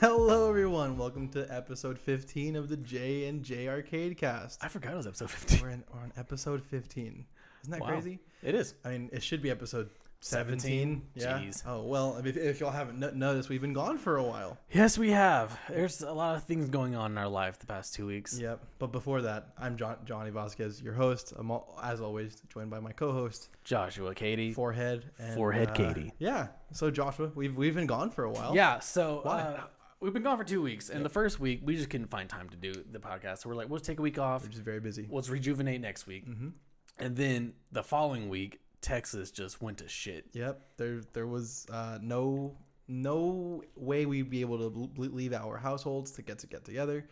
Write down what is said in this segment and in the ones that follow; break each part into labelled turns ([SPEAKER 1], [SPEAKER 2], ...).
[SPEAKER 1] Hello, everyone. Welcome to episode 15 of the J and J Arcade Cast.
[SPEAKER 2] I forgot it was episode 15.
[SPEAKER 1] We're, in, we're on episode 15. Isn't that
[SPEAKER 2] Wow.
[SPEAKER 1] crazy?
[SPEAKER 2] It is.
[SPEAKER 1] I mean, it should be episode 17.
[SPEAKER 2] 17?
[SPEAKER 1] Yeah.
[SPEAKER 2] Jeez.
[SPEAKER 1] Oh well. If, if y'all haven't no- noticed, we've been gone for a while.
[SPEAKER 2] Yes, we have. There's a lot of things going on in our life the past two weeks.
[SPEAKER 1] Yep. But before that, I'm John- Johnny Vasquez, your host. I'm all, as always joined by my co-host
[SPEAKER 2] Joshua, Katie.
[SPEAKER 1] Forehead. And,
[SPEAKER 2] Forehead
[SPEAKER 1] uh,
[SPEAKER 2] Katie.
[SPEAKER 1] Yeah. So Joshua, we've we've been gone for a while.
[SPEAKER 2] Yeah, so uh, we've been gone for two weeks. And the first week, we just couldn't find time to do the podcast. So we're like, we'll just Mm-hmm. take a week off.
[SPEAKER 1] Which is very busy.
[SPEAKER 2] Let's rejuvenate next week. And then the following week, Texas just went to shit.
[SPEAKER 1] Yep. There there was uh, no no way we'd be able to l- leave our households to get to get together.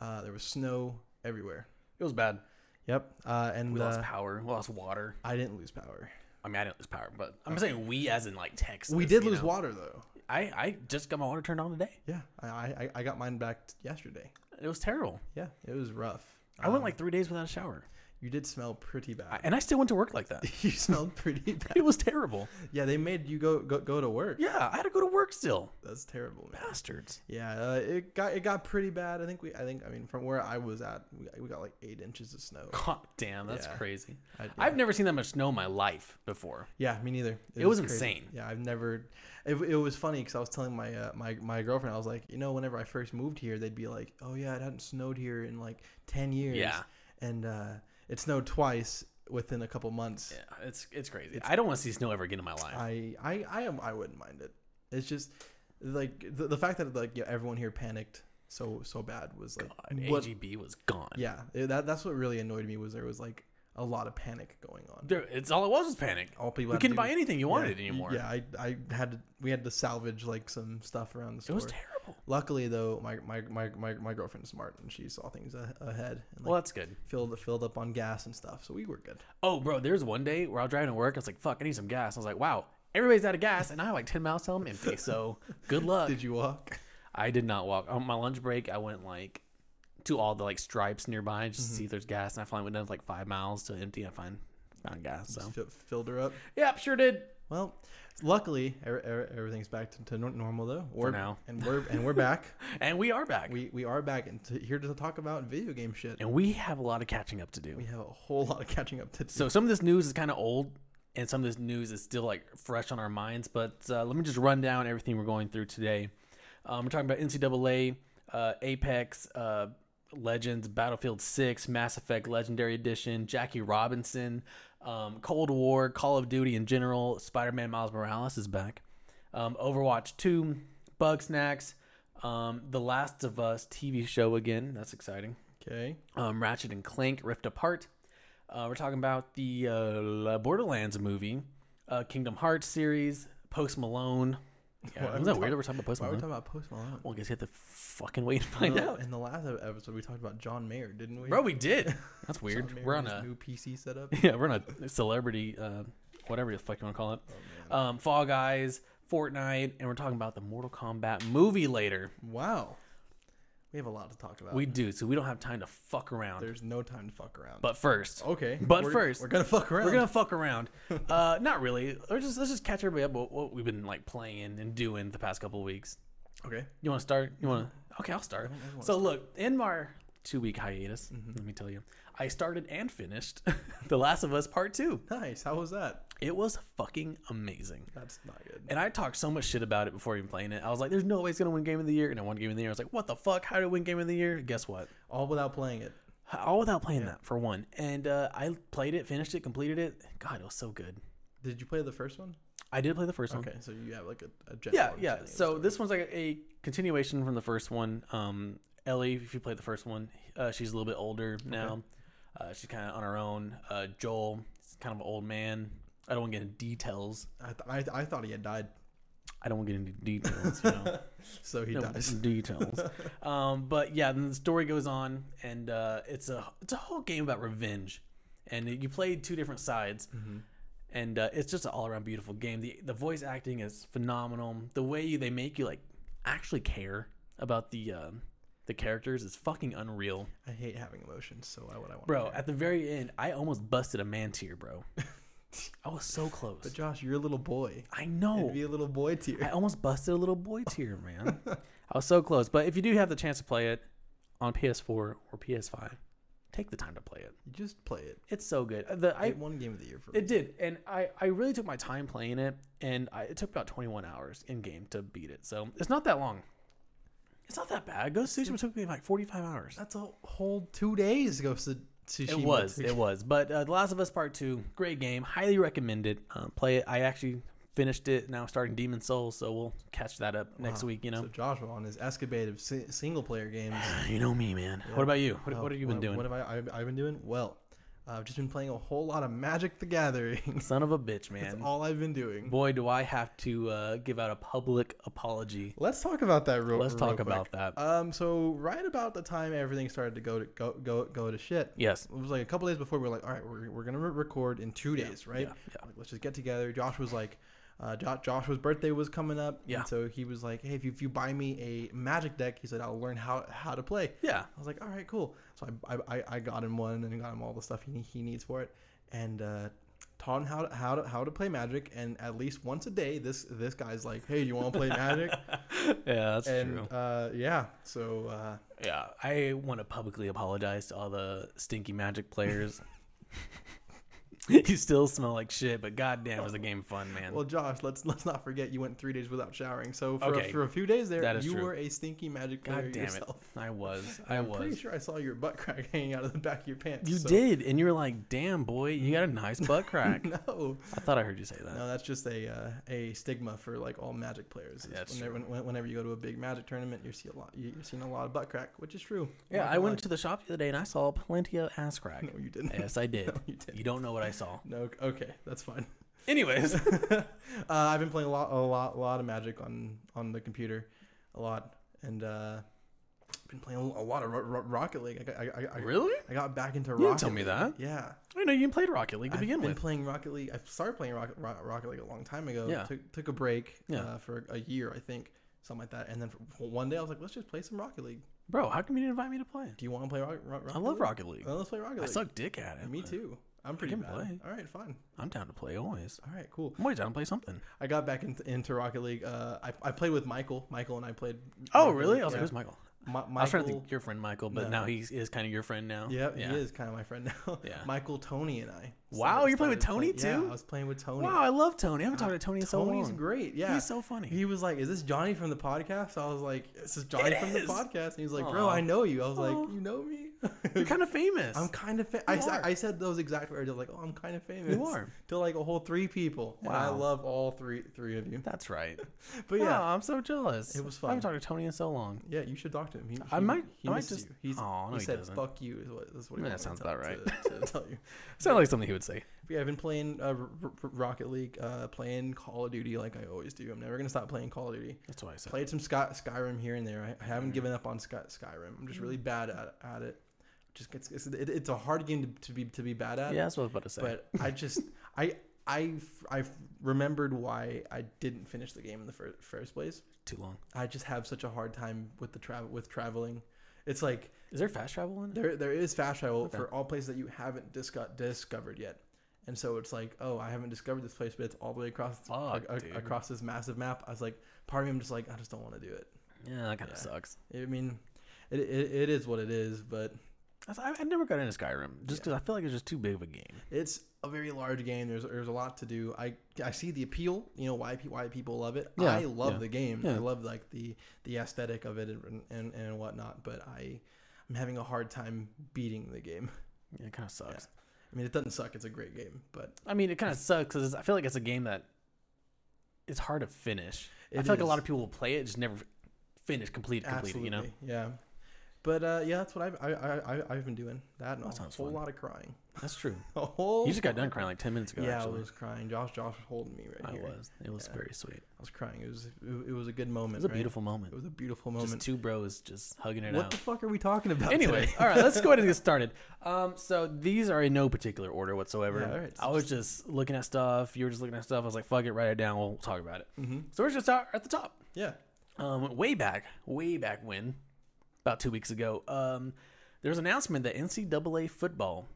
[SPEAKER 1] Uh, there was snow everywhere.
[SPEAKER 2] It was bad.
[SPEAKER 1] Yep. Uh, and
[SPEAKER 2] We lost
[SPEAKER 1] uh,
[SPEAKER 2] power. We lost water.
[SPEAKER 1] I didn't lose power.
[SPEAKER 2] I mean, I didn't lose power, but I'm saying we as in like Texas.
[SPEAKER 1] We did
[SPEAKER 2] you
[SPEAKER 1] lose
[SPEAKER 2] know?
[SPEAKER 1] water though.
[SPEAKER 2] I, I just got my water turned on today.
[SPEAKER 1] Yeah. I, I I got mine back yesterday.
[SPEAKER 2] It was terrible. Um,
[SPEAKER 1] Yeah. It was rough.
[SPEAKER 2] I went like three days without a shower.
[SPEAKER 1] You did smell pretty bad.
[SPEAKER 2] and I still went to work like that.
[SPEAKER 1] you smelled pretty bad.
[SPEAKER 2] It was terrible.
[SPEAKER 1] Yeah, they made you go go, go to work.
[SPEAKER 2] Yeah, I had to go to work still.
[SPEAKER 1] That's terrible, man.
[SPEAKER 2] Bastards.
[SPEAKER 1] Yeah, uh, it got it got pretty bad. I think we I think I mean from where I was at, we got, we got like eight inches of snow.
[SPEAKER 2] God damn, that's
[SPEAKER 1] Yeah.
[SPEAKER 2] crazy.
[SPEAKER 1] I- yeah.
[SPEAKER 2] I've never seen that much snow in my life before.
[SPEAKER 1] Yeah, me neither.
[SPEAKER 2] It was
[SPEAKER 1] crazy.
[SPEAKER 2] insane.
[SPEAKER 1] Yeah, I've never. It, it was funny because I was telling my uh, my my girlfriend, I was like, you know, whenever I first moved here, they'd be like, oh yeah, it hadn't snowed here in like ten years.
[SPEAKER 2] Yeah.
[SPEAKER 1] and uh, it snowed twice within a couple months.
[SPEAKER 2] Yeah, it's it's crazy. I don't want to see snow ever again in my life.
[SPEAKER 1] I I I am I wouldn't mind it. It's just like the, the fact that like yeah, everyone here panicked so so bad was like
[SPEAKER 2] And
[SPEAKER 1] what
[SPEAKER 2] AGB was gone.
[SPEAKER 1] yeah it- that that's what really annoyed me was there was like a lot of panic going on.
[SPEAKER 2] There, it's all it was was panic.
[SPEAKER 1] All people
[SPEAKER 2] You
[SPEAKER 1] had to
[SPEAKER 2] couldn't
[SPEAKER 1] do-
[SPEAKER 2] buy anything you wanted
[SPEAKER 1] yeah,
[SPEAKER 2] anymore.
[SPEAKER 1] Yeah, I I had to, we had to salvage like some stuff around the
[SPEAKER 2] it
[SPEAKER 1] store.
[SPEAKER 2] was terrible.
[SPEAKER 1] Luckily though, my my my my, my girlfriend's smart and she saw things a- ahead and like
[SPEAKER 2] Well, that's good.
[SPEAKER 1] filled filled up on gas and stuff, so we were good.
[SPEAKER 2] Oh, bro, there's one day where I was driving to work. I was like, "Fuck, I need some gas." I was like, "Wow, everybody's out of gas," and I have like ten miles till I'm empty. So good luck.
[SPEAKER 1] Did you walk?
[SPEAKER 2] I did not walk. On my lunch break, I went like to all the like stripes nearby just to see if there's gas, and I finally went down like five miles to empty. and I find found gas. So
[SPEAKER 1] F- filled her up.
[SPEAKER 2] yep, sure did.
[SPEAKER 1] Well, luckily er, er, everything's back to, to nor- normal though. We're,
[SPEAKER 2] now.
[SPEAKER 1] and we're and we're back.
[SPEAKER 2] And we are back,
[SPEAKER 1] we we are back and to, here to talk about video game shit.
[SPEAKER 2] and we have a lot of catching up to
[SPEAKER 1] We
[SPEAKER 2] do.
[SPEAKER 1] have a whole lot of catching up to do.
[SPEAKER 2] So some of this news is kind of old, and some of this news is still like fresh on our minds. But uh, let me just run down everything we're going through today. Um, we're talking about NCAA, uh, Apex. Uh, Legends, Battlefield 6, Mass Effect Legendary Edition, Jackie Robinson, um, Cold War, Call of Duty in general, Spider Man Miles Morales is back, um, Overwatch 2, Bug Snacks, um, The Last of Us TV show again. That's exciting.
[SPEAKER 1] Okay.
[SPEAKER 2] Um, Ratchet and Clank Rift Apart. Uh, we're talking about the uh, Borderlands movie, uh, Kingdom Hearts series, Post Malone.
[SPEAKER 1] Why are
[SPEAKER 2] Yeah, isn't
[SPEAKER 1] we
[SPEAKER 2] that
[SPEAKER 1] talk-
[SPEAKER 2] weird that we're talking about Post
[SPEAKER 1] Why are we
[SPEAKER 2] Malone?
[SPEAKER 1] talking about Post Malone?
[SPEAKER 2] well, I guess you have to fucking wait and find
[SPEAKER 1] No,
[SPEAKER 2] out.
[SPEAKER 1] in the last episode, we talked about John Mayer, didn't we?
[SPEAKER 2] Bro, we did. That's
[SPEAKER 1] John
[SPEAKER 2] weird.
[SPEAKER 1] Mayer
[SPEAKER 2] we're on
[SPEAKER 1] and
[SPEAKER 2] a
[SPEAKER 1] his new PC setup.
[SPEAKER 2] yeah, we're on a celebrity, uh, whatever the fuck you want to call it.
[SPEAKER 1] Oh,
[SPEAKER 2] um, Fall Guys, Fortnite, and we're talking about the Mortal Kombat movie later.
[SPEAKER 1] Wow. We have a lot to talk about.
[SPEAKER 2] We do, so we don't have time to fuck around.
[SPEAKER 1] There's no time to fuck around.
[SPEAKER 2] but first,
[SPEAKER 1] okay.
[SPEAKER 2] but
[SPEAKER 1] we're-
[SPEAKER 2] first-
[SPEAKER 1] we're gonna fuck around.
[SPEAKER 2] We're gonna fuck around. Uh, not really. Let's just let's just catch everybody up with what we've been like playing and doing the past couple of weeks.
[SPEAKER 1] okay.
[SPEAKER 2] You want to start? You want to? Okay, I'll start. Mm-hmm. So look, in my two week hiatus, let me tell you, I started and finished The Last of Us Part Two.
[SPEAKER 1] Nice. How was that?
[SPEAKER 2] It was fucking amazing.
[SPEAKER 1] That's not good.
[SPEAKER 2] And I talked so much shit about it before even playing it. I was like, "There's no way it's gonna win Game of the Year," and I won Game of the Year. I was like, "What the fuck? How did it win Game of the Year?" Guess what?
[SPEAKER 1] All without playing it.
[SPEAKER 2] All without playing that for one. And uh, I played it, finished it, completed it. God, it was so good.
[SPEAKER 1] Did you play the first one?
[SPEAKER 2] I did play the first one.
[SPEAKER 1] Okay, so you have like a, a general
[SPEAKER 2] Yeah, yeah.
[SPEAKER 1] understanding of the
[SPEAKER 2] So
[SPEAKER 1] story.
[SPEAKER 2] this one's like a, a continuation from the first one. Um, Ellie, if you played the first one, uh, she's a little bit older now. Uh, she's kind of on her own. Uh, Joel, is kind of an old man. I don't want to get into details.
[SPEAKER 1] I, th- I, I thought he had died,
[SPEAKER 2] I don't want to get into details. You know?
[SPEAKER 1] so he
[SPEAKER 2] No,
[SPEAKER 1] dies.
[SPEAKER 2] details. um, but yeah, then the story goes on, and uh, it's a it's a whole game about revenge, and you play two different sides,
[SPEAKER 1] Mm-hmm.
[SPEAKER 2] and uh, it's just an all around beautiful game. the The voice acting is phenomenal. The way you, they make you like actually care about the um, the characters is fucking unreal,
[SPEAKER 1] I hate having emotions, so why would I want?
[SPEAKER 2] bro. At the very end, I almost busted a man tear, bro. I was so close.
[SPEAKER 1] But Josh, you're a little boy.
[SPEAKER 2] I
[SPEAKER 1] It'd
[SPEAKER 2] know.
[SPEAKER 1] be a little boy tier.
[SPEAKER 2] Oh. I almost busted a little boy tear, man. I was so close. But if you do have the chance to play it on PS4 or PS5, take the time to play it.
[SPEAKER 1] You just play it.
[SPEAKER 2] It's so good. The I
[SPEAKER 1] it won game of the year for
[SPEAKER 2] it
[SPEAKER 1] me.
[SPEAKER 2] did, and I I really took my time playing it, and I, it took about 21 hours in game to beat it. So it's not that long. It's not that bad. Ghost of Tsushima took me like 45 hours.
[SPEAKER 1] That's a whole two days ago. Su- Tsushima
[SPEAKER 2] It was,
[SPEAKER 1] took-
[SPEAKER 2] it was. But uh, The Last of Us Part Two, great game. Highly recommend it. Um, play it. I actually finished it. Now I'm starting Demon Souls, so we'll catch that up next
[SPEAKER 1] Wow.
[SPEAKER 2] week. You know.
[SPEAKER 1] So Joshua on his escapade of si- single player games.
[SPEAKER 2] You know me, man. What about you? What,
[SPEAKER 1] Uh,
[SPEAKER 2] what have you been
[SPEAKER 1] what-
[SPEAKER 2] doing?
[SPEAKER 1] What have I? I've, I've been doing well. uh, I've just been playing a whole lot of Magic: The Gathering.
[SPEAKER 2] Son of a bitch,
[SPEAKER 1] That's
[SPEAKER 2] man.
[SPEAKER 1] all I've been doing.
[SPEAKER 2] Boy, do I have to uh, give out a public apology.
[SPEAKER 1] Let's talk about that real.
[SPEAKER 2] Let's
[SPEAKER 1] real
[SPEAKER 2] talk
[SPEAKER 1] quick.
[SPEAKER 2] about that.
[SPEAKER 1] Um. So right about the time everything started to go to go go go to shit.
[SPEAKER 2] yes.
[SPEAKER 1] It was like a couple days before we were like, all right, we're, we're gonna re- record in two days, right?
[SPEAKER 2] yeah, yeah.
[SPEAKER 1] Like, let's just get together. Josh was like, uh, jo- Joshua's birthday was coming up,
[SPEAKER 2] Yeah.
[SPEAKER 1] And so he was like, hey, if you, if you buy me a magic deck, he said I'll learn how how to play.
[SPEAKER 2] Yeah.
[SPEAKER 1] I was like, all right, cool. So I I, I, I got him one and got him all the stuff he, he needs for it, and uh, taught him how to, how to how to play magic. And at least once a day, this this guy's like, hey, you want to play magic?
[SPEAKER 2] Yeah, that's
[SPEAKER 1] and
[SPEAKER 2] true.
[SPEAKER 1] uh, yeah, so. Uh,
[SPEAKER 2] Yeah. I want to publicly apologize to all the stinky magic players. you still smell like shit, but goddamn, was the game fun, man.
[SPEAKER 1] Well, Josh, let's let's not forget you went three days without showering. So for,
[SPEAKER 2] Okay.
[SPEAKER 1] a, for a few days there,
[SPEAKER 2] That is
[SPEAKER 1] you
[SPEAKER 2] true.
[SPEAKER 1] were a stinky magic player
[SPEAKER 2] God damn
[SPEAKER 1] yourself.
[SPEAKER 2] it. I was. I
[SPEAKER 1] I'm pretty
[SPEAKER 2] was.
[SPEAKER 1] sure I saw your butt crack hanging out of the back of your pants.
[SPEAKER 2] You
[SPEAKER 1] so-
[SPEAKER 2] did, and you were like, damn, boy, you got a nice butt crack.
[SPEAKER 1] No,
[SPEAKER 2] I thought I heard you say that.
[SPEAKER 1] no, that's just a uh, a stigma for like all magic players. is
[SPEAKER 2] That's
[SPEAKER 1] whenever, when- whenever you go to a big magic tournament, you see a lot. you- You're seeing a lot of butt crack, which is true. I'm
[SPEAKER 2] Yeah,
[SPEAKER 1] not
[SPEAKER 2] I
[SPEAKER 1] gonna
[SPEAKER 2] went to the shop the other day and I saw plenty of ass crack.
[SPEAKER 1] lie. No, you didn't.
[SPEAKER 2] Yes, I did.
[SPEAKER 1] No, Oh, you
[SPEAKER 2] you
[SPEAKER 1] didn't.
[SPEAKER 2] don't know what I saw.
[SPEAKER 1] No, okay, that's fine.
[SPEAKER 2] Anyways,
[SPEAKER 1] uh, I've been playing a lot, a lot, a lot of Magic on on the computer, a lot, and uh, been playing a lot of Ro- Ro- Rocket League. I, got- I, I, I,
[SPEAKER 2] really?
[SPEAKER 1] I got back into
[SPEAKER 2] You
[SPEAKER 1] Rocket.
[SPEAKER 2] didn't tell me
[SPEAKER 1] League.
[SPEAKER 2] that.
[SPEAKER 1] Yeah,
[SPEAKER 2] I know you even played Rocket League to
[SPEAKER 1] I've
[SPEAKER 2] begin
[SPEAKER 1] been
[SPEAKER 2] with.
[SPEAKER 1] playing Rocket League. I started playing Rocket, Ro- Rocket League a long time ago.
[SPEAKER 2] Yeah.
[SPEAKER 1] Took, took a break
[SPEAKER 2] Yeah.
[SPEAKER 1] uh, for a year, I think, something like that. And then for one day, I was like, let's just play some Rocket League.
[SPEAKER 2] Bro, how come you didn't invite me to play?
[SPEAKER 1] Do you want to play Rocket, Rocket
[SPEAKER 2] I love Rocket League.
[SPEAKER 1] Well, let's play Rocket
[SPEAKER 2] I
[SPEAKER 1] League.
[SPEAKER 2] suck dick at it.
[SPEAKER 1] Oh, me
[SPEAKER 2] but
[SPEAKER 1] too. I'm pretty
[SPEAKER 2] can
[SPEAKER 1] bad.
[SPEAKER 2] play.
[SPEAKER 1] All right, fine.
[SPEAKER 2] I'm down to play always.
[SPEAKER 1] All right, cool.
[SPEAKER 2] I'm always down to play something.
[SPEAKER 1] I got back into, into Rocket League. Uh, I, I played with Michael. Michael and I played.
[SPEAKER 2] Oh,
[SPEAKER 1] Rocket
[SPEAKER 2] really?
[SPEAKER 1] League,
[SPEAKER 2] I was
[SPEAKER 1] yeah.
[SPEAKER 2] like, who's Michael?
[SPEAKER 1] Mi-
[SPEAKER 2] I was trying to
[SPEAKER 1] Michael.
[SPEAKER 2] think your friend Michael, but
[SPEAKER 1] No.
[SPEAKER 2] now he is kind of your friend now.
[SPEAKER 1] Yeah, he is kind of my friend now.
[SPEAKER 2] Yeah.
[SPEAKER 1] Michael, Tony, and I.
[SPEAKER 2] Wow,
[SPEAKER 1] started-
[SPEAKER 2] you play with
[SPEAKER 1] started
[SPEAKER 2] Tony,
[SPEAKER 1] playing-
[SPEAKER 2] too?
[SPEAKER 1] Yeah, I was playing with Tony. Ah,
[SPEAKER 2] Wow, I love Tony. I haven't talked to Tony in so
[SPEAKER 1] Tony's
[SPEAKER 2] long.
[SPEAKER 1] great. Yeah,
[SPEAKER 2] He's so funny.
[SPEAKER 1] He was like, "Is this Johnny from the podcast?" I was like, "This is Johnny
[SPEAKER 2] It
[SPEAKER 1] from
[SPEAKER 2] is.
[SPEAKER 1] the podcast." And he's like, "Bro,
[SPEAKER 2] Aw.
[SPEAKER 1] I know you." I was
[SPEAKER 2] Aw.
[SPEAKER 1] like, "You know me?"
[SPEAKER 2] You're kind of famous.
[SPEAKER 1] I'm kind of. Fa- I,
[SPEAKER 2] You
[SPEAKER 1] sa-
[SPEAKER 2] are.
[SPEAKER 1] I said those exact words. I was like, "Oh, I'm kind of famous."
[SPEAKER 2] are.
[SPEAKER 1] to like a whole three people. And I
[SPEAKER 2] Wow.
[SPEAKER 1] love all three three of you.
[SPEAKER 2] That's right.
[SPEAKER 1] But yeah,
[SPEAKER 2] Wow, I'm so jealous.
[SPEAKER 1] It was
[SPEAKER 2] I haven't
[SPEAKER 1] fun.
[SPEAKER 2] talked to Tony in so long.
[SPEAKER 1] Yeah, you should talk to him. He,
[SPEAKER 2] I
[SPEAKER 1] he-
[SPEAKER 2] might-
[SPEAKER 1] He
[SPEAKER 2] I might
[SPEAKER 1] misses
[SPEAKER 2] just-
[SPEAKER 1] you. He's,
[SPEAKER 2] Aw, no,
[SPEAKER 1] he,
[SPEAKER 2] he
[SPEAKER 1] said,
[SPEAKER 2] doesn't.
[SPEAKER 1] "Fuck you." Is what, that's what he
[SPEAKER 2] Yeah,
[SPEAKER 1] wanted
[SPEAKER 2] sounds
[SPEAKER 1] to, tell-
[SPEAKER 2] about right.
[SPEAKER 1] To, to tell you.
[SPEAKER 2] Sounded like something he would say.
[SPEAKER 1] But yeah, I've been playing uh, R- R- Rocket League, uh, playing Call of Duty like I always do. I'm never gonna stop playing Call of Duty.
[SPEAKER 2] That's what I said.
[SPEAKER 1] Played some Sky, Skyrim here and there. I, I
[SPEAKER 2] Mm-hmm.
[SPEAKER 1] haven't given up on Sky, Skyrim. I'm just really bad at, at it. Just gets it's, it, it's a hard game to, to be to be bad at.
[SPEAKER 2] Yeah, that's what I was about to say.
[SPEAKER 1] But I just I I I remembered why I didn't finish the game in the first first place.
[SPEAKER 2] Too long.
[SPEAKER 1] I just have such a hard time with the travel with traveling. It's like
[SPEAKER 2] Is there fast travel in it?
[SPEAKER 1] there there is fast travel
[SPEAKER 2] Okay.
[SPEAKER 1] for all places that you haven't disco- discovered yet. And so it's like, oh, I haven't discovered this place, but it's all the way across
[SPEAKER 2] Fuck,
[SPEAKER 1] a- a-
[SPEAKER 2] dude.
[SPEAKER 1] across this massive map. I was like, part of me, I'm just like, I just don't want to do it.
[SPEAKER 2] Yeah, that kind
[SPEAKER 1] Yeah.
[SPEAKER 2] of sucks.
[SPEAKER 1] I mean, it, it, it is what it is, but
[SPEAKER 2] That's- I, I never got into Skyrim just because I feel like it's just too big of a game.
[SPEAKER 1] it's a very large game. There's there's a lot to do. I I see the appeal. You know why pe- why people love it.
[SPEAKER 2] Yeah,
[SPEAKER 1] I love
[SPEAKER 2] yeah,
[SPEAKER 1] the game. I
[SPEAKER 2] yeah.
[SPEAKER 1] love like the the aesthetic of it and, and and whatnot. But I I'm having a hard time beating the game.
[SPEAKER 2] Yeah, it kind of sucks.
[SPEAKER 1] I mean, it doesn't suck. It's a great game, but
[SPEAKER 2] I mean, it kind of sucks because I feel like it's a game that it's hard to finish. I
[SPEAKER 1] It
[SPEAKER 2] feel like a lot
[SPEAKER 1] is.
[SPEAKER 2] of people will play it, just never finish, complete, it, complete. it, You know,
[SPEAKER 1] Absolutely, Yeah. But uh, yeah, that's what I've I, I, I, I've been doing. That and a
[SPEAKER 2] sounds
[SPEAKER 1] whole
[SPEAKER 2] fun.
[SPEAKER 1] lot of crying.
[SPEAKER 2] that's true.
[SPEAKER 1] A whole.
[SPEAKER 2] You just got done crying like ten minutes ago.
[SPEAKER 1] yeah, I
[SPEAKER 2] actually,
[SPEAKER 1] was crying. Josh, Josh was holding me right
[SPEAKER 2] I
[SPEAKER 1] here.
[SPEAKER 2] was. It was
[SPEAKER 1] Yeah.
[SPEAKER 2] very sweet.
[SPEAKER 1] I was crying. It was it, it was a good moment.
[SPEAKER 2] It was a
[SPEAKER 1] right?
[SPEAKER 2] beautiful
[SPEAKER 1] It
[SPEAKER 2] moment.
[SPEAKER 1] was a beautiful
[SPEAKER 2] Just
[SPEAKER 1] moment.
[SPEAKER 2] two bros just hugging it
[SPEAKER 1] what
[SPEAKER 2] out.
[SPEAKER 1] the fuck are we talking about?
[SPEAKER 2] Anyways,
[SPEAKER 1] today?
[SPEAKER 2] all right, let's go ahead and get started. Um, so these are in no particular order whatsoever.
[SPEAKER 1] Yeah, all right, so
[SPEAKER 2] I was just looking at stuff. You were just looking at stuff. I was like, fuck it, write it down. We'll talk about it. So we're just start at the top.
[SPEAKER 1] yeah.
[SPEAKER 2] Um, way back, way back when, about two weeks ago, um, there was an announcement that NCAA football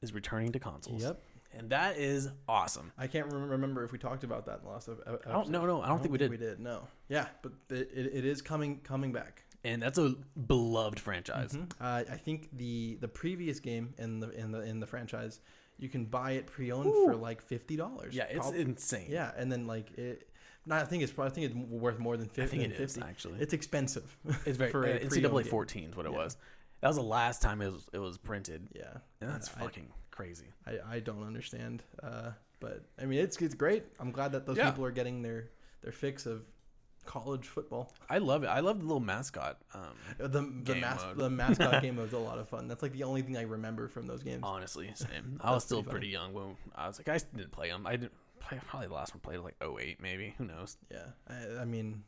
[SPEAKER 2] is returning to consoles.
[SPEAKER 1] Yep.
[SPEAKER 2] and that is awesome.
[SPEAKER 1] I can't rem- remember if we talked about that in the last ep- episode.
[SPEAKER 2] I don't, no, no, I don't, think we did.
[SPEAKER 1] We did no. Yeah, but it, it, it is coming coming back.
[SPEAKER 2] and that's a beloved franchise.
[SPEAKER 1] Uh, I think the the previous game in the in the in the franchise, you can buy it pre-owned for like fifty dollars.
[SPEAKER 2] Yeah, it's insane.
[SPEAKER 1] yeah, and then like it. No, I think it's probably. I think it's worth more than fifty.
[SPEAKER 2] I think
[SPEAKER 1] than
[SPEAKER 2] it is
[SPEAKER 1] 50.
[SPEAKER 2] actually.
[SPEAKER 1] It's expensive.
[SPEAKER 2] It's very
[SPEAKER 1] for a
[SPEAKER 2] uh,
[SPEAKER 1] pre-owned
[SPEAKER 2] NCAA
[SPEAKER 1] game.
[SPEAKER 2] 14 is what it was. That was the last time it was it was printed.
[SPEAKER 1] Yeah,
[SPEAKER 2] And that's
[SPEAKER 1] I-
[SPEAKER 2] fucking crazy.
[SPEAKER 1] I, I don't understand. Uh, but I mean, it's it's great. I'm glad that those
[SPEAKER 2] Yeah.
[SPEAKER 1] people are getting their their fix of college football. Uh,
[SPEAKER 2] I love it. I love the little mascot. Um,
[SPEAKER 1] The the,
[SPEAKER 2] Game
[SPEAKER 1] mas-
[SPEAKER 2] mode.
[SPEAKER 1] the mascot game was a lot of fun. That's like the only thing I remember from those games.
[SPEAKER 2] honestly, same. I was still
[SPEAKER 1] pretty
[SPEAKER 2] pretty young when I was like I didn't play them. I didn't play, probably the last one played like 08 maybe. Who knows?
[SPEAKER 1] Yeah, I, I mean,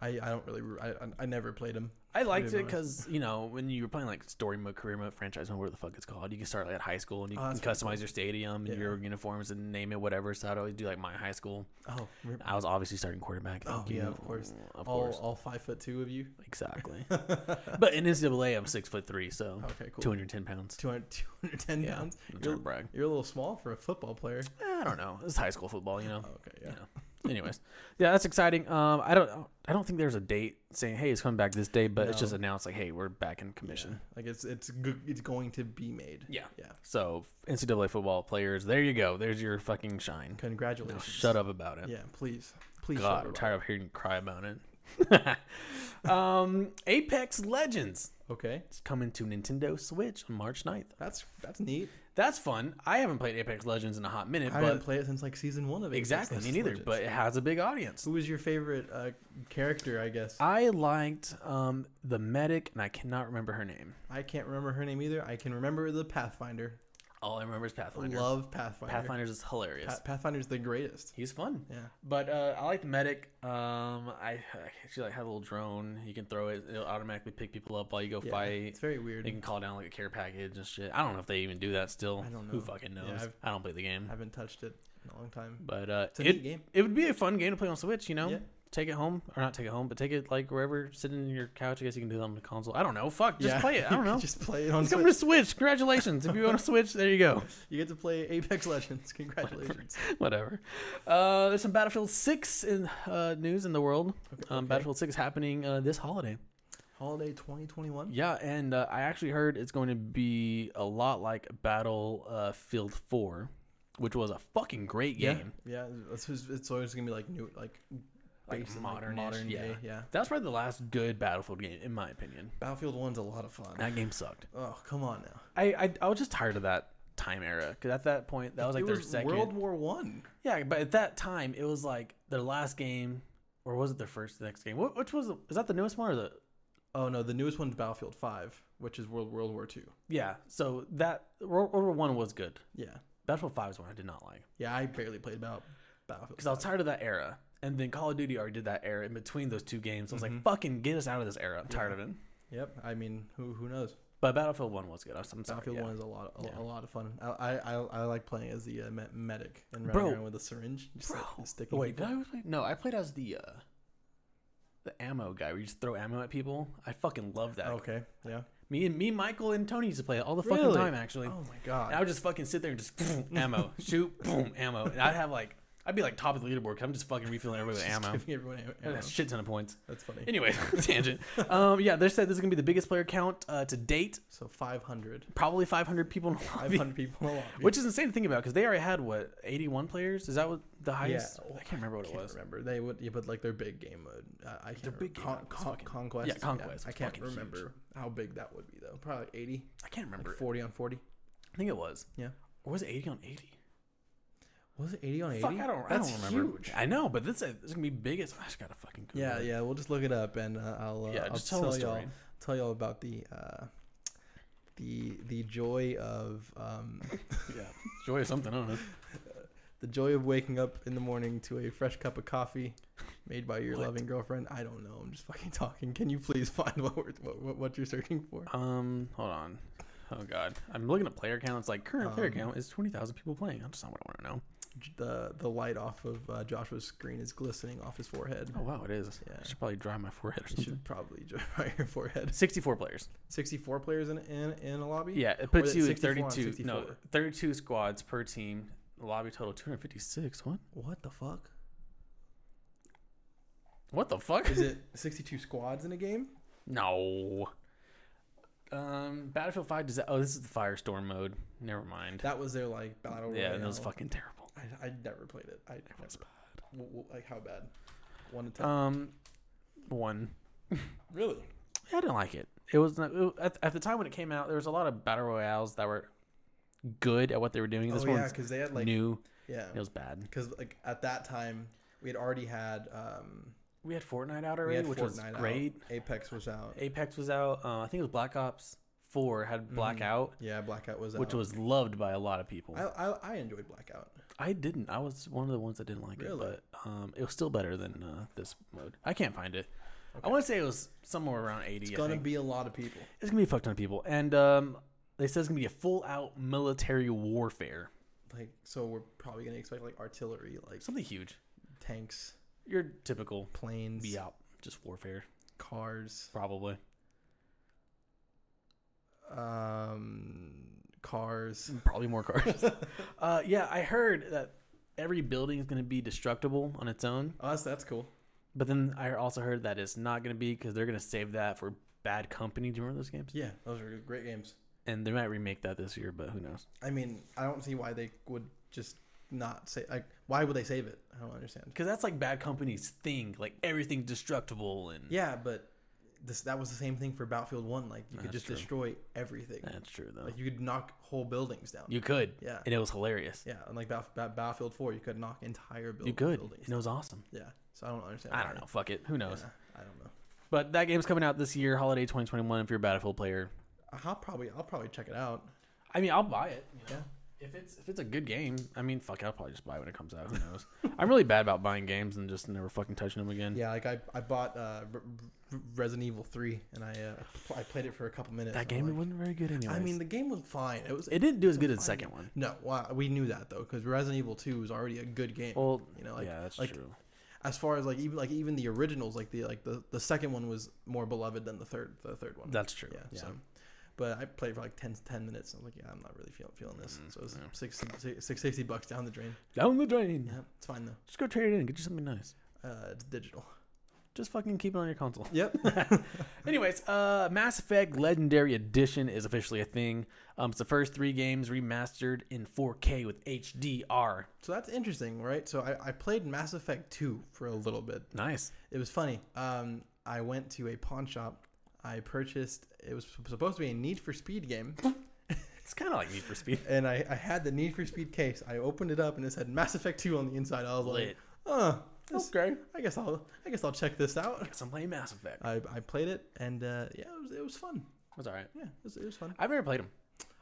[SPEAKER 1] I I don't really re- I I- I never played them.
[SPEAKER 2] I liked
[SPEAKER 1] be
[SPEAKER 2] it
[SPEAKER 1] honest.
[SPEAKER 2] because you know when you were playing like story mode, career mode, franchise mode, whatever the fuck it's called, you can start like at high school and you
[SPEAKER 1] Oh,
[SPEAKER 2] can
[SPEAKER 1] that's pretty
[SPEAKER 2] customize your stadium and
[SPEAKER 1] Yeah.
[SPEAKER 2] your uniforms and name it whatever. So I'd always do like my high school.
[SPEAKER 1] Oh, re-
[SPEAKER 2] I was obviously starting quarterback.
[SPEAKER 1] oh
[SPEAKER 2] Thank you.
[SPEAKER 1] yeah, of course. Oh.
[SPEAKER 2] of
[SPEAKER 1] all
[SPEAKER 2] course,
[SPEAKER 1] all five foot two of you.
[SPEAKER 2] exactly. but in NCAA, I'm six foot three, so
[SPEAKER 1] Okay, Oh, cool.
[SPEAKER 2] two hundred ten pounds.
[SPEAKER 1] 200, 210
[SPEAKER 2] Yeah,
[SPEAKER 1] pounds.
[SPEAKER 2] I'm trying
[SPEAKER 1] You're,
[SPEAKER 2] to brag.
[SPEAKER 1] you're a little small for a football player.
[SPEAKER 2] Eh, I don't know. It's high school football, you know.
[SPEAKER 1] Okay, yeah.
[SPEAKER 2] Oh, Yeah. Anyways, yeah, that's exciting. Um, I don't, I don't think there's a date saying, "Hey, it's coming back this day," but it's just
[SPEAKER 1] No.
[SPEAKER 2] announced like, "Hey, we're back in
[SPEAKER 1] yeah.
[SPEAKER 2] commission."
[SPEAKER 1] Like it's it's go- it's going to be made.
[SPEAKER 2] Yeah.
[SPEAKER 1] Yeah.
[SPEAKER 2] So NCAA football players, there you go. There's your fucking shine. Now
[SPEAKER 1] Congratulations.
[SPEAKER 2] shut up about it.
[SPEAKER 1] Yeah, please, please. shut
[SPEAKER 2] God,
[SPEAKER 1] up
[SPEAKER 2] I'm
[SPEAKER 1] about
[SPEAKER 2] tired of hearing you cry about it. um, Apex Legends
[SPEAKER 1] it. Okay,
[SPEAKER 2] is coming to Nintendo Switch on March 9th.
[SPEAKER 1] that's that's neat.
[SPEAKER 2] That's fun. I haven't played Apex Legends in a hot minute,
[SPEAKER 1] I haven't
[SPEAKER 2] but
[SPEAKER 1] played it since like season one of it.
[SPEAKER 2] exactly me neither. But it has a big audience.
[SPEAKER 1] who was your favorite uh, character? I guess
[SPEAKER 2] I liked um, the medic, and I cannot remember her name.
[SPEAKER 1] I can't remember her name either. I can remember the Pathfinder.
[SPEAKER 2] All I remember is Pathfinder.
[SPEAKER 1] Love Pathfinder. Pathfinder.
[SPEAKER 2] Pathfinder's is hilarious.
[SPEAKER 1] Pathfinder's the greatest.
[SPEAKER 2] He's fun.
[SPEAKER 1] Yeah.
[SPEAKER 2] But uh, I like the medic. Um, I, I she like had a little drone. You can throw it; it'll automatically pick people up while you go
[SPEAKER 1] yeah.
[SPEAKER 2] fight.
[SPEAKER 1] It's very
[SPEAKER 2] You
[SPEAKER 1] weird.
[SPEAKER 2] can call down like a care package and shit. I don't know if they even do that still.
[SPEAKER 1] I don't
[SPEAKER 2] Who
[SPEAKER 1] know.
[SPEAKER 2] fucking
[SPEAKER 1] Yeah,
[SPEAKER 2] knows?
[SPEAKER 1] I've-
[SPEAKER 2] I don't play the
[SPEAKER 1] I
[SPEAKER 2] game.
[SPEAKER 1] haven't touched it in a long time.
[SPEAKER 2] But uh,
[SPEAKER 1] It's a neat
[SPEAKER 2] it
[SPEAKER 1] game.
[SPEAKER 2] it would be a fun game to play on Switch. You know,
[SPEAKER 1] Yeah.
[SPEAKER 2] take it home or not take it home, but take it like wherever, sitting in your couch. I guess you can do that on the console. I don't know. Fuck, just
[SPEAKER 1] Yeah,
[SPEAKER 2] play it.
[SPEAKER 1] you
[SPEAKER 2] I don't
[SPEAKER 1] could
[SPEAKER 2] know.
[SPEAKER 1] Just play it on.
[SPEAKER 2] It's coming to Switch. Congratulations! if you own a Switch, there you go.
[SPEAKER 1] Switch. You get to play Apex Legends. Congratulations.
[SPEAKER 2] Whatever. Uh, there's some Battlefield 6 in uh, news in the world. Um,
[SPEAKER 1] okay.
[SPEAKER 2] Battlefield 6 happening uh, this holiday.
[SPEAKER 1] Holiday 2021.
[SPEAKER 2] Yeah, and uh, I actually heard it's going to be a lot like Battlefield 4, which was a fucking great
[SPEAKER 1] Yeah.
[SPEAKER 2] game.
[SPEAKER 1] Yeah. It's, it's- it's always gonna be like new, like
[SPEAKER 2] Like
[SPEAKER 1] based in,
[SPEAKER 2] modern,
[SPEAKER 1] modern
[SPEAKER 2] yeah.
[SPEAKER 1] day. Yeah.
[SPEAKER 2] That's probably the last good Battlefield game, in my opinion.
[SPEAKER 1] Battlefield One's a lot of fun.
[SPEAKER 2] That game sucked.
[SPEAKER 1] Oh come on now.
[SPEAKER 2] I I, I was just tired of that time era because at that point that was like
[SPEAKER 1] it
[SPEAKER 2] their
[SPEAKER 1] was
[SPEAKER 2] second.
[SPEAKER 1] World War One.
[SPEAKER 2] Yeah, but at that time it was like their last game, or was it their first next game? What, which was the- is that the newest one or the
[SPEAKER 1] Oh no, the newest one's Battlefield Five, which is World World War Two.
[SPEAKER 2] Yeah, so that World World War One was good.
[SPEAKER 1] Yeah,
[SPEAKER 2] Battlefield Five is one I did not like
[SPEAKER 1] yeah. I barely played about Battlefield.
[SPEAKER 2] because I was tired of that era. And then Call of Duty already did that era in between those two games. I was
[SPEAKER 1] Mm-hmm.
[SPEAKER 2] like, fucking get us out of this era. I'm tired of it.
[SPEAKER 1] Yep. I mean, who who knows?
[SPEAKER 2] But Battlefield One was good. I'm, I'm sorry.
[SPEAKER 1] Battlefield
[SPEAKER 2] yeah.
[SPEAKER 1] One is a lot a,
[SPEAKER 2] Yeah.
[SPEAKER 1] a lot of fun. I, I I I like playing as the uh, me- medic and running
[SPEAKER 2] Bro.
[SPEAKER 1] around with a syringe, just like,
[SPEAKER 2] Bro, Oh
[SPEAKER 1] sticking.
[SPEAKER 2] wait,
[SPEAKER 1] people.
[SPEAKER 2] did I always play? No, I played as the uh, the ammo guy where you just throw ammo at people. I fucking love that.
[SPEAKER 1] Okay. Yeah.
[SPEAKER 2] Me and me, Michael, and Tony used to play it all the fucking
[SPEAKER 1] Really?
[SPEAKER 2] time. Actually,
[SPEAKER 1] Oh my
[SPEAKER 2] And I
[SPEAKER 1] god.
[SPEAKER 2] would just fucking sit there and just ammo, shoot, boom, ammo, and I'd have like I'd be like top of the leaderboard. i I'm just fucking refilling everybody with
[SPEAKER 1] Just
[SPEAKER 2] ammo.
[SPEAKER 1] Giving everyone am-
[SPEAKER 2] I had
[SPEAKER 1] ammo.
[SPEAKER 2] a shit ton of points.
[SPEAKER 1] That's funny.
[SPEAKER 2] Anyway, tangent. Um, yeah, they said this is gonna be the biggest player count uh, to date.
[SPEAKER 1] So 500.
[SPEAKER 2] Probably 500 people in the lobby,
[SPEAKER 1] 500 people in a lobby.
[SPEAKER 2] which is insane to think about because they already had what 81 players. Is that what the highest?
[SPEAKER 1] well,
[SPEAKER 2] I can't remember what
[SPEAKER 1] I
[SPEAKER 2] it
[SPEAKER 1] oh, can't
[SPEAKER 2] was.
[SPEAKER 1] remember. They would, yeah, but like their big game mode. uh, I, I can't.
[SPEAKER 2] Their big
[SPEAKER 1] remember.
[SPEAKER 2] game mode was fucking-
[SPEAKER 1] conquest.
[SPEAKER 2] Yeah, Conquest
[SPEAKER 1] I
[SPEAKER 2] was
[SPEAKER 1] can't
[SPEAKER 2] fucking huge.
[SPEAKER 1] remember how big that would be though. Probably like 80,
[SPEAKER 2] I can't remember.
[SPEAKER 1] like 40 on 40.
[SPEAKER 2] I think it was.
[SPEAKER 1] Yeah.
[SPEAKER 2] Or was it 80 on 80?
[SPEAKER 1] Was it 80 on 80?
[SPEAKER 2] Fuck, I don't.
[SPEAKER 1] That's
[SPEAKER 2] I don't remember.
[SPEAKER 1] huge.
[SPEAKER 2] I know, but this, uh, this is gonna be biggest. I just gotta fucking. Google
[SPEAKER 1] Yeah,
[SPEAKER 2] it.
[SPEAKER 1] yeah. We'll just look it up and uh, I'll, uh,
[SPEAKER 2] Yeah,
[SPEAKER 1] I'll
[SPEAKER 2] just
[SPEAKER 1] tell,
[SPEAKER 2] tell the
[SPEAKER 1] y'all
[SPEAKER 2] story.
[SPEAKER 1] tell y'all about the uh, the the joy of um,
[SPEAKER 2] yeah. Joy of something. I don't know.
[SPEAKER 1] the joy of waking up in the morning to a fresh cup of coffee made by your
[SPEAKER 2] What?
[SPEAKER 1] loving girlfriend. I don't know. I'm just fucking talking. Can you please find what we're, what, what- what you're searching for?
[SPEAKER 2] Um, hold on. Oh god, I'm looking at player count. It's like current player
[SPEAKER 1] Um,
[SPEAKER 2] count is twenty thousand people playing. That's not what I want to know.
[SPEAKER 1] the the light off of uh, Joshua's screen is glistening off his forehead.
[SPEAKER 2] Oh wow, it is.
[SPEAKER 1] Yeah.
[SPEAKER 2] I should probably dry my forehead or
[SPEAKER 1] You
[SPEAKER 2] something.
[SPEAKER 1] should probably dry your forehead.
[SPEAKER 2] Sixty-four players.
[SPEAKER 1] 64 players in in, in a lobby.
[SPEAKER 2] Yeah, it puts
[SPEAKER 1] is it
[SPEAKER 2] you at
[SPEAKER 1] 64 on
[SPEAKER 2] thirty-two. No,
[SPEAKER 1] 64?
[SPEAKER 2] thirty-two squads per team. Lobby total two hundred fifty-six. What?
[SPEAKER 1] What the fuck?
[SPEAKER 2] What the fuck?
[SPEAKER 1] Is it 62 squads in a game?
[SPEAKER 2] No. Um, Battlefield Five. Does that? Oh, this is the firestorm mode. Never mind.
[SPEAKER 1] That was their like battle.
[SPEAKER 2] yeah, that was
[SPEAKER 1] royale.
[SPEAKER 2] fucking terrible.
[SPEAKER 1] I, I never played it. I
[SPEAKER 2] It was
[SPEAKER 1] never. W- w- like how bad? One to ten.
[SPEAKER 2] bad. Um, one.
[SPEAKER 1] really?
[SPEAKER 2] Yeah, I didn't like it. It was not, it- at, at the time when it came out. There was a lot of battle royales that were good at what they were doing. This
[SPEAKER 1] oh yeah,
[SPEAKER 2] one's
[SPEAKER 1] because they had like
[SPEAKER 2] new.
[SPEAKER 1] yeah,
[SPEAKER 2] It was bad.
[SPEAKER 1] because like at that time we had already had um
[SPEAKER 2] We had Fortnite out
[SPEAKER 1] we
[SPEAKER 2] already,
[SPEAKER 1] had
[SPEAKER 2] which was
[SPEAKER 1] Fortnite out,
[SPEAKER 2] great.
[SPEAKER 1] Apex was out.
[SPEAKER 2] Apex was out. Uh, I think it was Black Ops Four
[SPEAKER 1] Mm-hmm.
[SPEAKER 2] had Blackout,
[SPEAKER 1] Yeah, Blackout was out.
[SPEAKER 2] which was loved by a lot of people.
[SPEAKER 1] I, I I enjoyed Blackout.
[SPEAKER 2] I didn't. I was one of the ones that didn't like
[SPEAKER 1] Really?
[SPEAKER 2] it, but um, it was still better than uh, this mode. I can't find it. I want to say it was somewhere around eighty.
[SPEAKER 1] It's
[SPEAKER 2] I
[SPEAKER 1] gonna
[SPEAKER 2] think.
[SPEAKER 1] be a lot of people.
[SPEAKER 2] It's gonna be a fuck ton of people, and um, they said it's gonna be a full out military warfare.
[SPEAKER 1] Like so, we're probably gonna expect like artillery, like
[SPEAKER 2] Something huge.
[SPEAKER 1] tanks,
[SPEAKER 2] Your typical
[SPEAKER 1] planes,
[SPEAKER 2] be out just warfare
[SPEAKER 1] cars,
[SPEAKER 2] probably.
[SPEAKER 1] um, cars.
[SPEAKER 2] Probably more cars. uh, yeah, I heard that every building is gonna be destructible on its own.
[SPEAKER 1] Oh, that's, that's cool.
[SPEAKER 2] But then I also heard that it's not going to be because they're going to save that for Bad Company. Do you remember those games?
[SPEAKER 1] Yeah, those are great games.
[SPEAKER 2] And they might remake that this year, but who knows?
[SPEAKER 1] I mean, I don't see why they would just not say like why would they save it? I don't understand.
[SPEAKER 2] Because that's like Bad Company's thing. Like everything's destructible and
[SPEAKER 1] Yeah, but this that was the same thing for Battlefield One. Like you could
[SPEAKER 2] That's
[SPEAKER 1] just
[SPEAKER 2] true.
[SPEAKER 1] destroy everything.
[SPEAKER 2] that's true though.
[SPEAKER 1] Like you could knock whole buildings down.
[SPEAKER 2] you could,
[SPEAKER 1] yeah,
[SPEAKER 2] and it was hilarious.
[SPEAKER 1] yeah. And like Battlefield, Battlefield Four, you could knock entire build-
[SPEAKER 2] you could,
[SPEAKER 1] buildings.
[SPEAKER 2] and it was awesome.
[SPEAKER 1] Yeah. So I don't understand.
[SPEAKER 2] I
[SPEAKER 1] why.
[SPEAKER 2] don't know. Fuck it. Who knows?
[SPEAKER 1] Yeah, I don't know.
[SPEAKER 2] But that game's coming out this year, holiday 2021. If you're a Battlefield player,
[SPEAKER 1] I'll probably I'll probably check it out.
[SPEAKER 2] I mean, I'll buy it. You know? If it's if it's a good game, I mean, fuck it, I'll probably just buy it when it comes out. Who knows? I'm really bad about buying games and just never fucking touching them again.
[SPEAKER 1] Yeah, like I, I bought uh, Re- Re- Resident Evil Three, and I uh, pl- I played it for a couple minutes.
[SPEAKER 2] That
[SPEAKER 1] and
[SPEAKER 2] game
[SPEAKER 1] I'm
[SPEAKER 2] it wasn't very good anyway.
[SPEAKER 1] like- I mean, the game was fine. It was
[SPEAKER 2] It didn't do as good as the second one.
[SPEAKER 1] No, well, we knew that though, because Resident Evil Two was already a good game.
[SPEAKER 2] Well,
[SPEAKER 1] you know, like,
[SPEAKER 2] yeah, that's
[SPEAKER 1] like,
[SPEAKER 2] true.
[SPEAKER 1] As far as like even like even the originals, like the like the, the second one was more beloved than the third the third one.
[SPEAKER 2] That's true.
[SPEAKER 1] yeah,
[SPEAKER 2] Yeah.
[SPEAKER 1] So, but I played for like 10, 10 minutes. And I was like, yeah, I'm not really feeling feeling this. So it was
[SPEAKER 2] Mm, yeah.
[SPEAKER 1] six six six sixty bucks down the drain.
[SPEAKER 2] Down the drain.
[SPEAKER 1] Yeah, it's fine though.
[SPEAKER 2] Just go trade it in. Get you something nice.
[SPEAKER 1] Uh, it's digital.
[SPEAKER 2] Just fucking keep it on your console.
[SPEAKER 1] Yep.
[SPEAKER 2] Anyways, uh, Mass Effect Legendary Edition is officially a thing. Um, it's the first three games remastered in 4K with HDR.
[SPEAKER 1] so that's interesting, right? So I, I played Mass Effect Two for a little bit.
[SPEAKER 2] Nice.
[SPEAKER 1] It was funny. Um, I went to a pawn shop. I purchased. It was supposed to be a Need for Speed game.
[SPEAKER 2] It's kind of like Need for Speed.
[SPEAKER 1] and I, I had the Need for Speed case. I opened it up and it said Mass Effect 2 on the inside. I was like,
[SPEAKER 2] Lit.
[SPEAKER 1] "Huh, this,
[SPEAKER 2] Okay.
[SPEAKER 1] I guess I'll I guess I'll check this out."
[SPEAKER 2] Guess I'm playing Mass Effect.
[SPEAKER 1] I, I played it and uh, yeah, it was, it was fun.
[SPEAKER 2] That's all right.
[SPEAKER 1] Yeah, it was, it was fun.
[SPEAKER 2] I've never played them.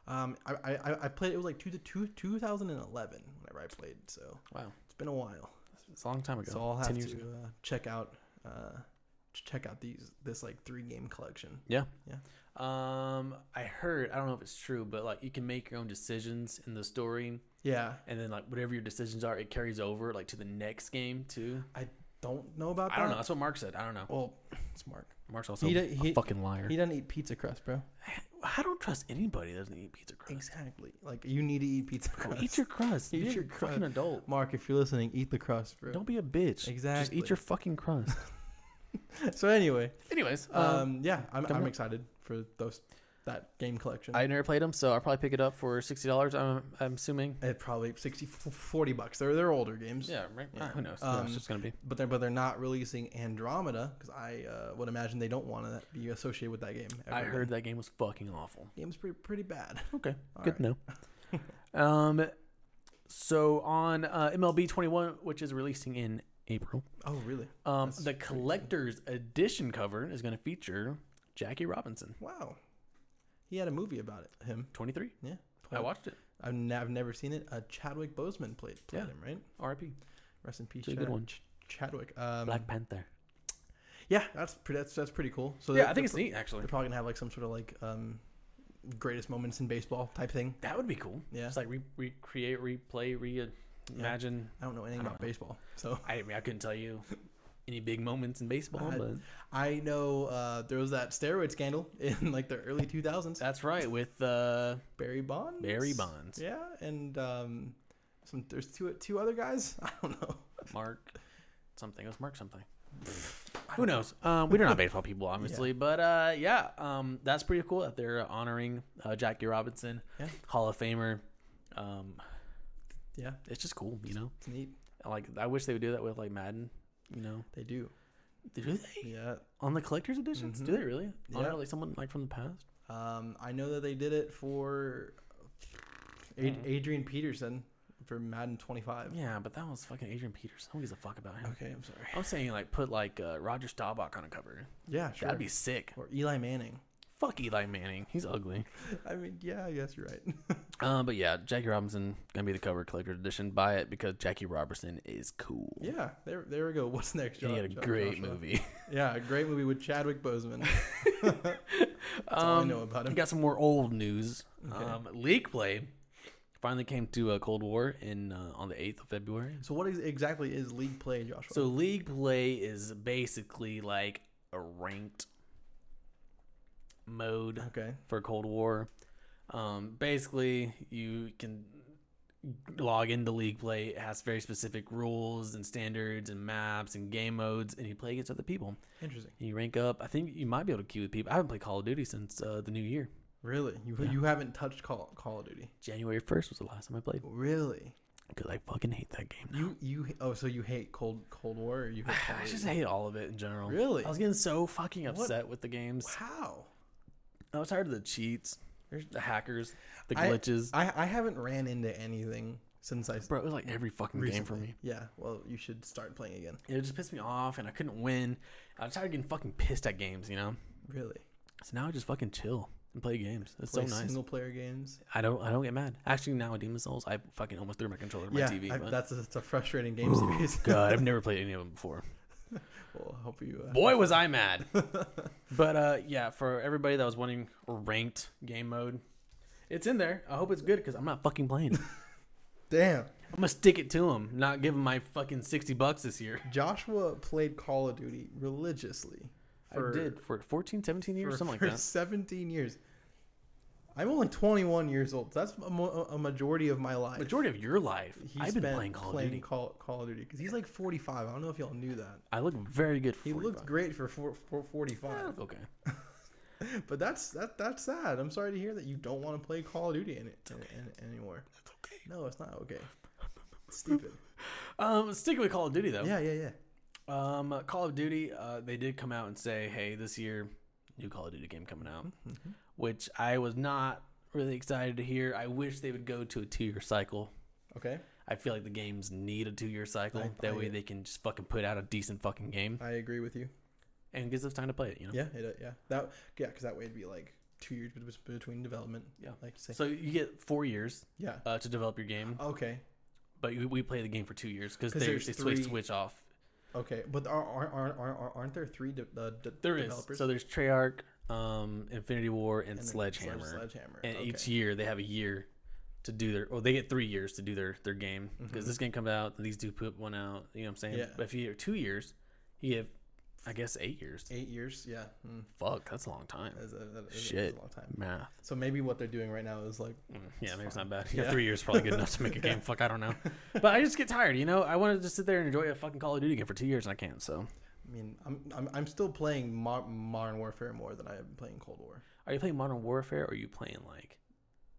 [SPEAKER 1] Um, I, I, I- I played it was like two to two 2011 whenever I played, so
[SPEAKER 2] Wow.
[SPEAKER 1] it's been a while.
[SPEAKER 2] It's a long time ago.
[SPEAKER 1] So I'll have
[SPEAKER 2] 10 years
[SPEAKER 1] to
[SPEAKER 2] ago.
[SPEAKER 1] uh, check out uh, ch- check out these this like three game collection.
[SPEAKER 2] Yeah.
[SPEAKER 1] Yeah.
[SPEAKER 2] Um, I heard, I don't know if it's true, but like you can make your own decisions in the story.
[SPEAKER 1] Yeah,
[SPEAKER 2] and then like whatever your decisions are, it carries over like to the next game too.
[SPEAKER 1] I don't know about that.
[SPEAKER 2] I don't know. That's what Mark said. I don't know.
[SPEAKER 1] Well, it's Mark.
[SPEAKER 2] Mark's also
[SPEAKER 1] He
[SPEAKER 2] a
[SPEAKER 1] d- he-
[SPEAKER 2] fucking liar.
[SPEAKER 1] He doesn't eat pizza crust, bro.
[SPEAKER 2] I don't trust anybody that doesn't eat pizza crust.
[SPEAKER 1] Exactly. Like you need to eat pizza
[SPEAKER 2] Go
[SPEAKER 1] crust.
[SPEAKER 2] eat your crust.
[SPEAKER 1] Eat
[SPEAKER 2] You're
[SPEAKER 1] your
[SPEAKER 2] a fucking adult.
[SPEAKER 1] Mark, if you're listening, eat the crust, bro.
[SPEAKER 2] Don't be a bitch. Just
[SPEAKER 1] Exactly.
[SPEAKER 2] eat your fucking crust.
[SPEAKER 1] So anyway,
[SPEAKER 2] Anyways,
[SPEAKER 1] um,
[SPEAKER 2] um,
[SPEAKER 1] yeah, I'm,
[SPEAKER 2] come
[SPEAKER 1] I'm
[SPEAKER 2] on.
[SPEAKER 1] excited for those that game collection.
[SPEAKER 2] I never played them, so I'll probably pick it up for sixty dollars. I'm I'm assuming.
[SPEAKER 1] it Uh, probably 60 f- 40 bucks. They're they're older games.
[SPEAKER 2] Yeah, right.
[SPEAKER 1] Yeah.
[SPEAKER 2] Who knows?
[SPEAKER 1] Um,
[SPEAKER 2] Who knows? It's gonna be.
[SPEAKER 1] But they're but they're not releasing Andromeda because I uh, would imagine they don't want to be associated with that game. ever
[SPEAKER 2] I
[SPEAKER 1] again.
[SPEAKER 2] heard that game was fucking awful.
[SPEAKER 1] game's pretty pretty bad.
[SPEAKER 2] Okay,
[SPEAKER 1] All
[SPEAKER 2] good to know. um, so on uh, MLB 21, which is releasing in April,
[SPEAKER 1] Oh really?
[SPEAKER 2] Um,
[SPEAKER 1] That's
[SPEAKER 2] the collector's edition cover is going to feature Jackie Robinson,
[SPEAKER 1] Wow. He had a movie about it. Him.
[SPEAKER 2] 23.
[SPEAKER 1] Yeah.
[SPEAKER 2] I watched it.
[SPEAKER 1] I've, ne- I've never seen it. Uh, Chadwick Boseman played played
[SPEAKER 2] Yeah.
[SPEAKER 1] him, right?
[SPEAKER 2] R.I.P.
[SPEAKER 1] Rest in peace,
[SPEAKER 2] It's a good
[SPEAKER 1] Chad-
[SPEAKER 2] one.
[SPEAKER 1] Ch- Chadwick. Um,
[SPEAKER 2] Black Panther.
[SPEAKER 1] Yeah, that's pretty. That's, that's pretty cool. So
[SPEAKER 2] yeah,
[SPEAKER 1] they're-
[SPEAKER 2] I think
[SPEAKER 1] they're
[SPEAKER 2] it's neat
[SPEAKER 1] They're
[SPEAKER 2] actually.
[SPEAKER 1] probably gonna have like some sort of like um, greatest moments in baseball type thing.
[SPEAKER 2] That would be cool.
[SPEAKER 1] Yeah.
[SPEAKER 2] Just like re- recreate, replay, re. Imagine.
[SPEAKER 1] I don't know anything
[SPEAKER 2] I don't
[SPEAKER 1] about baseball, so
[SPEAKER 2] I mean, I couldn't tell you any big moments in baseball,
[SPEAKER 1] I-
[SPEAKER 2] but
[SPEAKER 1] I know uh, there was that steroid scandal in like the early 2000s.
[SPEAKER 2] that's right with uh,
[SPEAKER 1] Barry Bonds.
[SPEAKER 2] Barry Bonds,
[SPEAKER 1] Yeah, and um, some there's two two other guys. I don't know.
[SPEAKER 2] Mark something. It was Mark something. Who knows? Um, we're not baseball people, obviously, but uh, yeah, um, that's pretty cool that they're honoring uh, Jackie Robinson,
[SPEAKER 1] Yeah.
[SPEAKER 2] Hall of Famer. Um,
[SPEAKER 1] Yeah,
[SPEAKER 2] it's just cool, you know.
[SPEAKER 1] it's neat.
[SPEAKER 2] Like I wish they would do that with like Madden, you know.
[SPEAKER 1] They do.
[SPEAKER 2] Do they Mm-hmm.
[SPEAKER 1] Yeah.
[SPEAKER 2] on the collector's editions? Do they really honor
[SPEAKER 1] Yeah.
[SPEAKER 2] like someone like from the past?
[SPEAKER 1] Um, I know that they did it for Ad- Adrian Peterson for Madden 25.
[SPEAKER 2] Yeah, but that was fucking Adrian Peterson. Who gives a fuck about him?
[SPEAKER 1] Okay, I'm sorry.
[SPEAKER 2] I'm saying like put like uh, Roger Staubach on a cover.
[SPEAKER 1] Yeah, sure.
[SPEAKER 2] That'd be sick.
[SPEAKER 1] or Eli Manning.
[SPEAKER 2] Fuck Eli Manning. He's ugly.
[SPEAKER 1] I mean, yeah, I guess you're right.
[SPEAKER 2] Um, but yeah, Jackie Robinson gonna be the cover collector edition. Buy it because Jackie Robinson is cool.
[SPEAKER 1] yeah, there, there we go. What's next?
[SPEAKER 2] he had a
[SPEAKER 1] Josh- Josh-
[SPEAKER 2] great
[SPEAKER 1] Joshua?
[SPEAKER 2] movie.
[SPEAKER 1] Yeah, a great movie with Chadwick Boseman. That's all I know about
[SPEAKER 2] Um, We
[SPEAKER 1] him.
[SPEAKER 2] got some more old news. Um, League play finally came to uh, Cold War in uh, on the eighth of February.
[SPEAKER 1] So what is, exactly is league play, Joshua?
[SPEAKER 2] So league play is basically like a ranked mode
[SPEAKER 1] okay,
[SPEAKER 2] for Cold War. Um, basically, you can log into League Play. It has very specific rules and standards and maps and game modes, and you play against other people.
[SPEAKER 1] interesting.
[SPEAKER 2] And you rank up. I think you might be able to queue with people. I haven't played Call of Duty since uh, the new year.
[SPEAKER 1] Really, you you haven't touched Call Call of Duty.
[SPEAKER 2] January 1st was the last time I played
[SPEAKER 1] Really,
[SPEAKER 2] because I fucking hate that game.
[SPEAKER 1] you you oh so you hate Cold Cold War? Or you hate Call
[SPEAKER 2] I
[SPEAKER 1] of
[SPEAKER 2] just
[SPEAKER 1] Duty?
[SPEAKER 2] hate all of it in general.
[SPEAKER 1] Really?
[SPEAKER 2] I was getting so fucking upset with the games.
[SPEAKER 1] how?
[SPEAKER 2] I was tired of the cheats, the hackers, the
[SPEAKER 1] I-
[SPEAKER 2] glitches.
[SPEAKER 1] I I haven't ran into anything since I
[SPEAKER 2] Bro, it was like every fucking game for
[SPEAKER 1] recently.
[SPEAKER 2] me.
[SPEAKER 1] Yeah, well, you should start playing again.
[SPEAKER 2] it just pissed me off and I couldn't win. I was tired of getting fucking pissed at games, you know?
[SPEAKER 1] Really,
[SPEAKER 2] So now I just fucking chill and play games. It's
[SPEAKER 1] play
[SPEAKER 2] so nice.
[SPEAKER 1] single player games.
[SPEAKER 2] I don't I don't get mad. Actually now in Demon's Souls I fucking almost threw my controller at my
[SPEAKER 1] yeah,
[SPEAKER 2] TV.
[SPEAKER 1] I-
[SPEAKER 2] but-
[SPEAKER 1] that's a, it's a frustrating game series.
[SPEAKER 2] God, I've never played any of them before.
[SPEAKER 1] well, I hope you. Uh,
[SPEAKER 2] Boy was I mad. but uh yeah, for everybody that was wanting ranked game mode, it's in there. I hope it's good because I'm not fucking playing. it.
[SPEAKER 1] Damn,
[SPEAKER 2] I'm gonna stick it to him, not give him my fucking sixty bucks this year.
[SPEAKER 1] Joshua played Call of Duty religiously.
[SPEAKER 2] I did for 14, 17 years,
[SPEAKER 1] for-
[SPEAKER 2] something like
[SPEAKER 1] for
[SPEAKER 2] that.
[SPEAKER 1] 17 years. I'm only 21 years old. That's a, mo- a majority of my life.
[SPEAKER 2] Majority of your life,
[SPEAKER 1] He
[SPEAKER 2] I've been
[SPEAKER 1] spent
[SPEAKER 2] playing Call of Duty.
[SPEAKER 1] Call, Call of Duty because he's like 45. I don't know if y'all knew that.
[SPEAKER 2] I look very good. For
[SPEAKER 1] He
[SPEAKER 2] 45.
[SPEAKER 1] looked great for, four, for
[SPEAKER 2] I
[SPEAKER 1] 45.
[SPEAKER 2] look okay.
[SPEAKER 1] But that's that that's sad. I'm sorry to hear that you don't want to play Call of Duty in it in, anymore.
[SPEAKER 2] It's okay.
[SPEAKER 1] No, it's not okay. It's stupid.
[SPEAKER 2] Um, sticking with Call of Duty though.
[SPEAKER 1] Yeah, yeah, yeah.
[SPEAKER 2] Um, uh, Call of Duty. Uh, they did come out and say, "Hey, this year, new Call of Duty game coming out,"
[SPEAKER 1] Mm-hmm.
[SPEAKER 2] which I was not really excited to hear. I wish they would go to a two-year cycle.
[SPEAKER 1] Okay,
[SPEAKER 2] I feel like the games need a two-year cycle.
[SPEAKER 1] I-
[SPEAKER 2] that
[SPEAKER 1] I-
[SPEAKER 2] way, they can just fucking put out a decent fucking game
[SPEAKER 1] I agree with you.
[SPEAKER 2] and gives us time to play it. You know.
[SPEAKER 1] Yeah, it, uh, yeah. That yeah, because that way it'd be like two years bet- between development.
[SPEAKER 2] Yeah.
[SPEAKER 1] like say
[SPEAKER 2] So you get four years
[SPEAKER 1] yeah.
[SPEAKER 2] uh, to develop your game,
[SPEAKER 1] Okay,
[SPEAKER 2] but we- we play the game for two years because
[SPEAKER 1] 'Cause
[SPEAKER 2] they, they
[SPEAKER 1] there's
[SPEAKER 2] switch
[SPEAKER 1] three-
[SPEAKER 2] switch off.
[SPEAKER 1] Okay, but are are are are aren't there three de- uh, de-
[SPEAKER 2] There is
[SPEAKER 1] developers?
[SPEAKER 2] so there's Treyarch, um, Infinity War, and,
[SPEAKER 1] And then
[SPEAKER 2] Sledgehammer.
[SPEAKER 1] Sledge- Sledgehammer.
[SPEAKER 2] and
[SPEAKER 1] okay.
[SPEAKER 2] each year they have a year to do their or they get three years to do their their game because this game comes out these do put one out you know what i'm saying
[SPEAKER 1] Mm-hmm. Yeah.
[SPEAKER 2] but if you get two years you have i guess eight years
[SPEAKER 1] eight years, yeah, mm,
[SPEAKER 2] fuck that's a long time
[SPEAKER 1] that's a, that is a-
[SPEAKER 2] Shit.
[SPEAKER 1] that's a long time.
[SPEAKER 2] math
[SPEAKER 1] So maybe what they're doing right now is like,
[SPEAKER 2] Mm, yeah maybe it's not bad yeah,
[SPEAKER 1] Yeah.
[SPEAKER 2] three years is probably good enough to make a game fuck i don't know but i just get tired you know i wanted to just sit there and enjoy a fucking call of duty game for two years and i can't so
[SPEAKER 1] I mean, I'm I'm, I'm still playing Mo- Modern Warfare more than I am playing Cold War.
[SPEAKER 2] are you playing modern warfare or are you playing like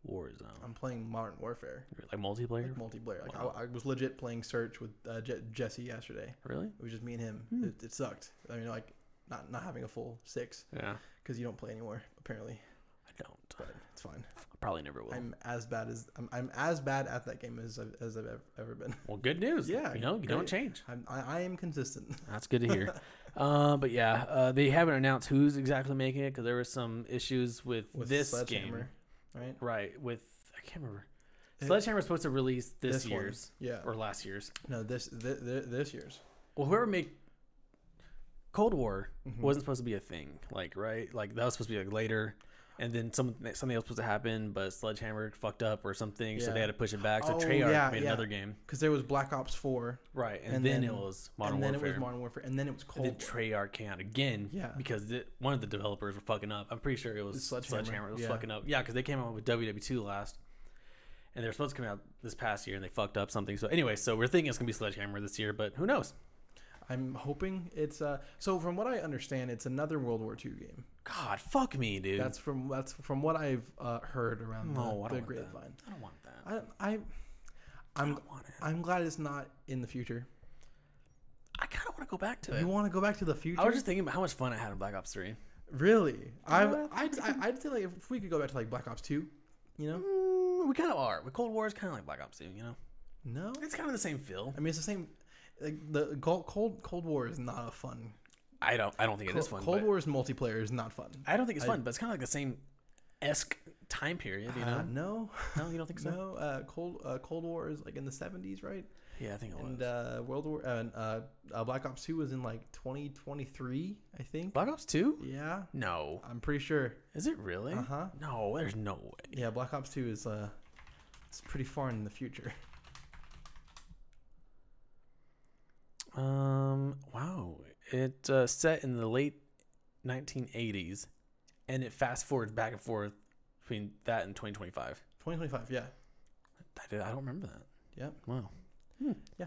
[SPEAKER 2] warzone
[SPEAKER 1] I'm playing Modern Warfare
[SPEAKER 2] like multiplayer
[SPEAKER 1] Um, like multiplayer. Like
[SPEAKER 2] Wow.
[SPEAKER 1] I, I was legit playing Search with uh, Je- Jesse yesterday.
[SPEAKER 2] really
[SPEAKER 1] It was just me and him.
[SPEAKER 2] Hmm.
[SPEAKER 1] It, it sucked. I mean, like not not having a full six
[SPEAKER 2] yeah
[SPEAKER 1] because you don't play anymore apparently,
[SPEAKER 2] i don't
[SPEAKER 1] but it's fine.
[SPEAKER 2] I probably never will
[SPEAKER 1] I'm as bad as I'm, I'm as bad at that game as I've, as I've ever, ever been.
[SPEAKER 2] well good news
[SPEAKER 1] Yeah,
[SPEAKER 2] you know you don't
[SPEAKER 1] great.
[SPEAKER 2] change
[SPEAKER 1] I'm, I, I am consistent.
[SPEAKER 2] That's good to hear. uh, but yeah, uh, they haven't announced who's exactly making it because there were some issues with,
[SPEAKER 1] with
[SPEAKER 2] this game,
[SPEAKER 1] Sledgehammer, right?
[SPEAKER 2] right? With I can't remember.
[SPEAKER 1] It-
[SPEAKER 2] Sledgehammer was supposed to release this,
[SPEAKER 1] This one.
[SPEAKER 2] year's
[SPEAKER 1] Yeah.
[SPEAKER 2] or last year's.
[SPEAKER 1] No, this this, this year's.
[SPEAKER 2] Well, whoever make
[SPEAKER 1] Mm-hmm.
[SPEAKER 2] Cold War wasn't supposed to be a thing, like right? Like that was supposed to be like later, and then some something else was supposed to happen, but Sledgehammer fucked up or something, so
[SPEAKER 1] Yeah.
[SPEAKER 2] they had to push it back. So
[SPEAKER 1] Oh,
[SPEAKER 2] Treyarch
[SPEAKER 1] yeah,
[SPEAKER 2] made
[SPEAKER 1] yeah.
[SPEAKER 2] another game,
[SPEAKER 1] because there was Black Ops Four,
[SPEAKER 2] right? And,
[SPEAKER 1] And
[SPEAKER 2] then,
[SPEAKER 1] then-
[SPEAKER 2] it was Modern
[SPEAKER 1] and then
[SPEAKER 2] Warfare.
[SPEAKER 1] it was Modern Warfare, and then it was Cold.
[SPEAKER 2] then
[SPEAKER 1] War.
[SPEAKER 2] Treyarch came out again,
[SPEAKER 1] Yeah.
[SPEAKER 2] because th- one of the developers were fucking up. I'm pretty sure it was Sledgehammer.
[SPEAKER 1] Sledgehammer,
[SPEAKER 2] It was
[SPEAKER 1] yeah.
[SPEAKER 2] fucking up, yeah, because they came out with WW2 last, and they were supposed to come out this past year, and they fucked up something. So anyway, so we're thinking it's gonna be Sledgehammer this year, but who knows?
[SPEAKER 1] I'm hoping it's uh so from what I understand, it's another World War II game.
[SPEAKER 2] God, fuck me, dude.
[SPEAKER 1] That's from that's from what I've uh, heard around the,
[SPEAKER 2] no, I don't
[SPEAKER 1] the
[SPEAKER 2] want that.
[SPEAKER 1] grapevine.
[SPEAKER 2] I don't want that.
[SPEAKER 1] I I
[SPEAKER 2] I
[SPEAKER 1] I'm
[SPEAKER 2] don't want it.
[SPEAKER 1] I'm glad it's not in the future.
[SPEAKER 2] I kind of want to go back to it.
[SPEAKER 1] You want to go back to the future?
[SPEAKER 2] I was just thinking about how much fun I had in Black Ops 3.
[SPEAKER 1] really? I've,
[SPEAKER 2] Yeah, I
[SPEAKER 1] I'd, I- I'd say like if we could go back to like Black Ops Two, you know?
[SPEAKER 2] Mm, we kind of are. With Cold War is kind of like Black Ops 2, you know?
[SPEAKER 1] No,
[SPEAKER 2] It's kind of the same feel.
[SPEAKER 1] I mean it's the same. Like the Gol- cold Cold War is not a fun.
[SPEAKER 2] I don't I don't think it is
[SPEAKER 1] Co-
[SPEAKER 2] fun.
[SPEAKER 1] Cold
[SPEAKER 2] but-
[SPEAKER 1] War's multiplayer is not fun.
[SPEAKER 2] I don't think it's fun, but it's kind of like the same esque time period, you know?
[SPEAKER 1] Uh, no,
[SPEAKER 2] no, you don't think so?
[SPEAKER 1] no. Uh, Cold uh, Cold War is like in the seventies, right?
[SPEAKER 2] Yeah, I think it was.
[SPEAKER 1] And uh, World War uh, and, uh, uh, Black Ops Two was in like twenty twenty three, I think.
[SPEAKER 2] Black Ops 2?
[SPEAKER 1] Yeah,
[SPEAKER 2] No.
[SPEAKER 1] I'm pretty sure.
[SPEAKER 2] Is it really?
[SPEAKER 1] Uh huh.
[SPEAKER 2] No, there's no way.
[SPEAKER 1] Yeah, Black Ops Two is uh, it's pretty far in the future.
[SPEAKER 2] Um, wow. It uh, set in the late 1980s, and it fast forwards back and forth between that and 2025.
[SPEAKER 1] Twenty twenty five. Yeah.
[SPEAKER 2] I, did, I don't remember that.
[SPEAKER 1] Yep. Hmm,
[SPEAKER 2] Wow.
[SPEAKER 1] Yeah.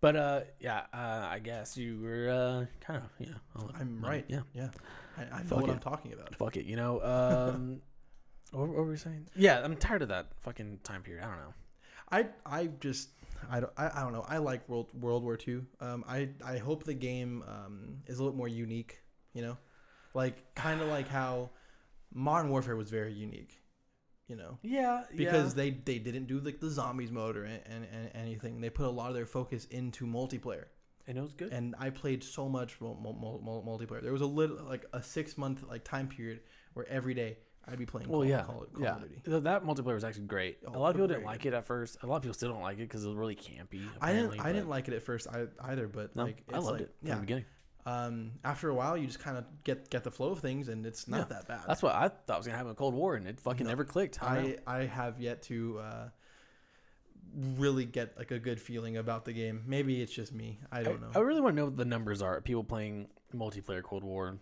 [SPEAKER 2] But uh, yeah, uh, I guess you were uh, kind of yeah. I'll-
[SPEAKER 1] I'm
[SPEAKER 2] I'll-
[SPEAKER 1] right.
[SPEAKER 2] Yeah.
[SPEAKER 1] Yeah. I, I know
[SPEAKER 2] Fuck
[SPEAKER 1] what
[SPEAKER 2] it.
[SPEAKER 1] I'm talking about.
[SPEAKER 2] Fuck it. You know. Um, what, what were we saying? Yeah, I'm tired of that fucking time period. I don't know.
[SPEAKER 1] I I just I don't I, I don't know. I like World World War Two. Um, I I hope the game um is a little more unique. You know, like kind of like how Modern Warfare was very unique. You know,
[SPEAKER 2] Yeah.
[SPEAKER 1] because they they didn't do like the zombies mode or an- and, and anything. They put a lot of their focus into multiplayer.
[SPEAKER 2] and it was good.
[SPEAKER 1] And I played so much mul- mul- mul- mul- multiplayer. There was a little like a six month like time period where every day I'd be playing.
[SPEAKER 2] Well,
[SPEAKER 1] Call,
[SPEAKER 2] yeah,
[SPEAKER 1] Call, Call
[SPEAKER 2] yeah.
[SPEAKER 1] of Duty.
[SPEAKER 2] Th- That multiplayer was actually great. a
[SPEAKER 1] Oh,
[SPEAKER 2] lot of people didn't
[SPEAKER 1] very
[SPEAKER 2] like it at first. A lot of people still don't like it because it was really campy.
[SPEAKER 1] I
[SPEAKER 2] apparently,
[SPEAKER 1] didn't. I
[SPEAKER 2] but-
[SPEAKER 1] didn't like it at first I, either, but
[SPEAKER 2] No,
[SPEAKER 1] like
[SPEAKER 2] I loved
[SPEAKER 1] like,
[SPEAKER 2] it from the
[SPEAKER 1] Yeah.
[SPEAKER 2] beginning.
[SPEAKER 1] Um, after a while, you just kind of get get the flow of things, and it's not
[SPEAKER 2] Yeah.
[SPEAKER 1] that bad.
[SPEAKER 2] That's what I thought was gonna happen with Cold War, and it fucking never clicked. I, don't know.
[SPEAKER 1] I I have yet to uh, really get like a good feeling about the game. Maybe it's just me. I don't know.
[SPEAKER 2] I really want to know what the numbers are. of People playing multiplayer Cold War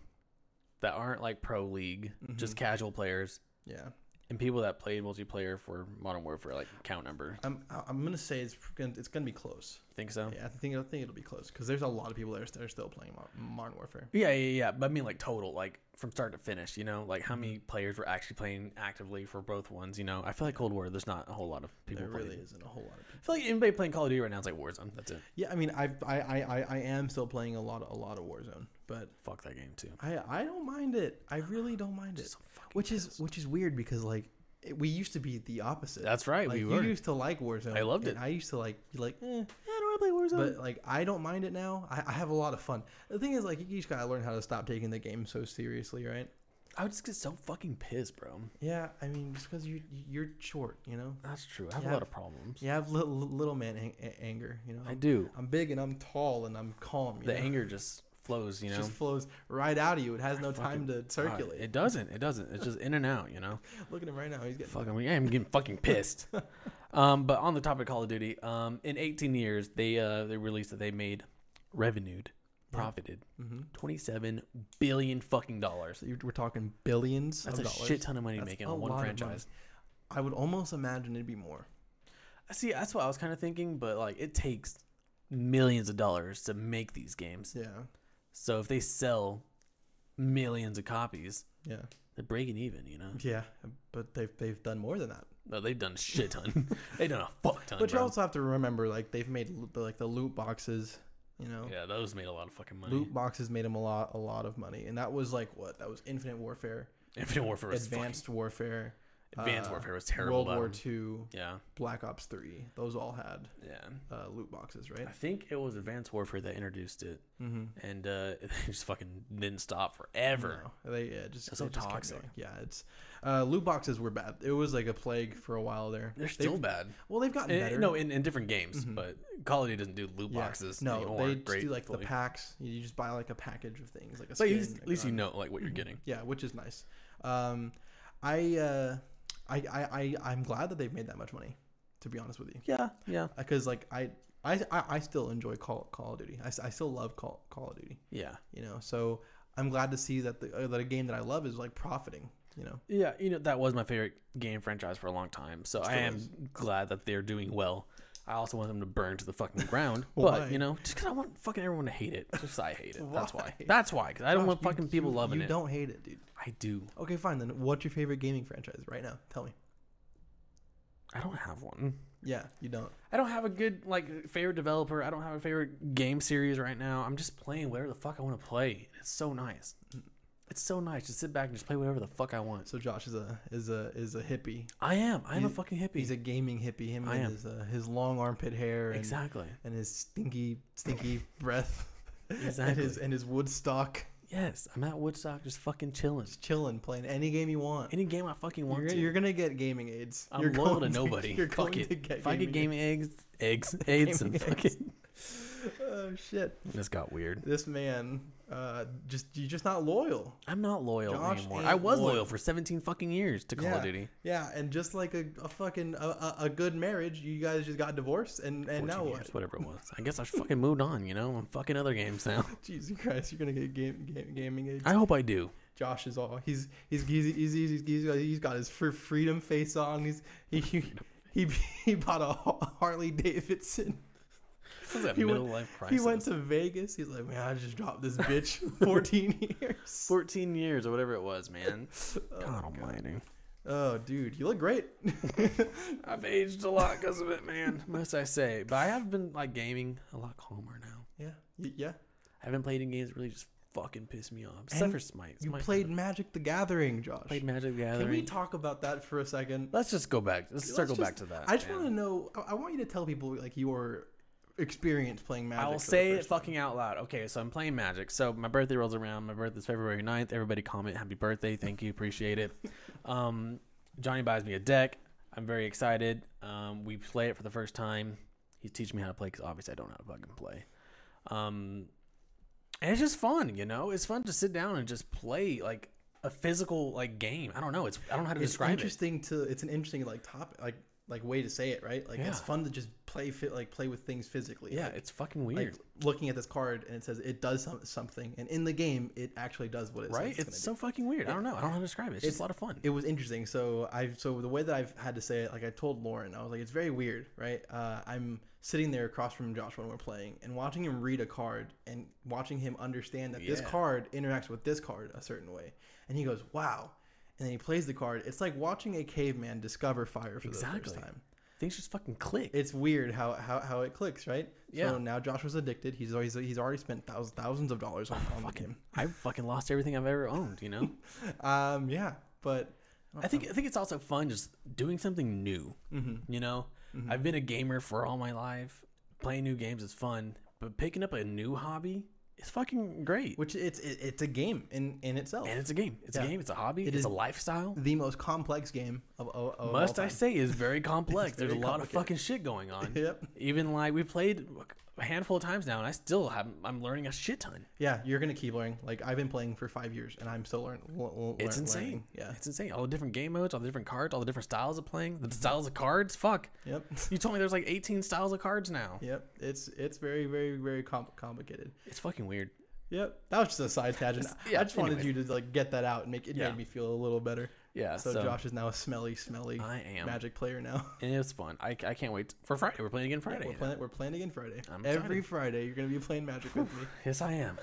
[SPEAKER 2] that aren't like pro league, just
[SPEAKER 1] Mm-hmm.
[SPEAKER 2] casual players,
[SPEAKER 1] yeah,
[SPEAKER 2] and people that played multiplayer for Modern Warfare, like count number.
[SPEAKER 1] I'm I'm gonna say it's gonna, it's gonna be close.
[SPEAKER 2] You think so?
[SPEAKER 1] Yeah, I think I think it'll be close because there's a lot of people that are, that are still playing Mo- Modern Warfare.
[SPEAKER 2] Yeah. yeah, yeah, yeah. But I mean, like total, like from start to finish. You know, like how many players were actually playing actively for both ones? You know, I feel like Cold War. There's not a whole lot of people.
[SPEAKER 1] There
[SPEAKER 2] playing.
[SPEAKER 1] really isn't a whole lot of people.
[SPEAKER 2] I feel like anybody playing Call of Duty right now is like Warzone. That's it.
[SPEAKER 1] Yeah, I mean, I've, I I I I am still playing a lot of, a lot of Warzone, but
[SPEAKER 2] Fuck that game too.
[SPEAKER 1] I I don't mind it. I really don't mind it.
[SPEAKER 2] So fucking
[SPEAKER 1] Which is which is weird because like it, we used to be the opposite.
[SPEAKER 2] That's right.
[SPEAKER 1] like
[SPEAKER 2] we
[SPEAKER 1] you
[SPEAKER 2] were.
[SPEAKER 1] used to like Warzone.
[SPEAKER 2] I loved
[SPEAKER 1] and
[SPEAKER 2] it.
[SPEAKER 1] I used to like be like, eh,
[SPEAKER 2] I don't want to play Warzone.
[SPEAKER 1] but like I don't mind it now. I, I have a lot of fun. The thing is, like you just gotta learn how to stop taking the game so seriously, right?
[SPEAKER 2] I would just get so fucking pissed, bro.
[SPEAKER 1] Yeah, I mean, just because you you're short, you know,
[SPEAKER 2] That's true. I have a
[SPEAKER 1] Yeah.
[SPEAKER 2] lot of problems.
[SPEAKER 1] you have little, little man ang- a- anger, you know.
[SPEAKER 2] I do.
[SPEAKER 1] I'm big and I'm tall and I'm calm. You
[SPEAKER 2] The
[SPEAKER 1] know?
[SPEAKER 2] anger just flows, you
[SPEAKER 1] It
[SPEAKER 2] know.
[SPEAKER 1] just flows right out of you. It has no
[SPEAKER 2] fucking-
[SPEAKER 1] time to
[SPEAKER 2] God,
[SPEAKER 1] circulate.
[SPEAKER 2] it doesn't. It doesn't. It's just in and out, you know.
[SPEAKER 1] Look at him right now. He's getting
[SPEAKER 2] Fuck, I'm, I'm getting fucking pissed. um, but on the topic of Call of Duty, um, in 18 years, they uh they released that they made revenued, profited,
[SPEAKER 1] Mm-hmm.
[SPEAKER 2] 27 billion fucking dollars.
[SPEAKER 1] So you- we're talking billions
[SPEAKER 2] That's a
[SPEAKER 1] of dollars.
[SPEAKER 2] shit ton of money
[SPEAKER 1] That's
[SPEAKER 2] making
[SPEAKER 1] a
[SPEAKER 2] on one
[SPEAKER 1] lot of money.
[SPEAKER 2] franchise.
[SPEAKER 1] I would almost imagine it'd be more.
[SPEAKER 2] See, that's what I was kind of thinking, but like it takes millions of dollars to make these games.
[SPEAKER 1] Yeah,
[SPEAKER 2] So if they sell millions of copies,
[SPEAKER 1] yeah,
[SPEAKER 2] they're breaking even, you know.
[SPEAKER 1] yeah. But they've they've done more than that.
[SPEAKER 2] No, they've done a shit ton. they've done a fuck ton.
[SPEAKER 1] But you
[SPEAKER 2] bro.
[SPEAKER 1] also have to remember, like they've made l- the, like the loot boxes. You know,
[SPEAKER 2] yeah, those made a lot of fucking money.
[SPEAKER 1] loot boxes made them a lot a lot of money, and that was like what that was Infinite Warfare,
[SPEAKER 2] Infinite Warfare was
[SPEAKER 1] Advanced Warfare,
[SPEAKER 2] fucking, Advanced
[SPEAKER 1] uh,
[SPEAKER 2] Warfare was terrible.
[SPEAKER 1] World War
[SPEAKER 2] though.
[SPEAKER 1] Two,
[SPEAKER 2] Yeah,
[SPEAKER 1] Black Ops Three. Those all had
[SPEAKER 2] yeah.
[SPEAKER 1] uh, loot boxes, right?
[SPEAKER 2] I think it was Advanced Warfare that introduced it,
[SPEAKER 1] Mm-hmm.
[SPEAKER 2] and uh, they just fucking didn't stop forever.
[SPEAKER 1] No, they yeah, just
[SPEAKER 2] That's so
[SPEAKER 1] they just kept
[SPEAKER 2] toxic.
[SPEAKER 1] going. Yeah, it's uh, loot boxes were bad. It was like a plague for a while there.
[SPEAKER 2] They're
[SPEAKER 1] They've-
[SPEAKER 2] still bad.
[SPEAKER 1] well, they've gotten
[SPEAKER 2] Eh,
[SPEAKER 1] better. Mm-hmm.
[SPEAKER 2] no, in, in different games, but Call of Duty doesn't do loot
[SPEAKER 1] Yeah.
[SPEAKER 2] boxes.
[SPEAKER 1] No,
[SPEAKER 2] anymore,
[SPEAKER 1] they just do like the
[SPEAKER 2] gratefully.
[SPEAKER 1] packs. You just buy like Mm-hmm. a package of things, like a
[SPEAKER 2] But at
[SPEAKER 1] skin.
[SPEAKER 2] least,
[SPEAKER 1] a
[SPEAKER 2] at least you
[SPEAKER 1] gun.
[SPEAKER 2] know like what you're getting.
[SPEAKER 1] Yeah, which is nice. Um, I, uh, I, I, I, I'm glad that they've made that much money, to be honest with you,
[SPEAKER 2] Yeah, yeah,
[SPEAKER 1] because like I, I, I I still enjoy Call Call of Duty. I, s- I still love Call Call of Duty.
[SPEAKER 2] yeah,
[SPEAKER 1] You know, so I'm glad to see that the uh, that a game that I love is like profiting. You know,
[SPEAKER 2] yeah. You know that was my favorite game franchise for a long time, so I
[SPEAKER 1] Still
[SPEAKER 2] am
[SPEAKER 1] is.
[SPEAKER 2] glad that they're doing well. I also want them to burn to the fucking ground,
[SPEAKER 1] Why?
[SPEAKER 2] but you know, just 'cause I want fucking everyone to hate it. Just I hate it. That's why.
[SPEAKER 1] Why?
[SPEAKER 2] That's why. Because I don't want
[SPEAKER 1] Gosh, you-
[SPEAKER 2] fucking people
[SPEAKER 1] you-
[SPEAKER 2] loving
[SPEAKER 1] you
[SPEAKER 2] it.
[SPEAKER 1] don't hate it, dude.
[SPEAKER 2] I do.
[SPEAKER 1] Okay, fine then. What's your favorite gaming franchise right now? Tell me.
[SPEAKER 2] I don't have
[SPEAKER 1] Mm.
[SPEAKER 2] one.
[SPEAKER 1] Yeah, you don't.
[SPEAKER 2] I don't have a good like favorite developer. I don't have a favorite game series right now. I'm just playing whatever the fuck I want to play. It's so nice. It's so nice to sit back and just play whatever the fuck I want.
[SPEAKER 1] So Josh is a is a is a hippie.
[SPEAKER 2] I am. I am a
[SPEAKER 1] He's-
[SPEAKER 2] fucking hippie.
[SPEAKER 1] He's a gaming hippie. Him
[SPEAKER 2] I
[SPEAKER 1] and
[SPEAKER 2] am.
[SPEAKER 1] his uh, his long armpit hair and,
[SPEAKER 2] exactly.
[SPEAKER 1] and his stinky stinky breath. And his
[SPEAKER 2] Exactly.
[SPEAKER 1] and his wood stock.
[SPEAKER 2] Yes, I'm at Woodstock just fucking chilling.
[SPEAKER 1] Just chilling, playing any game you want.
[SPEAKER 2] Any game I fucking want
[SPEAKER 1] You're,
[SPEAKER 2] to.
[SPEAKER 1] you're gonna get gaming aids.
[SPEAKER 2] I'm
[SPEAKER 1] you're
[SPEAKER 2] loyal to
[SPEAKER 1] going
[SPEAKER 2] nobody.
[SPEAKER 1] you're
[SPEAKER 2] Fuck
[SPEAKER 1] going
[SPEAKER 2] it.
[SPEAKER 1] to get
[SPEAKER 2] if I get
[SPEAKER 1] gaming
[SPEAKER 2] gaming eggs, eggs, AIDS,
[SPEAKER 1] Gaming
[SPEAKER 2] and
[SPEAKER 1] eggs.
[SPEAKER 2] fucking.
[SPEAKER 1] Oh shit!
[SPEAKER 2] This got weird.
[SPEAKER 1] This man, uh, just you're just not loyal.
[SPEAKER 2] I'm not loyal
[SPEAKER 1] Josh
[SPEAKER 2] anymore.
[SPEAKER 1] ain't
[SPEAKER 2] I was
[SPEAKER 1] loyal.
[SPEAKER 2] loyal for 17 fucking years to Call
[SPEAKER 1] yeah.
[SPEAKER 2] of Duty.
[SPEAKER 1] Yeah, and just like a, a fucking a, a, a good marriage, you guys just got divorced, and and
[SPEAKER 2] 14
[SPEAKER 1] now
[SPEAKER 2] years, whatever it was. I guess I fucking moved on. You know, I'm fucking other games now.
[SPEAKER 1] what? Jesus Christ, you're gonna get game, game, gaming aids.
[SPEAKER 2] I hope I do.
[SPEAKER 1] Josh is all he's he's he's he's he's, he's, he's, got, he's got his fr- freedom face on. He's he he, he, he bought a Har- Harley Davidson.
[SPEAKER 2] This is a
[SPEAKER 1] He went-
[SPEAKER 2] middle life crisis.
[SPEAKER 1] He went to Vegas. He's like, man, I just dropped this bitch fourteen years.
[SPEAKER 2] 14 years or whatever it was, man. God almighty.
[SPEAKER 1] Oh, dude, you look great.
[SPEAKER 2] I've aged a lot because of it, man. Must I say. But I have been, like, gaming a lot calmer now.
[SPEAKER 1] yeah, y- yeah.
[SPEAKER 2] I haven't played in games that really just fucking piss me off. Except for Smite.
[SPEAKER 1] You
[SPEAKER 2] Smite
[SPEAKER 1] played Magic the Gathering, Josh.
[SPEAKER 2] played Magic the
[SPEAKER 1] Can
[SPEAKER 2] Gathering.
[SPEAKER 1] we talk about that for a second?
[SPEAKER 2] Let's just go back. Let's, circle
[SPEAKER 1] just-
[SPEAKER 2] back to that.
[SPEAKER 1] I just
[SPEAKER 2] man.
[SPEAKER 1] want to know. I, I want you to tell people like your experience playing Magic.
[SPEAKER 2] I will
[SPEAKER 1] for the
[SPEAKER 2] say it
[SPEAKER 1] first time.
[SPEAKER 2] fucking out loud. Okay, so I'm playing Magic. So my birthday rolls around. My birthday's February 9th. Everybody comment happy birthday. Thank you. Appreciate it. Um, Johnny buys me a deck. I'm very excited. Um, we play it for the first time. He's teaching me how to play because obviously I don't know how to fucking play. Um, and it's just fun, you know? It's fun to sit down and just play like a physical like game. I don't know. It's I don't know how to
[SPEAKER 1] It's
[SPEAKER 2] describe it.
[SPEAKER 1] interesting to. It's an interesting like topic, like like way to say it, right? Like it's
[SPEAKER 2] Yeah.
[SPEAKER 1] fun to just play fit, like play with things physically.
[SPEAKER 2] Yeah,
[SPEAKER 1] like,
[SPEAKER 2] it's fucking
[SPEAKER 1] like
[SPEAKER 2] weird.
[SPEAKER 1] looking at this card and it says it does some, something, and in the game it actually does what it says
[SPEAKER 2] right?
[SPEAKER 1] it's
[SPEAKER 2] It's,
[SPEAKER 1] gonna do.
[SPEAKER 2] so fucking weird. I don't know. I don't know how to describe it. It's, just a lot of fun.
[SPEAKER 1] it was interesting. So I so the way that I've had to say it, like I told Lauren, I was like, it's very weird, right? Uh, I'm sitting there across from Josh when we're playing and watching him read a card and watching him understand that this
[SPEAKER 2] Yeah.
[SPEAKER 1] card interacts with this card a certain way, and he goes, wow. And then he plays the card. It's like watching a caveman discover fire for the
[SPEAKER 2] Exactly.
[SPEAKER 1] first time.
[SPEAKER 2] Things just fucking click.
[SPEAKER 1] It's weird how, how, how it clicks, right?
[SPEAKER 2] Yeah.
[SPEAKER 1] So now Josh was addicted. He's always he's already spent thousands thousands of dollars on, on the game.
[SPEAKER 2] I've Oh, fucking lost everything I've ever owned, you know?
[SPEAKER 1] Um, yeah, but
[SPEAKER 2] I
[SPEAKER 1] Uh-huh.
[SPEAKER 2] think I think it's also fun just doing something new.
[SPEAKER 1] Mm-hmm.
[SPEAKER 2] You know? I've been a gamer for all my life. Playing new games is fun, but picking up a new hobby is fucking great.
[SPEAKER 1] which it's it, it's a game in in itself.
[SPEAKER 2] And it's a game. It's
[SPEAKER 1] Yeah.
[SPEAKER 2] a game, it's a hobby,
[SPEAKER 1] It
[SPEAKER 2] it's
[SPEAKER 1] is-
[SPEAKER 2] a lifestyle.
[SPEAKER 1] the most complex game of, of, of
[SPEAKER 2] Must
[SPEAKER 1] all
[SPEAKER 2] I
[SPEAKER 1] time.
[SPEAKER 2] say is very complex. There's a
[SPEAKER 1] very
[SPEAKER 2] lot of
[SPEAKER 1] complicated.
[SPEAKER 2] fucking shit going on.
[SPEAKER 1] Yep.
[SPEAKER 2] Even like we played a handful of times now and I still haven't I'm learning a shit ton.
[SPEAKER 1] Yeah, you're gonna keep learning. Like I've been playing for five years, and I'm still learning.
[SPEAKER 2] It's insane.
[SPEAKER 1] Yeah.
[SPEAKER 2] It's insane. All the different game modes, all the different cards, all the different styles of playing, the styles of cards. Fuck.
[SPEAKER 1] Yep.
[SPEAKER 2] You told me there's like 18 styles of cards now.
[SPEAKER 1] Yep. It's it's very very very com- complicated.
[SPEAKER 2] It's fucking weird.
[SPEAKER 1] Yep. That was just a side tangent.
[SPEAKER 2] yeah,
[SPEAKER 1] I just wanted
[SPEAKER 2] anyway.
[SPEAKER 1] you to like get that out and make it
[SPEAKER 2] Yeah.
[SPEAKER 1] made me feel a little better.
[SPEAKER 2] Yeah.
[SPEAKER 1] So,
[SPEAKER 2] So,
[SPEAKER 1] Josh is now a smelly smelly
[SPEAKER 2] I am.
[SPEAKER 1] magic player now.
[SPEAKER 2] and it was fun. I, I can't wait for Friday. We're playing again Friday.
[SPEAKER 1] We're playing we're playing again Friday.
[SPEAKER 2] I'm
[SPEAKER 1] Every Friday you're gonna be playing magic with me.
[SPEAKER 2] yes, I am.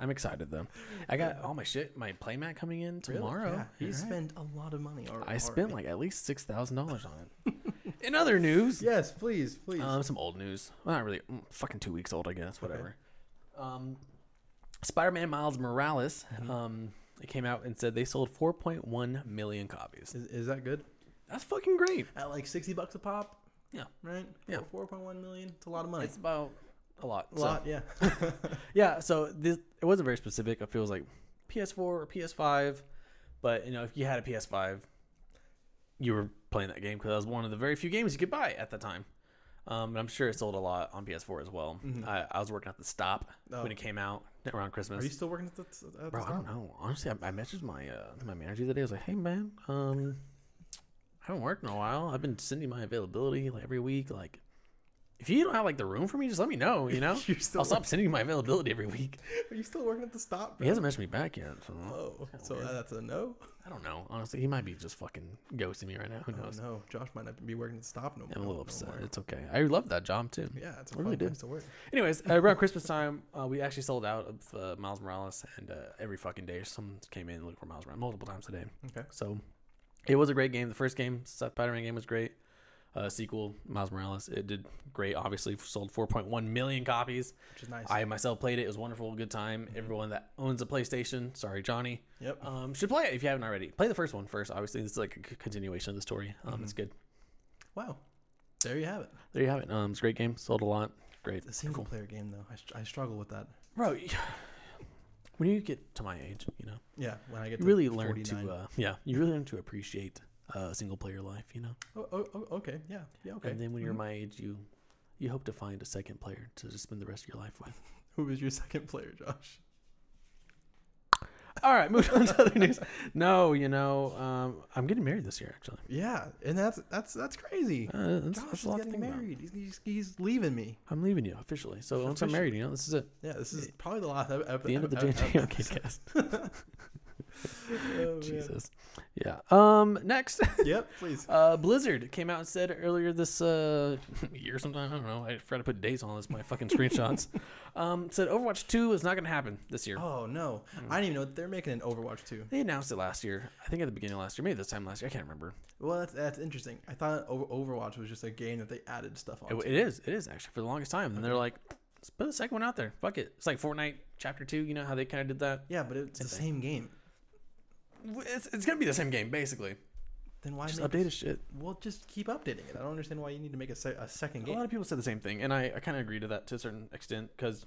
[SPEAKER 2] I'm excited though. I got all my shit, my playmat coming in
[SPEAKER 1] Really?
[SPEAKER 2] tomorrow.
[SPEAKER 1] Yeah. You
[SPEAKER 2] All right.
[SPEAKER 1] spend a lot of money. Already.
[SPEAKER 2] I spent like at least six thousand dollars on it. in other news,
[SPEAKER 1] Yes, please, please.
[SPEAKER 2] um, some old news. Well, not really. mm, Fucking two weeks old, I guess. Whatever. Um, Spider-Man Miles Morales.
[SPEAKER 1] Mm-hmm.
[SPEAKER 2] Um, it came out and said they sold 4.1 million copies.
[SPEAKER 1] is, is that good?
[SPEAKER 2] That's fucking great.
[SPEAKER 1] At like sixty bucks a pop.
[SPEAKER 2] Yeah.
[SPEAKER 1] right?
[SPEAKER 2] Yeah.
[SPEAKER 1] four point one million. It's a lot of money.
[SPEAKER 2] It's about a lot.
[SPEAKER 1] a
[SPEAKER 2] so-
[SPEAKER 1] lot, yeah.
[SPEAKER 2] Yeah, so this it wasn't very specific. It feels like PS4 or PS5, but you know, if you had a PS5, you were playing that game because that was one of the very few games you could buy at the time. Um, and I'm sure it sold a lot on PS4 as well. I, I was working at the stop
[SPEAKER 1] Mm-hmm. Oh.
[SPEAKER 2] when it came out around Christmas.
[SPEAKER 1] Are you still working at the, at the
[SPEAKER 2] Bro, I
[SPEAKER 1] stop?
[SPEAKER 2] don't know. Honestly, I, I messaged my uh, my manager the other day. I was like, "Hey, man, um, I haven't worked in a while. I've been sending my availability like every week. Like, if you don't have like the room for me, just let me know. You know,
[SPEAKER 1] You're still
[SPEAKER 2] I'll stop sending my availability every week."
[SPEAKER 1] Are you still working at the stop?
[SPEAKER 2] He hasn't messaged me back yet, so
[SPEAKER 1] Oh, so that's a no.
[SPEAKER 2] I don't know. Honestly, he might be just fucking ghosting me right now. Who
[SPEAKER 1] Oh
[SPEAKER 2] knows?
[SPEAKER 1] no, Josh might not be working at the stop no more.
[SPEAKER 2] I'm a little
[SPEAKER 1] no
[SPEAKER 2] upset.
[SPEAKER 1] more.
[SPEAKER 2] It's okay. I love that job too.
[SPEAKER 1] Yeah, it's a
[SPEAKER 2] I
[SPEAKER 1] fun
[SPEAKER 2] really do.
[SPEAKER 1] place to work.
[SPEAKER 2] Anyways, uh, around Christmas time, uh, we actually sold out of uh, Miles Morales, and uh, every fucking day, someone came in and looked for Miles Morales multiple times a day.
[SPEAKER 1] Okay.
[SPEAKER 2] So it was a great game. The first game, Spider Man game, was great. Uh, sequel, Miles Morales, it did great. Obviously, sold 4.1 million copies.
[SPEAKER 1] Which is nice. Mm-hmm.
[SPEAKER 2] I myself played it. It was wonderful, good time. Everyone that owns a PlayStation, sorry Johnny,
[SPEAKER 1] Yep.
[SPEAKER 2] um, should play it if you haven't already. Play the first one first. Obviously, this is like a c- continuation of the story. Um, It's good.
[SPEAKER 1] Wow. There you have it.
[SPEAKER 2] There you have it. Um, it's a great game. Sold a lot. Great.
[SPEAKER 1] It's a single player game though. I, str- I struggle with that.
[SPEAKER 2] bro when you get to my age you know
[SPEAKER 1] Yeah, when I get to
[SPEAKER 2] you really learn
[SPEAKER 1] 49.
[SPEAKER 2] to uh, yeah you really learn to appreciate uh, single player life you know
[SPEAKER 1] oh, oh, oh, okay. Yeah. Yeah. Okay.
[SPEAKER 2] and then when you're my age you you hope to find a second player to just spend the rest of your life with
[SPEAKER 1] Mm-hmm. Who is your second player, Josh?
[SPEAKER 2] all right moving on to other news no you know um, i'm getting married this year actually
[SPEAKER 1] Yeah, and that's that's that's crazy.
[SPEAKER 2] uh, that's,
[SPEAKER 1] Josh
[SPEAKER 2] that's
[SPEAKER 1] is
[SPEAKER 2] a lot to
[SPEAKER 1] getting
[SPEAKER 2] think about.
[SPEAKER 1] married. He's, he's he's leaving me.
[SPEAKER 2] i'm leaving you officially so once i'm married you know this is it
[SPEAKER 1] Yeah, this is probably the last ep- ep-
[SPEAKER 2] the end of the
[SPEAKER 1] ep- ep-
[SPEAKER 2] JJ
[SPEAKER 1] episode.
[SPEAKER 2] podcast
[SPEAKER 1] Oh, man.
[SPEAKER 2] jesus yeah um next
[SPEAKER 1] Yep. Please.
[SPEAKER 2] Uh, Blizzard came out and said earlier this uh, year sometime. I don't know. I try to put dates on this my fucking screenshots. Um, said Overwatch 2 is not going to happen this year.
[SPEAKER 1] Oh no,
[SPEAKER 2] Mm.
[SPEAKER 1] I didn't even know they're making an Overwatch too.
[SPEAKER 2] They announced it last year. I think at the beginning of last year, maybe this time last year. I can't remember.
[SPEAKER 1] Well, that's that's interesting. I thought Over- Overwatch was just a game that they added stuff on.
[SPEAKER 2] It, it is. It is actually for the longest time. And they're like, let's put a second one out there. Fuck it. It's like Fortnite Chapter 2. You know how they kind of did that?
[SPEAKER 1] yeah, but it's the same game.
[SPEAKER 2] It's, it's going to be the same game, basically.
[SPEAKER 1] Then why?
[SPEAKER 2] Just
[SPEAKER 1] make-
[SPEAKER 2] updated shit.
[SPEAKER 1] well, just keep updating it. I don't understand why you need to make a, se- a second
[SPEAKER 2] A lot
[SPEAKER 1] game.
[SPEAKER 2] of people said the same thing. And I, I kind of agree to that to a certain extent because,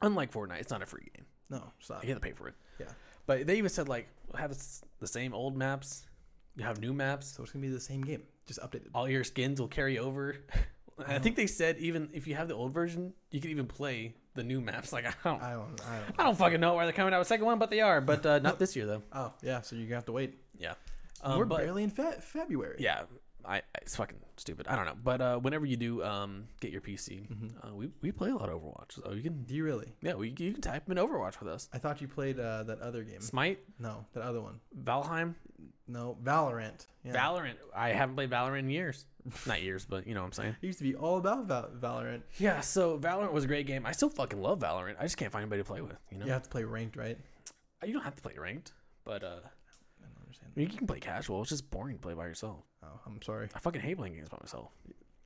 [SPEAKER 2] unlike Fortnite, it's not a free game.
[SPEAKER 1] No, stop.
[SPEAKER 2] You have to pay for it.
[SPEAKER 1] Yeah.
[SPEAKER 2] But they even said like have s- the same old maps. You have new maps.
[SPEAKER 1] So it's gonna be the same game, just updated.
[SPEAKER 2] All your skins will carry over. I think they said even if you have the old version, you can even play the new maps. Like I don't,
[SPEAKER 1] I don't. I don't.
[SPEAKER 2] I don't fucking know why they're coming out with a second one, but they are. But uh, not this year though.
[SPEAKER 1] Oh yeah, so you're gonna have to wait.
[SPEAKER 2] Yeah. Um,
[SPEAKER 1] We're
[SPEAKER 2] but
[SPEAKER 1] barely in fe- February.
[SPEAKER 2] yeah, I, I- it's fucking stupid. I don't know. But uh, whenever you do um, get your PC,
[SPEAKER 1] Mm-hmm.
[SPEAKER 2] uh, we we play a lot of Overwatch. So you can
[SPEAKER 1] Do you really?
[SPEAKER 2] yeah, we, you can type in Overwatch with us.
[SPEAKER 1] I thought you played uh, that other game.
[SPEAKER 2] Smite,
[SPEAKER 1] No, that other one.
[SPEAKER 2] Valheim,
[SPEAKER 1] No, Valorant. Yeah.
[SPEAKER 2] Valorant. I haven't played Valorant in years. Not years, but you know what I'm saying.
[SPEAKER 1] it used to be all about Val- Valorant.
[SPEAKER 2] Yeah, so Valorant was a great game. I still fucking love Valorant. I just can't find anybody to play with, you know?
[SPEAKER 1] You have to play ranked, right?
[SPEAKER 2] You don't have to play ranked, but uh
[SPEAKER 1] I don't understand.
[SPEAKER 2] you can play casual. It's just boring to play by yourself.
[SPEAKER 1] Oh, I'm sorry.
[SPEAKER 2] I fucking hate playing games by myself.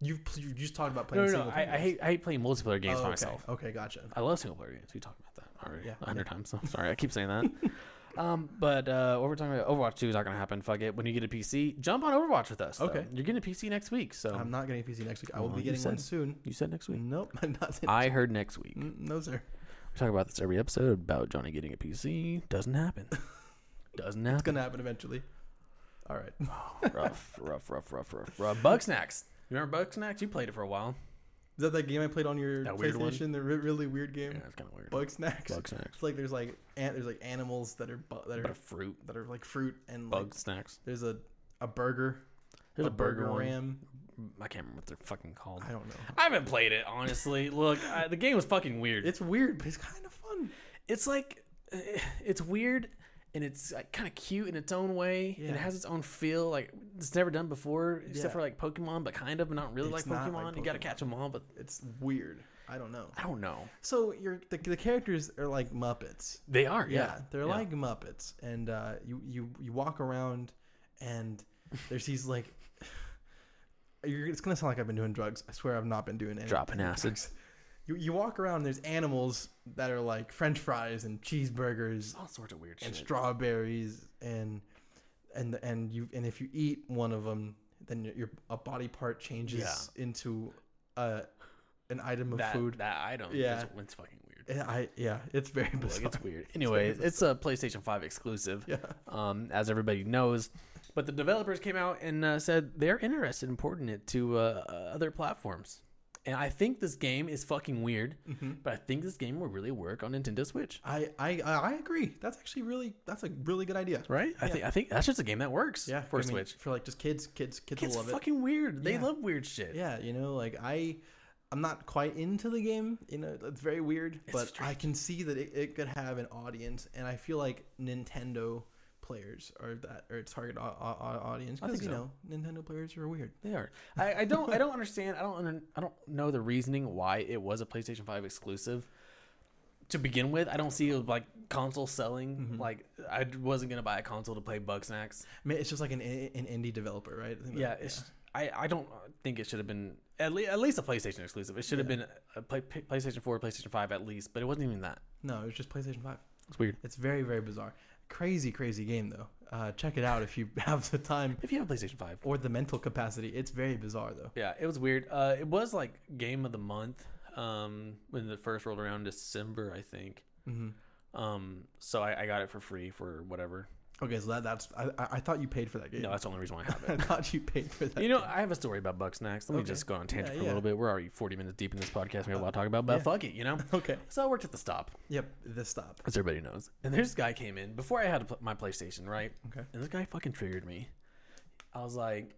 [SPEAKER 1] You you just talked about
[SPEAKER 2] No,
[SPEAKER 1] playing.
[SPEAKER 2] no, no.
[SPEAKER 1] single
[SPEAKER 2] I,
[SPEAKER 1] player
[SPEAKER 2] I
[SPEAKER 1] games.
[SPEAKER 2] hate I hate playing multiplayer games
[SPEAKER 1] Oh,
[SPEAKER 2] by
[SPEAKER 1] okay.
[SPEAKER 2] myself.
[SPEAKER 1] Okay, gotcha.
[SPEAKER 2] I love single player games. We talked about that already
[SPEAKER 1] Yeah,
[SPEAKER 2] a hundred times. I'm sorry, I keep saying that. um, but uh, what we're talking about Overwatch Two is not gonna happen. Fuck it. When you get a PC, jump on Overwatch with us. though.
[SPEAKER 1] Okay.
[SPEAKER 2] you're getting a PC next week, so
[SPEAKER 1] I'm not getting a PC next week. I will
[SPEAKER 2] Well,
[SPEAKER 1] be
[SPEAKER 2] you
[SPEAKER 1] getting one
[SPEAKER 2] said- Ah.
[SPEAKER 1] soon.
[SPEAKER 2] you said next week.
[SPEAKER 1] Nope, I'm not. Saying,
[SPEAKER 2] I heard next week.
[SPEAKER 1] Mm, no, sir.
[SPEAKER 2] We talk about this every episode about Johnny getting a PC. Doesn't happen. Doesn't happen.
[SPEAKER 1] It's gonna happen eventually. All right.
[SPEAKER 2] rough, rough, rough, rough, rough, rough. Uh, Bug snacks. You remember bug snacks? You played it for a while.
[SPEAKER 1] Is that that game I played on your
[SPEAKER 2] That weird one?
[SPEAKER 1] PlayStation? The re- really weird game.
[SPEAKER 2] Yeah, it's kind of weird.
[SPEAKER 1] Bug snacks.
[SPEAKER 2] Bug snacks.
[SPEAKER 1] It's like there's like an- there's like animals that are bu- that
[SPEAKER 2] But
[SPEAKER 1] are
[SPEAKER 2] a fruit.
[SPEAKER 1] that are like fruit and like
[SPEAKER 2] Bug snacks.
[SPEAKER 1] there's a a burger.
[SPEAKER 2] There's a, burger, one.
[SPEAKER 1] ram.
[SPEAKER 2] I can't remember what they're fucking called.
[SPEAKER 1] I don't know.
[SPEAKER 2] I haven't played it honestly. Look, I, the game was fucking weird. It's,
[SPEAKER 1] It's weird, but it's kind of fun.
[SPEAKER 2] like eh, it's weird and it's like, kind of cute in its own way and
[SPEAKER 1] Yeah.
[SPEAKER 2] it has its own feel like it's never done before
[SPEAKER 1] Yeah.
[SPEAKER 2] except for like Pokemon, but kind of, but not really
[SPEAKER 1] It's
[SPEAKER 2] like,
[SPEAKER 1] not
[SPEAKER 2] Pokemon.
[SPEAKER 1] like
[SPEAKER 2] You gotta
[SPEAKER 1] Pokemon.
[SPEAKER 2] catch them all, but
[SPEAKER 1] It's weird. I don't know.
[SPEAKER 2] I don't know.
[SPEAKER 1] So you're the, the characters are like Muppets.
[SPEAKER 2] They are,
[SPEAKER 1] Yeah,
[SPEAKER 2] yeah.
[SPEAKER 1] they're like Muppets, and uh, you you you walk around, and there's these like. You're, it's gonna sound like I've been doing drugs. I swear I've not been doing any.
[SPEAKER 2] dropping acids.
[SPEAKER 1] You, you walk around. There's animals that are like French fries and cheeseburgers
[SPEAKER 2] All sorts of weird
[SPEAKER 1] and
[SPEAKER 2] shit.
[SPEAKER 1] strawberries and and and you and if you eat one of them, then your, your a body part changes
[SPEAKER 2] Yeah.
[SPEAKER 1] into a an item of
[SPEAKER 2] that,
[SPEAKER 1] food.
[SPEAKER 2] That item.
[SPEAKER 1] Yeah.
[SPEAKER 2] Yeah. Is, it's fucking weird.
[SPEAKER 1] And I yeah, it's very
[SPEAKER 2] Like,
[SPEAKER 1] bizarre.
[SPEAKER 2] it's weird. Anyway, it's a PlayStation 5 exclusive.
[SPEAKER 1] Yeah.
[SPEAKER 2] Um, as everybody knows. But the developers came out and uh, said they're interested in porting it to uh, uh, other platforms. And I think this game is fucking weird, but I think this game will really work on Nintendo Switch,
[SPEAKER 1] I, I I agree. That's actually really that's a really good idea.
[SPEAKER 2] right? I think I think that's just a game that works
[SPEAKER 1] Yeah,
[SPEAKER 2] for
[SPEAKER 1] I mean,
[SPEAKER 2] Switch.
[SPEAKER 1] for like just kids. Kids kids,
[SPEAKER 2] It's
[SPEAKER 1] will love it.
[SPEAKER 2] fucking weird. They
[SPEAKER 1] Yeah.
[SPEAKER 2] love weird shit.
[SPEAKER 1] Yeah, you know, like I, I'm not quite into the game. You know, it's very weird, but I can see that it, it could have an audience, and I feel like Nintendo players are that or its target au- au- au- audience
[SPEAKER 2] think
[SPEAKER 1] because you know
[SPEAKER 2] so.
[SPEAKER 1] Nintendo players are weird.
[SPEAKER 2] They are. I, I don't. I don't understand. I don't. Under, I don't know the reasoning why it was a PlayStation Five exclusive. To begin with, I don't see like console selling. Like I wasn't gonna buy a console to play Bugsnax.
[SPEAKER 1] I mean, it's just like an i- an indie developer, right? I think that-
[SPEAKER 2] Yeah, it's. I, I don't think it should have been at least at least a PlayStation exclusive. It should have been a play, PlayStation Four, PlayStation Five at least, but it wasn't even that.
[SPEAKER 1] No, it was just PlayStation Five.
[SPEAKER 2] It's weird.
[SPEAKER 1] It's very very bizarre. Crazy crazy game though. Uh, check it out if you have the time
[SPEAKER 2] If you have a PlayStation Five,
[SPEAKER 1] or the mental capacity. It's very bizarre though.
[SPEAKER 2] yeah, it was weird. Uh, it was like game of the month um, when it first rolled around December, I think.
[SPEAKER 1] hmm
[SPEAKER 2] Um, so I, I got it for free for whatever.
[SPEAKER 1] Okay, so that that's I, I I thought you paid for that game.
[SPEAKER 2] No, that's the only reason why I have
[SPEAKER 1] I thought you paid for that.
[SPEAKER 2] it. You know, I have a story about Bucksnax. Let me
[SPEAKER 1] Okay.
[SPEAKER 2] just go on a tangent
[SPEAKER 1] Yeah,
[SPEAKER 2] for a little
[SPEAKER 1] yeah. Uh,
[SPEAKER 2] bit. We're already 40 minutes deep in this podcast. We have a lot to talk about, but
[SPEAKER 1] yeah.
[SPEAKER 2] fuck it, you know?
[SPEAKER 1] Okay.
[SPEAKER 2] So I worked at the stop,
[SPEAKER 1] Yep. This stop.
[SPEAKER 2] as everybody knows. And this guy came in before I had a pl- my PlayStation, right?
[SPEAKER 1] Okay.
[SPEAKER 2] And this guy fucking triggered me. I was like,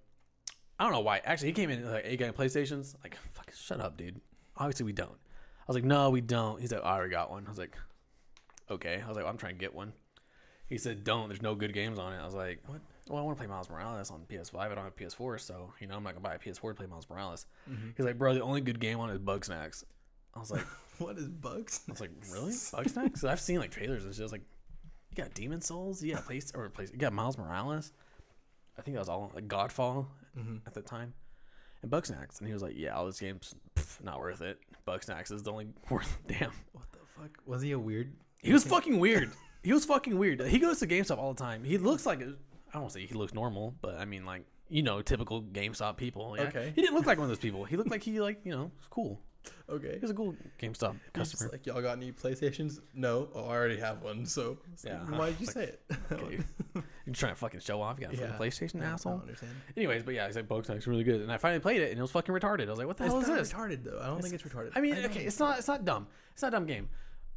[SPEAKER 2] I don't know why. Actually, he came in and was like, hey, you got any PlayStations? Like, fucking shut up, dude. Obviously, we don't. I was like, no, we don't. He's like, I already got one. I was like, okay. I was like, I'm trying to get one. He said, don't. There's no good games on it. I was like, what? Well, I want to play Miles Morales on PS5. I don't have PS4, so, you know, I'm not going to buy a PS4 to play Miles Morales. He's like, bro, the only good game on it is Bugsnax. I was like,
[SPEAKER 1] What is bugs?
[SPEAKER 2] I was like, really? Bugsnax? I've seen like trailers and shit. I was like, you got Demon Souls? You got place or place? You got Miles Morales? I think that was all like Godfall
[SPEAKER 1] Mm-hmm.
[SPEAKER 2] at the time. And Bugsnax, and he was like, "Yeah, all this game's pff, not worth it. Bugsnax is the only worth. Damn,
[SPEAKER 1] What the fuck? Was he a weird?
[SPEAKER 2] he was fucking weird. He was fucking weird. He goes to GameStop all the time. He looks like a- I don't say he looks normal, but I mean like you know typical GameStop people. yeah.
[SPEAKER 1] Okay.
[SPEAKER 2] he didn't look like one of those people. He looked like he like you know was cool.
[SPEAKER 1] Okay.
[SPEAKER 2] He was a cool GameStop
[SPEAKER 1] He's
[SPEAKER 2] customer.
[SPEAKER 1] just like y'all got any PlayStations? No. Oh, I already have one. So, so
[SPEAKER 2] Yeah.
[SPEAKER 1] why'd you say it?
[SPEAKER 2] Okay. You're trying to fucking show off. You got a fucking
[SPEAKER 1] Yeah.
[SPEAKER 2] PlayStation,
[SPEAKER 1] I don't
[SPEAKER 2] asshole.
[SPEAKER 1] understand.
[SPEAKER 2] Anyways, but yeah, I said Bugsnax's really good, and I finally played it, and it was fucking retarded. I was like, "What the hell
[SPEAKER 1] it's
[SPEAKER 2] is
[SPEAKER 1] not
[SPEAKER 2] this?"
[SPEAKER 1] retarded though. I don't think it's retarded.
[SPEAKER 2] I mean,
[SPEAKER 1] know.
[SPEAKER 2] okay, it's not it's not dumb. It's not a dumb game,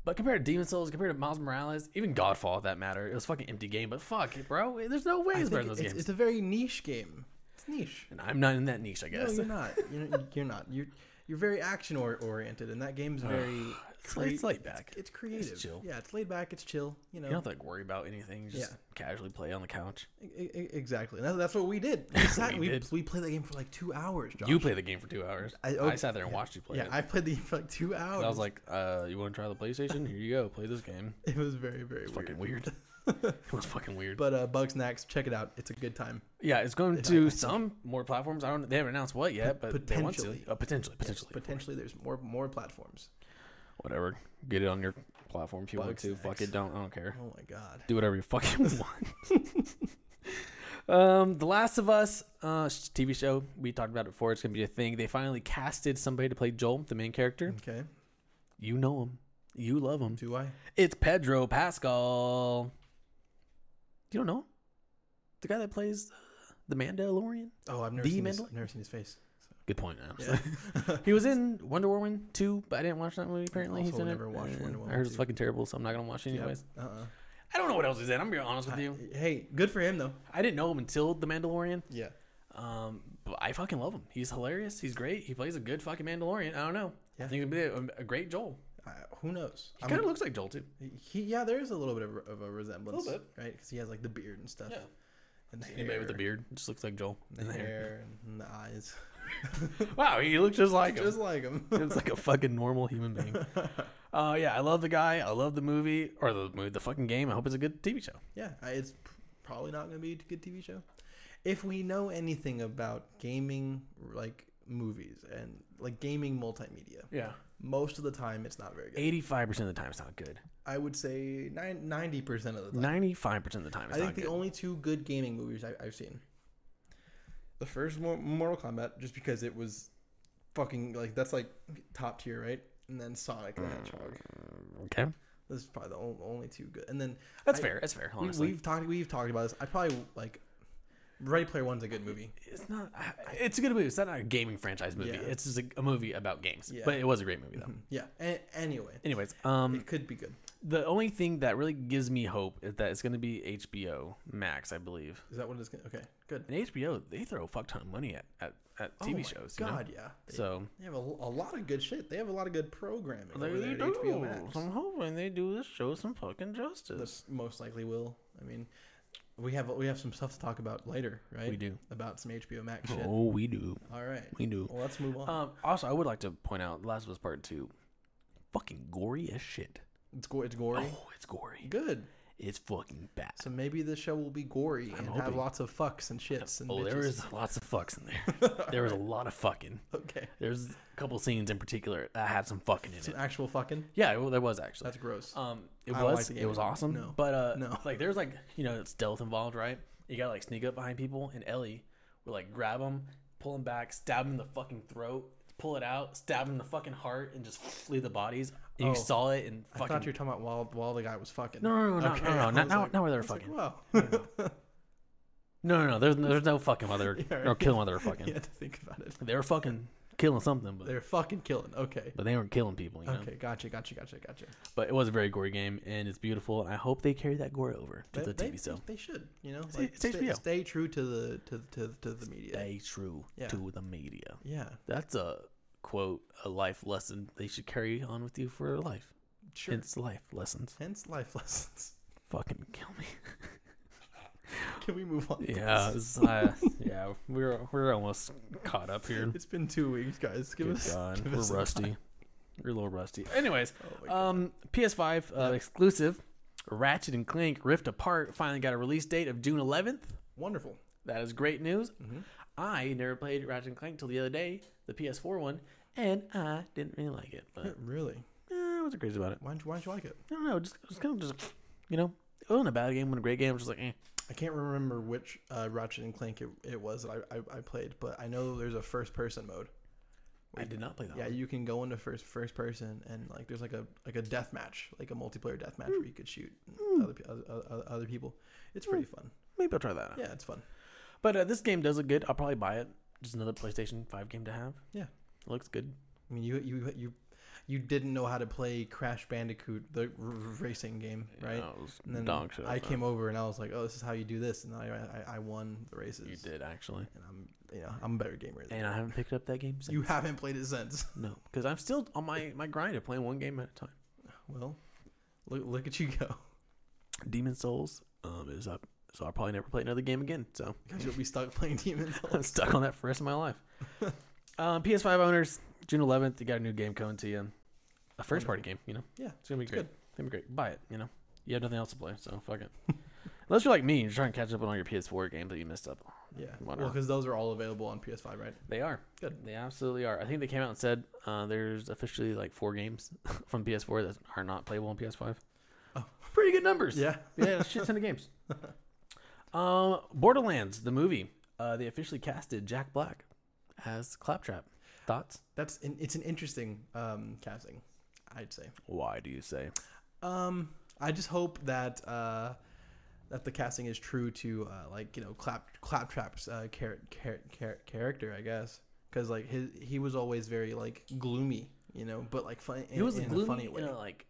[SPEAKER 2] but compared to Demon Souls, compared to Miles Morales, even Godfall, if that matter, it was a fucking empty game. But fuck, bro, there's no way
[SPEAKER 1] I
[SPEAKER 2] it's
[SPEAKER 1] think
[SPEAKER 2] better than those
[SPEAKER 1] it's,
[SPEAKER 2] games.
[SPEAKER 1] it's a very niche game. It's niche.
[SPEAKER 2] and I'm not in that niche, I
[SPEAKER 1] No,
[SPEAKER 2] guess.
[SPEAKER 1] you're not. You're, not- you're not. You're you're very action or- oriented, and that game's very.
[SPEAKER 2] it's, like- it's
[SPEAKER 1] crea-
[SPEAKER 2] laid back.
[SPEAKER 1] It's creative.
[SPEAKER 2] chill.
[SPEAKER 1] Yeah, it's laid back. It's chill. You know.
[SPEAKER 2] you don't have to like, worry about anything. You Just
[SPEAKER 1] Yeah.
[SPEAKER 2] casually play on the couch.
[SPEAKER 1] E- e- Exactly. And that's, that's what we did. We, sat,
[SPEAKER 2] We
[SPEAKER 1] we,
[SPEAKER 2] did.
[SPEAKER 1] we played that game for like two hours, Josh.
[SPEAKER 2] You play the game for two hours. I,
[SPEAKER 1] I- okay,
[SPEAKER 2] sat there and watched you play
[SPEAKER 1] yeah,
[SPEAKER 2] it.
[SPEAKER 1] I played the game for like two hours.
[SPEAKER 2] I was like, uh, "You want to try the PlayStation? Here you go. Play this game."
[SPEAKER 1] it was very, very weird.
[SPEAKER 2] Fucking weird. it was fucking weird.
[SPEAKER 1] But uh, Bugsnax, check it out. It's a good time.
[SPEAKER 2] Yeah, it's going to some more platforms. I don't. They haven't announced what yet, but they want
[SPEAKER 1] potentially.
[SPEAKER 2] to. Uh, potentially, potentially,
[SPEAKER 1] Potentially, there's more more platforms.
[SPEAKER 2] whatever. Get it on your platform if you want
[SPEAKER 1] Bugs
[SPEAKER 2] to. Fuck
[SPEAKER 1] X.
[SPEAKER 2] it, don't. I don't care.
[SPEAKER 1] Oh my god.
[SPEAKER 2] Do whatever you fucking want. um, The Last of Us uh, sh- TV show. We talked about it before. It's gonna be a thing. They finally casted somebody to play Joel, the main character.
[SPEAKER 1] Okay.
[SPEAKER 2] You know him. You love him.
[SPEAKER 1] Do I?
[SPEAKER 2] It's Pedro Pascal. You don't know him? The guy that plays uh, the Mandalorian.
[SPEAKER 1] Oh, I've never
[SPEAKER 2] The
[SPEAKER 1] seen his,
[SPEAKER 2] Mandalorian?
[SPEAKER 1] I've never seen his face. So.
[SPEAKER 2] Good point. Honestly.
[SPEAKER 1] Yeah.
[SPEAKER 2] He was in Wonder Woman 2, but I didn't watch that movie. Apparently, he's
[SPEAKER 1] also
[SPEAKER 2] in
[SPEAKER 1] never
[SPEAKER 2] it.
[SPEAKER 1] watched Wonder
[SPEAKER 2] Uh, I
[SPEAKER 1] Woman
[SPEAKER 2] heard it's
[SPEAKER 1] 2.
[SPEAKER 2] fucking terrible, so I'm not gonna watch it anyways.
[SPEAKER 1] uh uh
[SPEAKER 2] I don't know what else he's in. I'm gonna be honest with you.
[SPEAKER 1] Hey, good for him though.
[SPEAKER 2] I didn't know him until The Mandalorian.
[SPEAKER 1] Yeah.
[SPEAKER 2] Um, but I fucking love him. He's hilarious. He's great. He plays a good fucking Mandalorian. I don't know. I
[SPEAKER 1] Yeah.
[SPEAKER 2] think he'd be a, a great Joel.
[SPEAKER 1] Uh, who knows?
[SPEAKER 2] He
[SPEAKER 1] I
[SPEAKER 2] kind of
[SPEAKER 1] mean,
[SPEAKER 2] looks like Joel too.
[SPEAKER 1] he, yeah, there is a little bit of, a- of a resemblance,
[SPEAKER 2] bit.
[SPEAKER 1] right? Because he has like the beard and stuff.
[SPEAKER 2] Yeah.
[SPEAKER 1] And the hair,
[SPEAKER 2] Anybody with a beard just looks like Joel.
[SPEAKER 1] and the hair and the eyes,
[SPEAKER 2] Wow, he looks just like him.
[SPEAKER 1] just like him.
[SPEAKER 2] It's like a fucking normal human being. Uh, yeah, I love the guy. I love the movie or the movie, the fucking game. I hope it's a good TV show.
[SPEAKER 1] Yeah, I- it's p- probably not going to be a good TV show. If we know anything about gaming, like movies and like gaming multimedia,
[SPEAKER 2] Yeah,
[SPEAKER 1] most of the time it's not very good.
[SPEAKER 2] eighty-five percent of the time it's not good.
[SPEAKER 1] I would say nine- 90% of the time.
[SPEAKER 2] Ninety-five percent of the time it's
[SPEAKER 1] I
[SPEAKER 2] not
[SPEAKER 1] think the
[SPEAKER 2] good.
[SPEAKER 1] only two good gaming movies I, I've seen. The first Mor- Mortal Kombat, just because it was fucking like that's like top tier, right? And then Sonic
[SPEAKER 2] Mm.
[SPEAKER 1] the Hedgehog.
[SPEAKER 2] Okay,
[SPEAKER 1] This is probably the on- only two good. And then
[SPEAKER 2] that's
[SPEAKER 1] I-
[SPEAKER 2] fair. That's fair.
[SPEAKER 1] we,
[SPEAKER 2] Honestly,
[SPEAKER 1] we've talked we've talked about this. I probably like Ready Player One's a good movie.
[SPEAKER 2] It's not. It's a good movie. It's not a gaming franchise movie.
[SPEAKER 1] Yeah.
[SPEAKER 2] It's just a, a movie about games.
[SPEAKER 1] Yeah.
[SPEAKER 2] But it was a great movie though.
[SPEAKER 1] Yeah. A- anyway,
[SPEAKER 2] Anyways, um,
[SPEAKER 1] it could be good.
[SPEAKER 2] the only thing that really gives me hope is that it's going to be HBO Max, I believe.
[SPEAKER 1] Is that what it's gonna? Okay, good.
[SPEAKER 2] And HBO, they throw a fuck ton of money at at, at
[SPEAKER 1] Oh
[SPEAKER 2] TV
[SPEAKER 1] my
[SPEAKER 2] shows. you know?
[SPEAKER 1] God, yeah. They,
[SPEAKER 2] So
[SPEAKER 1] they have a, a lot of good shit. They have a lot of good programming.
[SPEAKER 2] they,
[SPEAKER 1] over
[SPEAKER 2] they
[SPEAKER 1] there at HBO
[SPEAKER 2] do.
[SPEAKER 1] Max.
[SPEAKER 2] So I'm hoping they do this show some fucking
[SPEAKER 1] The-
[SPEAKER 2] justice.
[SPEAKER 1] most likely will. I mean, we have we have some stuff to talk about later, right?
[SPEAKER 2] We do.
[SPEAKER 1] about some HBO Max shit.
[SPEAKER 2] Oh, we do.
[SPEAKER 1] All right,
[SPEAKER 2] We do.
[SPEAKER 1] well, let's move on.
[SPEAKER 2] Um, also, I would like to point out Last of Us Part Two, fucking gory as shit.
[SPEAKER 1] it's go- it's gory.
[SPEAKER 2] Oh, it's gory.
[SPEAKER 1] Good.
[SPEAKER 2] It's fucking bad.
[SPEAKER 1] So maybe the show will be gory and have
[SPEAKER 2] hoping.
[SPEAKER 1] lots of fucks and shits and
[SPEAKER 2] Oh,
[SPEAKER 1] bitches.
[SPEAKER 2] there is lots of fucks in there. there was a lot of fucking.
[SPEAKER 1] okay.
[SPEAKER 2] There's a couple scenes in particular that had some fucking in
[SPEAKER 1] Some
[SPEAKER 2] it.
[SPEAKER 1] actual fucking.
[SPEAKER 2] Yeah, well, there was actually.
[SPEAKER 1] That's gross.
[SPEAKER 2] Um, it
[SPEAKER 1] I don't
[SPEAKER 2] was
[SPEAKER 1] like the
[SPEAKER 2] it was
[SPEAKER 1] game.
[SPEAKER 2] awesome,
[SPEAKER 1] No.
[SPEAKER 2] but uh,
[SPEAKER 1] No.
[SPEAKER 2] like there's like you know stealth involved, right? You gotta like sneak up behind people, and Ellie would like grab him, pull him back, stab him in the fucking throat, pull it out, stab him in the fucking heart, and just leave the bodies. And
[SPEAKER 1] Oh.
[SPEAKER 2] you saw it and
[SPEAKER 1] I thought you
[SPEAKER 2] fucking
[SPEAKER 1] were talking about while while the guy was fucking.
[SPEAKER 2] no Oh, no no no
[SPEAKER 1] Okay,
[SPEAKER 2] no
[SPEAKER 1] I
[SPEAKER 2] no not,
[SPEAKER 1] was
[SPEAKER 2] not,
[SPEAKER 1] like-
[SPEAKER 2] not where
[SPEAKER 1] I
[SPEAKER 2] they're
[SPEAKER 1] was like,
[SPEAKER 2] fucking
[SPEAKER 1] wow.
[SPEAKER 2] no no no there's there's no fucking while they're
[SPEAKER 1] Yeah, right.
[SPEAKER 2] or killing while they're fucking
[SPEAKER 1] you had to think about it.
[SPEAKER 2] they were fucking killing something but
[SPEAKER 1] They're fucking killing. Okay.
[SPEAKER 2] but they weren't killing people you know
[SPEAKER 1] Okay. Gotcha. Gotcha. Gotcha. Gotcha.
[SPEAKER 2] but it was a very gory game and it's beautiful and I hope they carry that gore over to the
[SPEAKER 1] they,
[SPEAKER 2] TV show
[SPEAKER 1] They should. You know,
[SPEAKER 2] It's-
[SPEAKER 1] like,
[SPEAKER 2] it's
[SPEAKER 1] stay,
[SPEAKER 2] HBO.
[SPEAKER 1] stay true to the to to, to the media.
[SPEAKER 2] stay true
[SPEAKER 1] Yeah.
[SPEAKER 2] to the media.
[SPEAKER 1] Yeah.
[SPEAKER 2] That's a quote, a life lesson they should carry on with you for life.
[SPEAKER 1] Sure.
[SPEAKER 2] It's life lessons.
[SPEAKER 1] Hence life lessons.
[SPEAKER 2] Fucking kill me.
[SPEAKER 1] Can we move on?
[SPEAKER 2] Yeah,
[SPEAKER 1] please?
[SPEAKER 2] it's, uh, yeah, we're we're almost caught up here.
[SPEAKER 1] It's been two weeks, guys. Give
[SPEAKER 2] Good
[SPEAKER 1] us.
[SPEAKER 2] God,
[SPEAKER 1] give
[SPEAKER 2] we're
[SPEAKER 1] us some
[SPEAKER 2] rusty. We're a little rusty. Anyways,
[SPEAKER 1] Oh my God.
[SPEAKER 2] um, PS5 uh, exclusive, Ratchet and Clank Rift Apart finally got a release date of June 11th.
[SPEAKER 1] Wonderful.
[SPEAKER 2] That is great news.
[SPEAKER 1] Mhm.
[SPEAKER 2] I never played Ratchet and Clank till the other day, the PS4 one, and I didn't really like it. But
[SPEAKER 1] Really?
[SPEAKER 2] eh, I wasn't crazy about it.
[SPEAKER 1] Why don't, why don't you like it?
[SPEAKER 2] I don't know. Just it was kind of just you know, it wasn't a bad game, it wasn't a great game. It was just like eh.
[SPEAKER 1] I can't remember which uh, Ratchet and Clank it, it was that I, I, I played, but I know there's a first person mode.
[SPEAKER 2] I did not play that.
[SPEAKER 1] Yeah,
[SPEAKER 2] one.
[SPEAKER 1] you can go into first first person and like there's like a like a death match, like a multiplayer death match
[SPEAKER 2] Hmm.
[SPEAKER 1] where you could shoot other pe- other, other, other people. It's pretty
[SPEAKER 2] Hmm.
[SPEAKER 1] fun.
[SPEAKER 2] maybe I'll try that. Out.
[SPEAKER 1] Yeah, it's fun.
[SPEAKER 2] But uh, this game does look good. I'll probably buy it. Just another PlayStation Five game to have.
[SPEAKER 1] Yeah.
[SPEAKER 2] it looks good.
[SPEAKER 1] I mean, you you you you didn't know how to play Crash Bandicoot, the r- r- racing game, right?
[SPEAKER 2] No, it was
[SPEAKER 1] And then
[SPEAKER 2] dog shit.
[SPEAKER 1] I
[SPEAKER 2] No.
[SPEAKER 1] came over and I was like, "Oh, this is how you do this," and I I, I won the races.
[SPEAKER 2] You did actually,
[SPEAKER 1] and I'm you know I'm a better gamer. Than
[SPEAKER 2] and I haven't picked up that game since.
[SPEAKER 1] you haven't played it since.
[SPEAKER 2] no, because I'm still on my my grind of playing one game at a time.
[SPEAKER 1] Well, look look at you go.
[SPEAKER 2] Demon Souls um is up, so I'll probably never play another game again. So
[SPEAKER 1] Because you'll be stuck playing Demon Souls.
[SPEAKER 2] I'm stuck on that for the rest of my life. um, PS5 owners, June 11th, you got a new game coming to you. A first party game, you know?
[SPEAKER 1] Yeah,
[SPEAKER 2] It's going to be great.
[SPEAKER 1] good.
[SPEAKER 2] It's going to be great. Buy it, you know? You have nothing else to play, so fuck it. Unless you're like me, you're trying to catch up on all your PS4 games that you missed up on.
[SPEAKER 1] Yeah. Well,
[SPEAKER 2] Whatever.
[SPEAKER 1] because those are all available on PS5, right?
[SPEAKER 2] They are.
[SPEAKER 1] Good.
[SPEAKER 2] They absolutely are. I think they came out and said uh, there's officially like four games from PS4 that are not playable on PS5.
[SPEAKER 1] Oh.
[SPEAKER 2] Pretty good numbers.
[SPEAKER 1] Yeah.
[SPEAKER 2] yeah, a shit ton of games. Um, Borderlands, the movie. Uh, they officially casted Jack Black as Claptrap. Thoughts?
[SPEAKER 1] That's an, it's an interesting um, casting, I'd say.
[SPEAKER 2] Why do you say?
[SPEAKER 1] Um, I just hope that uh, that the casting is true to uh, like you know Clap Claptrap's uh, char- char- char- character, I guess, because like his he was always very like gloomy, you know, but like funny.
[SPEAKER 2] It was
[SPEAKER 1] in,
[SPEAKER 2] a
[SPEAKER 1] a
[SPEAKER 2] gloomy,
[SPEAKER 1] funny way.
[SPEAKER 2] in a like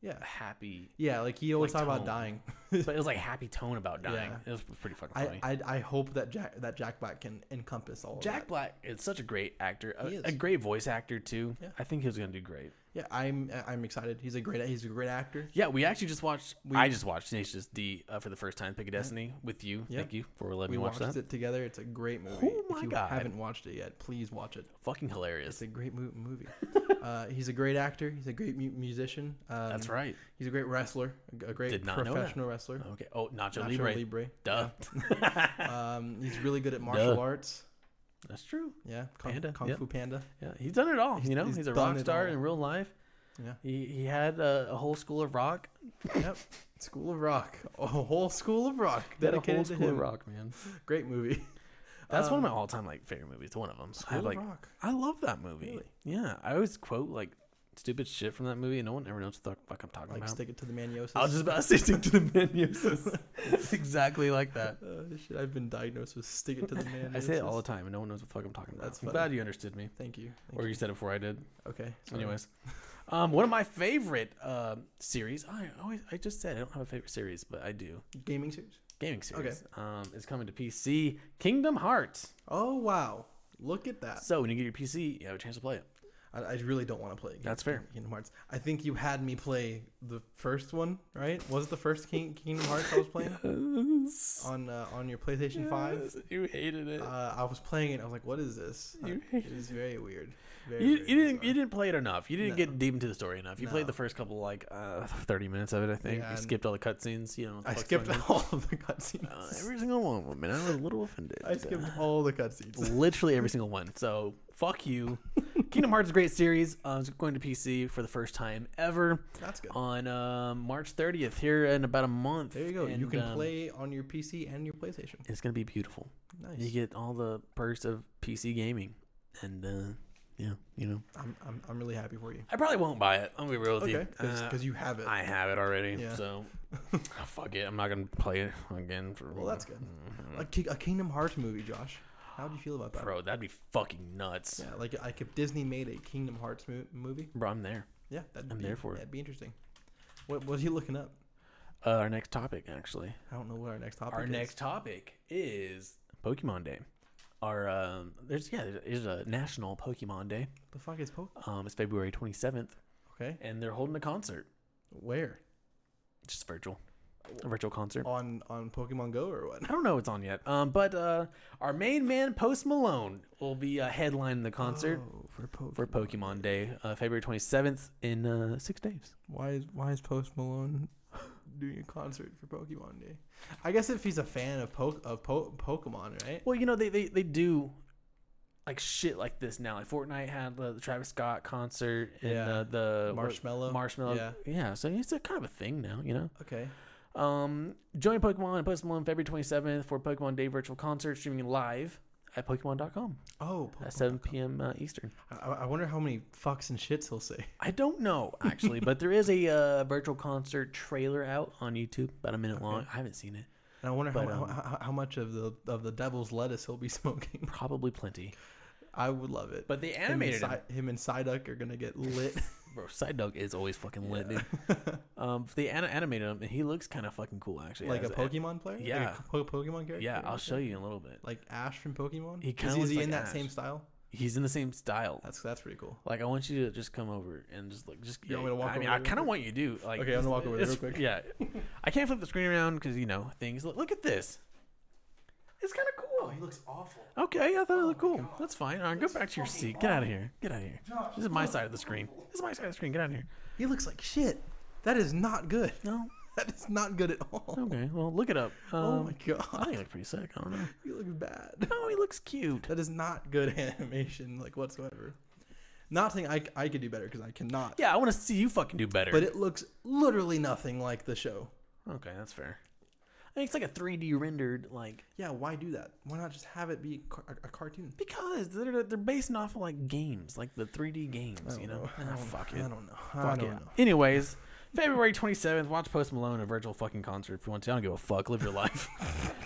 [SPEAKER 1] yeah.
[SPEAKER 2] happy,
[SPEAKER 1] Yeah, like he always
[SPEAKER 2] like,
[SPEAKER 1] talked about
[SPEAKER 2] tone.
[SPEAKER 1] dying.
[SPEAKER 2] but it was like happy tone about dying.
[SPEAKER 1] Yeah.
[SPEAKER 2] It was pretty fucking
[SPEAKER 1] I,
[SPEAKER 2] funny.
[SPEAKER 1] I I hope that Jack that Jack Black can encompass all of that.
[SPEAKER 2] Jack Black is such a great actor,
[SPEAKER 1] He
[SPEAKER 2] a,
[SPEAKER 1] is.
[SPEAKER 2] a great voice actor too.
[SPEAKER 1] Yeah.
[SPEAKER 2] I think he was gonna do great.
[SPEAKER 1] Yeah, I'm I'm excited. He's a great he's a great actor.
[SPEAKER 2] Yeah, we actually just watched. I just watched Tenacious D uh, for the first time, Pick a Destiny, with you.
[SPEAKER 1] Yeah.
[SPEAKER 2] Thank you for letting
[SPEAKER 1] We
[SPEAKER 2] me watch
[SPEAKER 1] watched
[SPEAKER 2] that.
[SPEAKER 1] it together. It's a great movie.
[SPEAKER 2] Oh my
[SPEAKER 1] if you
[SPEAKER 2] God.
[SPEAKER 1] haven't watched it yet, please watch it.
[SPEAKER 2] Fucking
[SPEAKER 1] It's
[SPEAKER 2] hilarious.
[SPEAKER 1] a great mo- movie. uh, he's a great actor. He's a great mu- musician. Um,
[SPEAKER 2] That's right.
[SPEAKER 1] He's a great wrestler. A, a great
[SPEAKER 2] Did not know that.
[SPEAKER 1] professional wrestler.
[SPEAKER 2] Okay. Oh, Nacho,
[SPEAKER 1] Nacho
[SPEAKER 2] Libre.
[SPEAKER 1] Libre.
[SPEAKER 2] Duh.
[SPEAKER 1] Um, he's really good at martial
[SPEAKER 2] Duh.
[SPEAKER 1] arts.
[SPEAKER 2] That's true.
[SPEAKER 1] Yeah, Kung,
[SPEAKER 2] Panda,
[SPEAKER 1] Kung
[SPEAKER 2] yeah.
[SPEAKER 1] Fu Panda.
[SPEAKER 2] Yeah, he's done it all.
[SPEAKER 1] He's-
[SPEAKER 2] you know,
[SPEAKER 1] he's
[SPEAKER 2] he's, a
[SPEAKER 1] done
[SPEAKER 2] rock
[SPEAKER 1] it
[SPEAKER 2] star
[SPEAKER 1] all.
[SPEAKER 2] in real life.
[SPEAKER 1] Yeah.
[SPEAKER 2] He he had a, a whole school of rock.
[SPEAKER 1] Yep. School of Rock. A whole School of Rock
[SPEAKER 2] He had
[SPEAKER 1] dedicated to him.
[SPEAKER 2] rock, man.
[SPEAKER 1] Great movie.
[SPEAKER 2] That's one of my all time like favorite movies. One of them. I
[SPEAKER 1] School
[SPEAKER 2] have, like
[SPEAKER 1] of Rock.
[SPEAKER 2] I love that movie.
[SPEAKER 1] Really?
[SPEAKER 2] Yeah, I always quote like stupid shit from that movie, and no one ever knows what the fuck I'm talking
[SPEAKER 1] Like
[SPEAKER 2] about.
[SPEAKER 1] stick it to the maniosis.
[SPEAKER 2] I was just about to say stick to the menus. It's exactly like that.
[SPEAKER 1] Uh, shit, I've been diagnosed with stick it to the maniosis.
[SPEAKER 2] I say it all the time, and no one knows what the fuck I'm talking about.
[SPEAKER 1] That's
[SPEAKER 2] I'm
[SPEAKER 1] funny.
[SPEAKER 2] glad you understood me,
[SPEAKER 1] Thank you. Thank
[SPEAKER 2] or
[SPEAKER 1] you.
[SPEAKER 2] you said it before I did.
[SPEAKER 1] Okay. sorry.
[SPEAKER 2] Anyways, um, one of my favorite um series. I always, I just said I don't have a favorite series, but I do.
[SPEAKER 1] gaming series.
[SPEAKER 2] Gaming series. Um, is coming to PC. Kingdom Hearts.
[SPEAKER 1] Oh wow! Look at that.
[SPEAKER 2] So when you get your PC, you have a chance to play it.
[SPEAKER 1] I, I really don't want to play. King-
[SPEAKER 2] That's fair.
[SPEAKER 1] Kingdom Hearts. I think you had me play the first one, right? Was it the first King, Kingdom Hearts I was playing on uh, on your PlayStation Five?
[SPEAKER 2] Uh, You hated it.
[SPEAKER 1] Uh, I was playing it. I was like, "What is this?"
[SPEAKER 2] You
[SPEAKER 1] Uh, it was very weird. Very,
[SPEAKER 2] you,
[SPEAKER 1] very
[SPEAKER 2] you didn't
[SPEAKER 1] bizarre.
[SPEAKER 2] you didn't play it enough. You didn't
[SPEAKER 1] No.
[SPEAKER 2] get deep into the story enough. You played
[SPEAKER 1] No.
[SPEAKER 2] the first couple like uh, thirty minutes of it, I think.
[SPEAKER 1] Yeah,
[SPEAKER 2] you
[SPEAKER 1] and-
[SPEAKER 2] skipped all the cutscenes. You know, what the
[SPEAKER 1] I
[SPEAKER 2] fuck's
[SPEAKER 1] skipped
[SPEAKER 2] going on.
[SPEAKER 1] all of the cutscenes.
[SPEAKER 2] Uh, every single one of them, and I was a little offended.
[SPEAKER 1] I skipped all the cutscenes.
[SPEAKER 2] literally every single one. So fuck you. Kingdom Hearts is a great series. Um, it's going to PC for the first time ever
[SPEAKER 1] That's good.
[SPEAKER 2] on um March 30th here in about a month.
[SPEAKER 1] There you go. you
[SPEAKER 2] And,
[SPEAKER 1] can
[SPEAKER 2] um,
[SPEAKER 1] play on your PC and your PlayStation.
[SPEAKER 2] It's gonna be beautiful. You
[SPEAKER 1] Nice.
[SPEAKER 2] get all the perks of PC gaming, and uh, yeah, you know,
[SPEAKER 1] I'm, I'm, I'm really happy for you.
[SPEAKER 2] I probably won't buy it. I'm gonna be real with
[SPEAKER 1] Okay.
[SPEAKER 2] you. Uh,
[SPEAKER 1] Because you have it.
[SPEAKER 2] I have it already,
[SPEAKER 1] Yeah.
[SPEAKER 2] so Ah, fuck it. I'm not gonna play it again for.
[SPEAKER 1] Well, that's good.
[SPEAKER 2] Mm,
[SPEAKER 1] A, Ki- a Kingdom Hearts movie, Josh. How do you feel about that?
[SPEAKER 2] Bro, that'd be fucking nuts.
[SPEAKER 1] Yeah, like like if Disney made a Kingdom Hearts mo- movie,
[SPEAKER 2] Bro, I'm there.
[SPEAKER 1] yeah, that'd
[SPEAKER 2] I'm
[SPEAKER 1] be,
[SPEAKER 2] there for it.
[SPEAKER 1] that'd be interesting. What what are you looking up?
[SPEAKER 2] Uh, our next topic, actually.
[SPEAKER 1] I don't know what our next topic
[SPEAKER 2] Our
[SPEAKER 1] is.
[SPEAKER 2] next topic is Pokemon Day. Our um, there's yeah, there's a national Pokemon Day.
[SPEAKER 1] the fuck is Pokemon?
[SPEAKER 2] Um, it's February 27th,
[SPEAKER 1] Okay,
[SPEAKER 2] and they're holding a concert,
[SPEAKER 1] where
[SPEAKER 2] just virtual, a virtual concert.
[SPEAKER 1] on on Pokemon Go or what?
[SPEAKER 2] I don't know what's on yet. Um, but uh, our main man Post Malone will be uh, headlining the concert
[SPEAKER 1] Oh, for Pokemon.
[SPEAKER 2] for Pokemon Day, uh, February 27th in uh, six days.
[SPEAKER 1] Why is why is Post Malone doing a concert for Pokemon Day? I guess if he's a fan of po- of po- Pokemon, right?
[SPEAKER 2] Well, you know they they, they do like shit like this now. Like Fortnite had the, the Travis Scott concert and
[SPEAKER 1] Yeah.
[SPEAKER 2] uh, the what-
[SPEAKER 1] Marshmallow.
[SPEAKER 2] Marshmallow. Yeah.
[SPEAKER 1] Yeah.
[SPEAKER 2] so it's a kind of a thing now, you know.
[SPEAKER 1] Okay.
[SPEAKER 2] Um, join Pokemon and Post Malone February 27th for Pokemon Day virtual concert streaming live at Pokemon.com
[SPEAKER 1] Oh, Pokemon.
[SPEAKER 2] at 7 p.m. Uh, Eastern.
[SPEAKER 1] I, I wonder how many fucks and shits he'll say.
[SPEAKER 2] I don't know actually, but there is a uh, virtual concert trailer out on YouTube, about a minute long. I haven't seen it.
[SPEAKER 1] And I wonder
[SPEAKER 2] But,
[SPEAKER 1] how,
[SPEAKER 2] um,
[SPEAKER 1] how, how much of the of the devil's lettuce he'll be smoking.
[SPEAKER 2] Probably plenty,
[SPEAKER 1] I would love it.
[SPEAKER 2] but they
[SPEAKER 1] him and,
[SPEAKER 2] animated it.
[SPEAKER 1] Psy- him and Psyduck are gonna get lit.
[SPEAKER 2] Bro, Side Dog is always fucking lit, dude. Um, they an- animated him, and he looks kind of fucking cool, actually.
[SPEAKER 1] like a
[SPEAKER 2] as-
[SPEAKER 1] Pokemon player? Like
[SPEAKER 2] yeah.
[SPEAKER 1] a po- Pokemon character?
[SPEAKER 2] Yeah, I'll
[SPEAKER 1] Okay.
[SPEAKER 2] show you in a little bit.
[SPEAKER 1] Like Ash from Pokemon?
[SPEAKER 2] He
[SPEAKER 1] Is
[SPEAKER 2] kinda
[SPEAKER 1] is
[SPEAKER 2] looks
[SPEAKER 1] he
[SPEAKER 2] like
[SPEAKER 1] in that
[SPEAKER 2] Ash.
[SPEAKER 1] same style?
[SPEAKER 2] He's in the same style.
[SPEAKER 1] That's that's pretty cool.
[SPEAKER 2] Like, I want you to just come over and just like just.
[SPEAKER 1] You want me to walk
[SPEAKER 2] I
[SPEAKER 1] over
[SPEAKER 2] mean,
[SPEAKER 1] there
[SPEAKER 2] I
[SPEAKER 1] real
[SPEAKER 2] kind of
[SPEAKER 1] quick?
[SPEAKER 2] want you to do like.
[SPEAKER 1] Okay, I'm gonna walk over there
[SPEAKER 2] it's-
[SPEAKER 1] real quick.
[SPEAKER 2] Yeah, I can't flip the screen around because you know things. Look, look at this. It's kind of cool.
[SPEAKER 1] looks awful.
[SPEAKER 2] Okay, I
[SPEAKER 1] Oh
[SPEAKER 2] thought it looked cool. That's fine. All right, go back to your seat. Get out of here. Get out of here.
[SPEAKER 1] Josh,
[SPEAKER 2] this is my side of the screen. This is my side of the screen. Get out of here.
[SPEAKER 1] He looks like shit. That is not good.
[SPEAKER 2] No.
[SPEAKER 1] That is not good at all.
[SPEAKER 2] Okay. Well, look it up. Um,
[SPEAKER 1] oh my
[SPEAKER 2] I
[SPEAKER 1] god.
[SPEAKER 2] think it looks pretty sick. I don't know.
[SPEAKER 1] He looks bad.
[SPEAKER 2] No, he looks cute.
[SPEAKER 1] That is not good animation, like whatsoever. Not saying I, I could do better because I cannot.
[SPEAKER 2] Yeah, I want to see you fucking do better.
[SPEAKER 1] But it looks literally nothing like the show.
[SPEAKER 2] okay, that's fair. I mean, it's like a 3D rendered, like
[SPEAKER 1] Yeah, why do that? Why not just have it be car- a, a cartoon?
[SPEAKER 2] because they're they're basing off of like games, like the 3D games, you know.
[SPEAKER 1] I
[SPEAKER 2] Ah,
[SPEAKER 1] don't-
[SPEAKER 2] fuck
[SPEAKER 1] I
[SPEAKER 2] it.
[SPEAKER 1] don't know. I
[SPEAKER 2] Fuck
[SPEAKER 1] don't
[SPEAKER 2] it.
[SPEAKER 1] know.
[SPEAKER 2] Anyways, February 27th, watch Post Malone at a virtual fucking concert if you want to. I don't give a fuck. Live your life.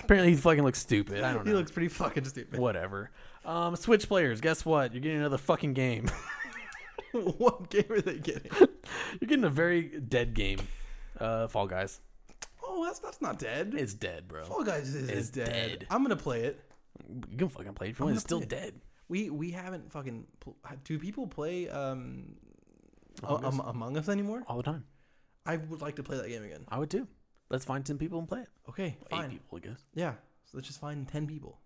[SPEAKER 2] Apparently, he fucking looks stupid. I don't know.
[SPEAKER 1] He looks pretty fucking stupid.
[SPEAKER 2] Whatever. Um, Switch players, guess what? You're getting another fucking game.
[SPEAKER 1] what game are they getting?
[SPEAKER 2] You're getting a very dead game. Uh, Fall Guys.
[SPEAKER 1] Oh, that's that's not dead.
[SPEAKER 2] It's dead, bro.
[SPEAKER 1] Fall Guys is,
[SPEAKER 2] It's
[SPEAKER 1] is dead.
[SPEAKER 2] dead.
[SPEAKER 1] I'm gonna play it.
[SPEAKER 2] You can fucking play it if you want.
[SPEAKER 1] gonna
[SPEAKER 2] It's still
[SPEAKER 1] play it.
[SPEAKER 2] dead.
[SPEAKER 1] We we haven't fucking. Pl- do people play um, Among, um, Among Us anymore?
[SPEAKER 2] All the time.
[SPEAKER 1] I would like to play that game again.
[SPEAKER 2] I would too. Let's find 10 people and play it.
[SPEAKER 1] Okay,
[SPEAKER 2] Eight
[SPEAKER 1] fine.
[SPEAKER 2] people, I guess.
[SPEAKER 1] Yeah, so let's just find ten people.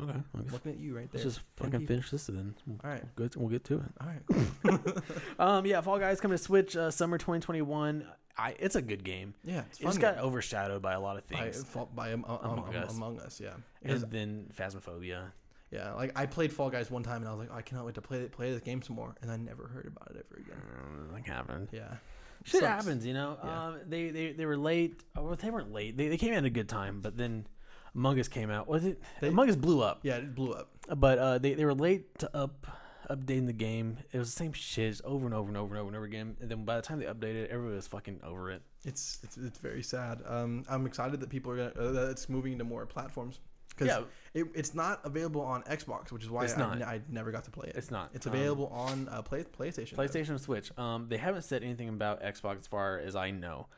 [SPEAKER 2] Okay. okay.
[SPEAKER 1] Looking at you right there.
[SPEAKER 2] Let's just
[SPEAKER 1] 10
[SPEAKER 2] fucking
[SPEAKER 1] people.
[SPEAKER 2] finish this and then we'll,
[SPEAKER 1] All right,
[SPEAKER 2] good, we'll get to it.
[SPEAKER 1] all right. Cool.
[SPEAKER 2] Um, yeah, Fall Guys coming to Switch uh, summer 2021. I It's a good game.
[SPEAKER 1] Yeah, it's
[SPEAKER 2] It
[SPEAKER 1] fun.
[SPEAKER 2] just got overshadowed by a lot of
[SPEAKER 1] by,
[SPEAKER 2] things.
[SPEAKER 1] Fall- by um, um,
[SPEAKER 2] Among
[SPEAKER 1] um,
[SPEAKER 2] Us.
[SPEAKER 1] Among Us, yeah.
[SPEAKER 2] and
[SPEAKER 1] Because
[SPEAKER 2] then Phasmophobia.
[SPEAKER 1] Yeah, like I played Fall Guys one time and I was like, "Oh, I cannot wait to play play this game some more, and I never heard about it ever again.
[SPEAKER 2] Um, Like happened.
[SPEAKER 1] Yeah,
[SPEAKER 2] Shit
[SPEAKER 1] Sucks.
[SPEAKER 2] happens, you know.
[SPEAKER 1] Yeah.
[SPEAKER 2] Um, they, they they were late. Oh, well, they weren't late. They, they came in at a good time, but then Among Us came out. Was it
[SPEAKER 1] They-
[SPEAKER 2] Among Us blew up?
[SPEAKER 1] Yeah, it blew up.
[SPEAKER 2] but uh, they, they were late to up updating the game. It was the same shit just over and over and over and over and over again. And then by the time they updated it, everybody was fucking over it.
[SPEAKER 1] It's it's, it's very sad. Um, I'm excited that people are gonna uh, that it's moving into more platforms because
[SPEAKER 2] Yeah.
[SPEAKER 1] it, it's not available on Xbox, which is why
[SPEAKER 2] It's
[SPEAKER 1] I,
[SPEAKER 2] not.
[SPEAKER 1] I never got to play it.
[SPEAKER 2] It's not.
[SPEAKER 1] It's
[SPEAKER 2] Um,
[SPEAKER 1] available on uh, play, PlayStation. though.
[SPEAKER 2] PlayStation and Switch. Um, they haven't said anything about Xbox as far as I know.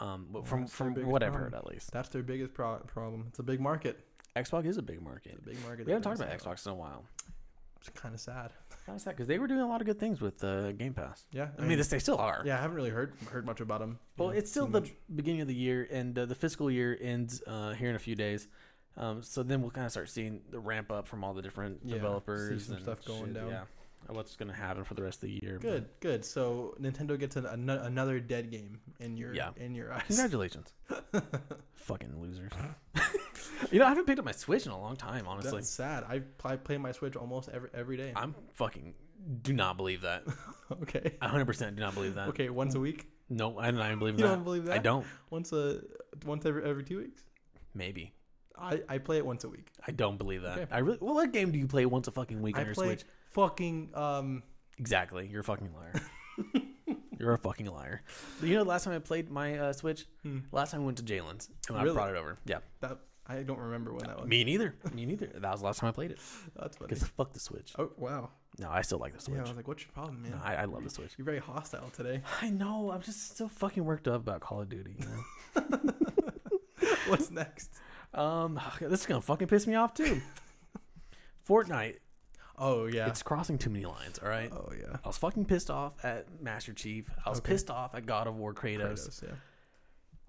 [SPEAKER 2] Um, but from
[SPEAKER 1] that's their
[SPEAKER 2] from
[SPEAKER 1] biggest
[SPEAKER 2] what I've
[SPEAKER 1] problem.
[SPEAKER 2] heard at least,
[SPEAKER 1] That's their biggest pro- problem. It's a big market.
[SPEAKER 2] Xbox is a big market.
[SPEAKER 1] It's a big market.
[SPEAKER 2] We haven't
[SPEAKER 1] that
[SPEAKER 2] talked about
[SPEAKER 1] doesn't have-
[SPEAKER 2] Xbox in a while.
[SPEAKER 1] It's kind of sad.
[SPEAKER 2] Kind of sad because they were doing a lot of good things with uh, Game Pass.
[SPEAKER 1] Yeah.
[SPEAKER 2] I mean, this they still are.
[SPEAKER 1] yeah, I haven't really heard heard much about them.
[SPEAKER 2] Well, it's still the beginning of the year, and uh, the fiscal year ends uh, here in a few days. Um, so then we'll kind of start seeing the ramp up from all the different
[SPEAKER 1] Yeah, see
[SPEAKER 2] developers
[SPEAKER 1] some
[SPEAKER 2] and
[SPEAKER 1] stuff going
[SPEAKER 2] shit,
[SPEAKER 1] down.
[SPEAKER 2] Yeah, what's going to happen for the rest of the year? but
[SPEAKER 1] good. Good. So Nintendo gets an, an, another dead game in your
[SPEAKER 2] Yeah.
[SPEAKER 1] in your eyes.
[SPEAKER 2] Congratulations, fucking losers. you know, I haven't picked up my Switch in a long time. Honestly,
[SPEAKER 1] That's sad. I play, play my Switch almost every every day.
[SPEAKER 2] I'm fucking do not believe that.
[SPEAKER 1] okay.
[SPEAKER 2] I 100 percent do not believe that.
[SPEAKER 1] Okay. Once a week.
[SPEAKER 2] No, I don't, I don't believe
[SPEAKER 1] You
[SPEAKER 2] that.
[SPEAKER 1] don't believe
[SPEAKER 2] I
[SPEAKER 1] that?
[SPEAKER 2] don't.
[SPEAKER 1] Once a once every every two weeks.
[SPEAKER 2] Maybe.
[SPEAKER 1] I, I play it once a week.
[SPEAKER 2] I don't believe that.
[SPEAKER 1] Okay.
[SPEAKER 2] I really. Well, what game do you play once a fucking week on
[SPEAKER 1] I
[SPEAKER 2] your
[SPEAKER 1] play
[SPEAKER 2] Switch?
[SPEAKER 1] fucking um.
[SPEAKER 2] Exactly. You're a fucking liar. You're a fucking liar. You know, the last time I played my uh, Switch,
[SPEAKER 1] Hmm.
[SPEAKER 2] last time I went to Jalen's and I
[SPEAKER 1] Really?
[SPEAKER 2] brought it over. Yeah.
[SPEAKER 1] That I don't remember when that was.
[SPEAKER 2] Me neither. Me neither. That was the last time I played it.
[SPEAKER 1] That's funny.
[SPEAKER 2] Because fuck the Switch.
[SPEAKER 1] Oh wow.
[SPEAKER 2] No, I still like the Switch.
[SPEAKER 1] Yeah, I was like, what's your problem, man?
[SPEAKER 2] No, I, I love the Switch.
[SPEAKER 1] You're very hostile today.
[SPEAKER 2] I know. I'm just so fucking worked up about Call of Duty. You know?
[SPEAKER 1] What's next?
[SPEAKER 2] um, this is gonna fucking piss me off too. Fortnite.
[SPEAKER 1] Oh yeah.
[SPEAKER 2] It's crossing too many lines. All right.
[SPEAKER 1] oh yeah.
[SPEAKER 2] I was fucking pissed off at Master Chief. I was
[SPEAKER 1] Okay.
[SPEAKER 2] pissed off at God of War Kratos.
[SPEAKER 1] Kratos, yeah.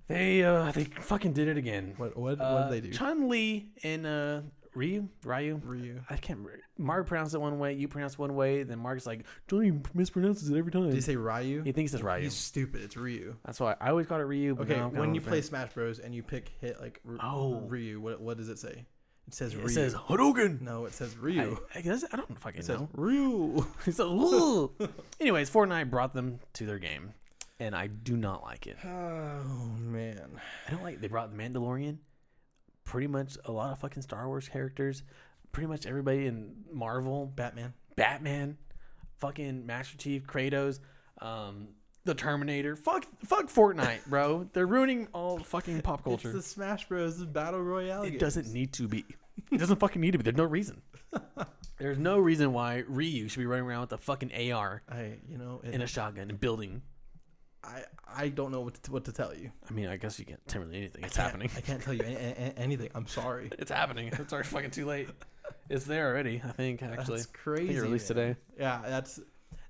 [SPEAKER 2] They uh, they fucking did it again.
[SPEAKER 1] What what
[SPEAKER 2] Uh,
[SPEAKER 1] what did they do?
[SPEAKER 2] Chun Li and uh, Ryu, Ryu.
[SPEAKER 1] Ryu.
[SPEAKER 2] I can't. remember. Mark pronounced it one way. You pronounced it one way. Then Mark's like, Johnny mispronounces it every time.
[SPEAKER 1] Did you say Ryu?
[SPEAKER 2] he thinks it's Ryu.
[SPEAKER 1] He's stupid. It's Ryu.
[SPEAKER 2] That's why I always called it Ryu. But
[SPEAKER 1] Okay,
[SPEAKER 2] now I'm kinda
[SPEAKER 1] when you
[SPEAKER 2] looking
[SPEAKER 1] play
[SPEAKER 2] at-
[SPEAKER 1] Smash Bros and you pick hit like R-
[SPEAKER 2] Oh.
[SPEAKER 1] Ryu, what what does it say? It says
[SPEAKER 2] it
[SPEAKER 1] Ryu.
[SPEAKER 2] says Hadouken.
[SPEAKER 1] no, it says
[SPEAKER 2] I,
[SPEAKER 1] Ryu.
[SPEAKER 2] I guess I don't fucking
[SPEAKER 1] it says
[SPEAKER 2] know.
[SPEAKER 1] Ryu.
[SPEAKER 2] It's a little. Anyways, Fortnite brought them to their game, and I do not like it.
[SPEAKER 1] Oh man.
[SPEAKER 2] I don't like. They brought the Mandalorian, pretty much a lot of fucking Star Wars characters, pretty much everybody in Marvel.
[SPEAKER 1] Batman.
[SPEAKER 2] Batman, fucking Master Chief, Kratos, um, the Terminator. Fuck, fuck Fortnite, bro. They're ruining all fucking pop culture.
[SPEAKER 1] It's the Smash Bros battle royale.
[SPEAKER 2] it
[SPEAKER 1] game.
[SPEAKER 2] doesn't need to be. It doesn't fucking need to be. There's no reason. There's no reason why Ryu should be running around with a fucking AR
[SPEAKER 1] I you know it,
[SPEAKER 2] and a shotgun and building.
[SPEAKER 1] I I don't know what to, what to tell you.
[SPEAKER 2] I mean, I guess you can't tell really anything. It's
[SPEAKER 1] Can't-
[SPEAKER 2] happening.
[SPEAKER 1] I can't tell you any, any- anything. I'm sorry.
[SPEAKER 2] It's happening. It's already fucking too late. It's there already. I think actually.
[SPEAKER 1] that's crazy.
[SPEAKER 2] it released
[SPEAKER 1] man.
[SPEAKER 2] today.
[SPEAKER 1] Yeah, that's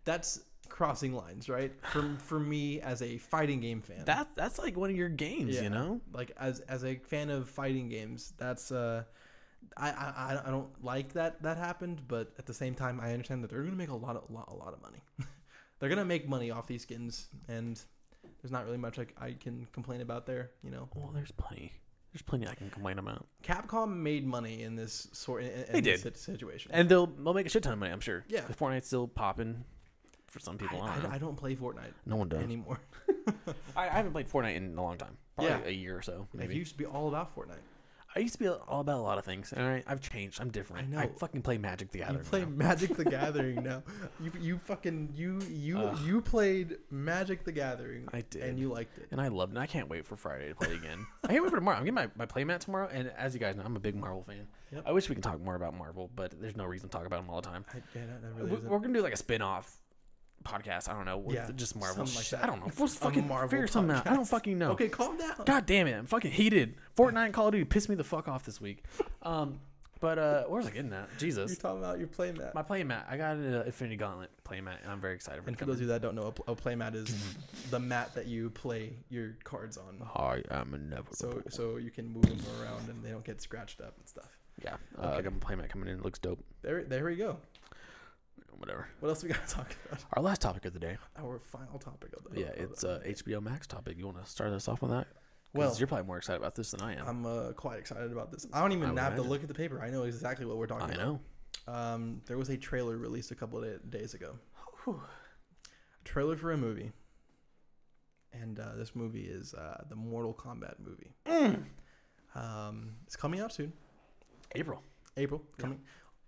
[SPEAKER 1] that's crossing lines, right? For for me as a fighting game fan.
[SPEAKER 2] That that's like one of your games,
[SPEAKER 1] Yeah.
[SPEAKER 2] you know.
[SPEAKER 1] like as as a fan of fighting games, that's uh I, I, I- I don't like that that happened, but at the same time, I understand that they're gonna make a lot of lot, a lot of money. they're gonna make money off these skins, and there's not really much I, I can complain about there. You know,
[SPEAKER 2] Well, there's plenty. There's plenty I can complain about.
[SPEAKER 1] Capcom made money in this sort in, in
[SPEAKER 2] They
[SPEAKER 1] this
[SPEAKER 2] did.
[SPEAKER 1] sit- situation.
[SPEAKER 2] And they'll they'll make a shit ton of money, I'm sure.
[SPEAKER 1] Yeah.
[SPEAKER 2] The Fortnite's still popping for some
[SPEAKER 1] I,
[SPEAKER 2] people. I, don't know.
[SPEAKER 1] I, I don't play Fortnite
[SPEAKER 2] no one does.
[SPEAKER 1] anymore.
[SPEAKER 2] I, I haven't played Fortnite in a long time. Probably
[SPEAKER 1] Yeah.
[SPEAKER 2] a year or so.
[SPEAKER 1] Like,
[SPEAKER 2] Maybe.
[SPEAKER 1] it used to be all about Fortnite.
[SPEAKER 2] I used to be all about a lot of things. All right. I've changed. I'm different. I
[SPEAKER 1] I
[SPEAKER 2] know.
[SPEAKER 1] know.
[SPEAKER 2] I fucking play Magic the
[SPEAKER 1] You
[SPEAKER 2] Gathering.
[SPEAKER 1] play
[SPEAKER 2] now.
[SPEAKER 1] Magic the Gathering now. You you fucking you you
[SPEAKER 2] Ugh.
[SPEAKER 1] you played Magic the Gathering.
[SPEAKER 2] I did.
[SPEAKER 1] and you liked it.
[SPEAKER 2] and I loved it. I can't wait for Friday to play again. I can't wait for tomorrow. I'm getting my, my playmat tomorrow. And as you guys know, I'm a big Marvel fan.
[SPEAKER 1] Yep.
[SPEAKER 2] I wish we could talk more about Marvel, but there's no reason to talk about them all the time.
[SPEAKER 1] I, yeah, that, that
[SPEAKER 2] We-
[SPEAKER 1] really
[SPEAKER 2] We're,
[SPEAKER 1] isn't.
[SPEAKER 2] going to do like a spin off podcast. I don't know. with
[SPEAKER 1] Yeah,
[SPEAKER 2] Just Marvel.
[SPEAKER 1] something like
[SPEAKER 2] shit. I
[SPEAKER 1] that.
[SPEAKER 2] don't know. We'll
[SPEAKER 1] A
[SPEAKER 2] fucking
[SPEAKER 1] Marvel
[SPEAKER 2] figure something out. I don't
[SPEAKER 1] podcast.
[SPEAKER 2] fucking know.
[SPEAKER 1] Okay, calm down.
[SPEAKER 2] God damn it, I'm fucking heated. Fortnite and Call of Duty pissed me the fuck off this week. Um, but uh, where was I getting at?
[SPEAKER 1] You're
[SPEAKER 2] Jesus,
[SPEAKER 1] talking about your playmat.
[SPEAKER 2] my playmat. I got an Infinity Gauntlet playmat, and I'm very excited for
[SPEAKER 1] and
[SPEAKER 2] it.
[SPEAKER 1] for those of you that don't know, a, pl- a playmat is the mat that you play your cards on.
[SPEAKER 2] I am inevitable.
[SPEAKER 1] So so you can move them around and they don't get scratched up and stuff.
[SPEAKER 2] yeah, uh, I got my playmat coming in. It looks dope.
[SPEAKER 1] There there we go.
[SPEAKER 2] Whatever.
[SPEAKER 1] What else we gotta talk about?
[SPEAKER 2] Our last topic of the day.
[SPEAKER 1] Our final topic of the
[SPEAKER 2] Yeah, it's uh, HBO Max topic. You want to start us off on that? 'Cause
[SPEAKER 1] oh. Well-
[SPEAKER 2] you're probably more excited about this than I am.
[SPEAKER 1] I'm uh, quite excited about this. I don't even
[SPEAKER 2] I would
[SPEAKER 1] have
[SPEAKER 2] imagine.
[SPEAKER 1] to look at the paper. I know exactly what we're talking
[SPEAKER 2] I
[SPEAKER 1] about.
[SPEAKER 2] know.
[SPEAKER 1] Um, there was a trailer released a couple of da- days ago. trailer for a movie, and uh, this movie is uh, the Mortal Kombat movie.
[SPEAKER 2] Mm.
[SPEAKER 1] Um, it's coming out soon,
[SPEAKER 2] April.
[SPEAKER 1] April coming.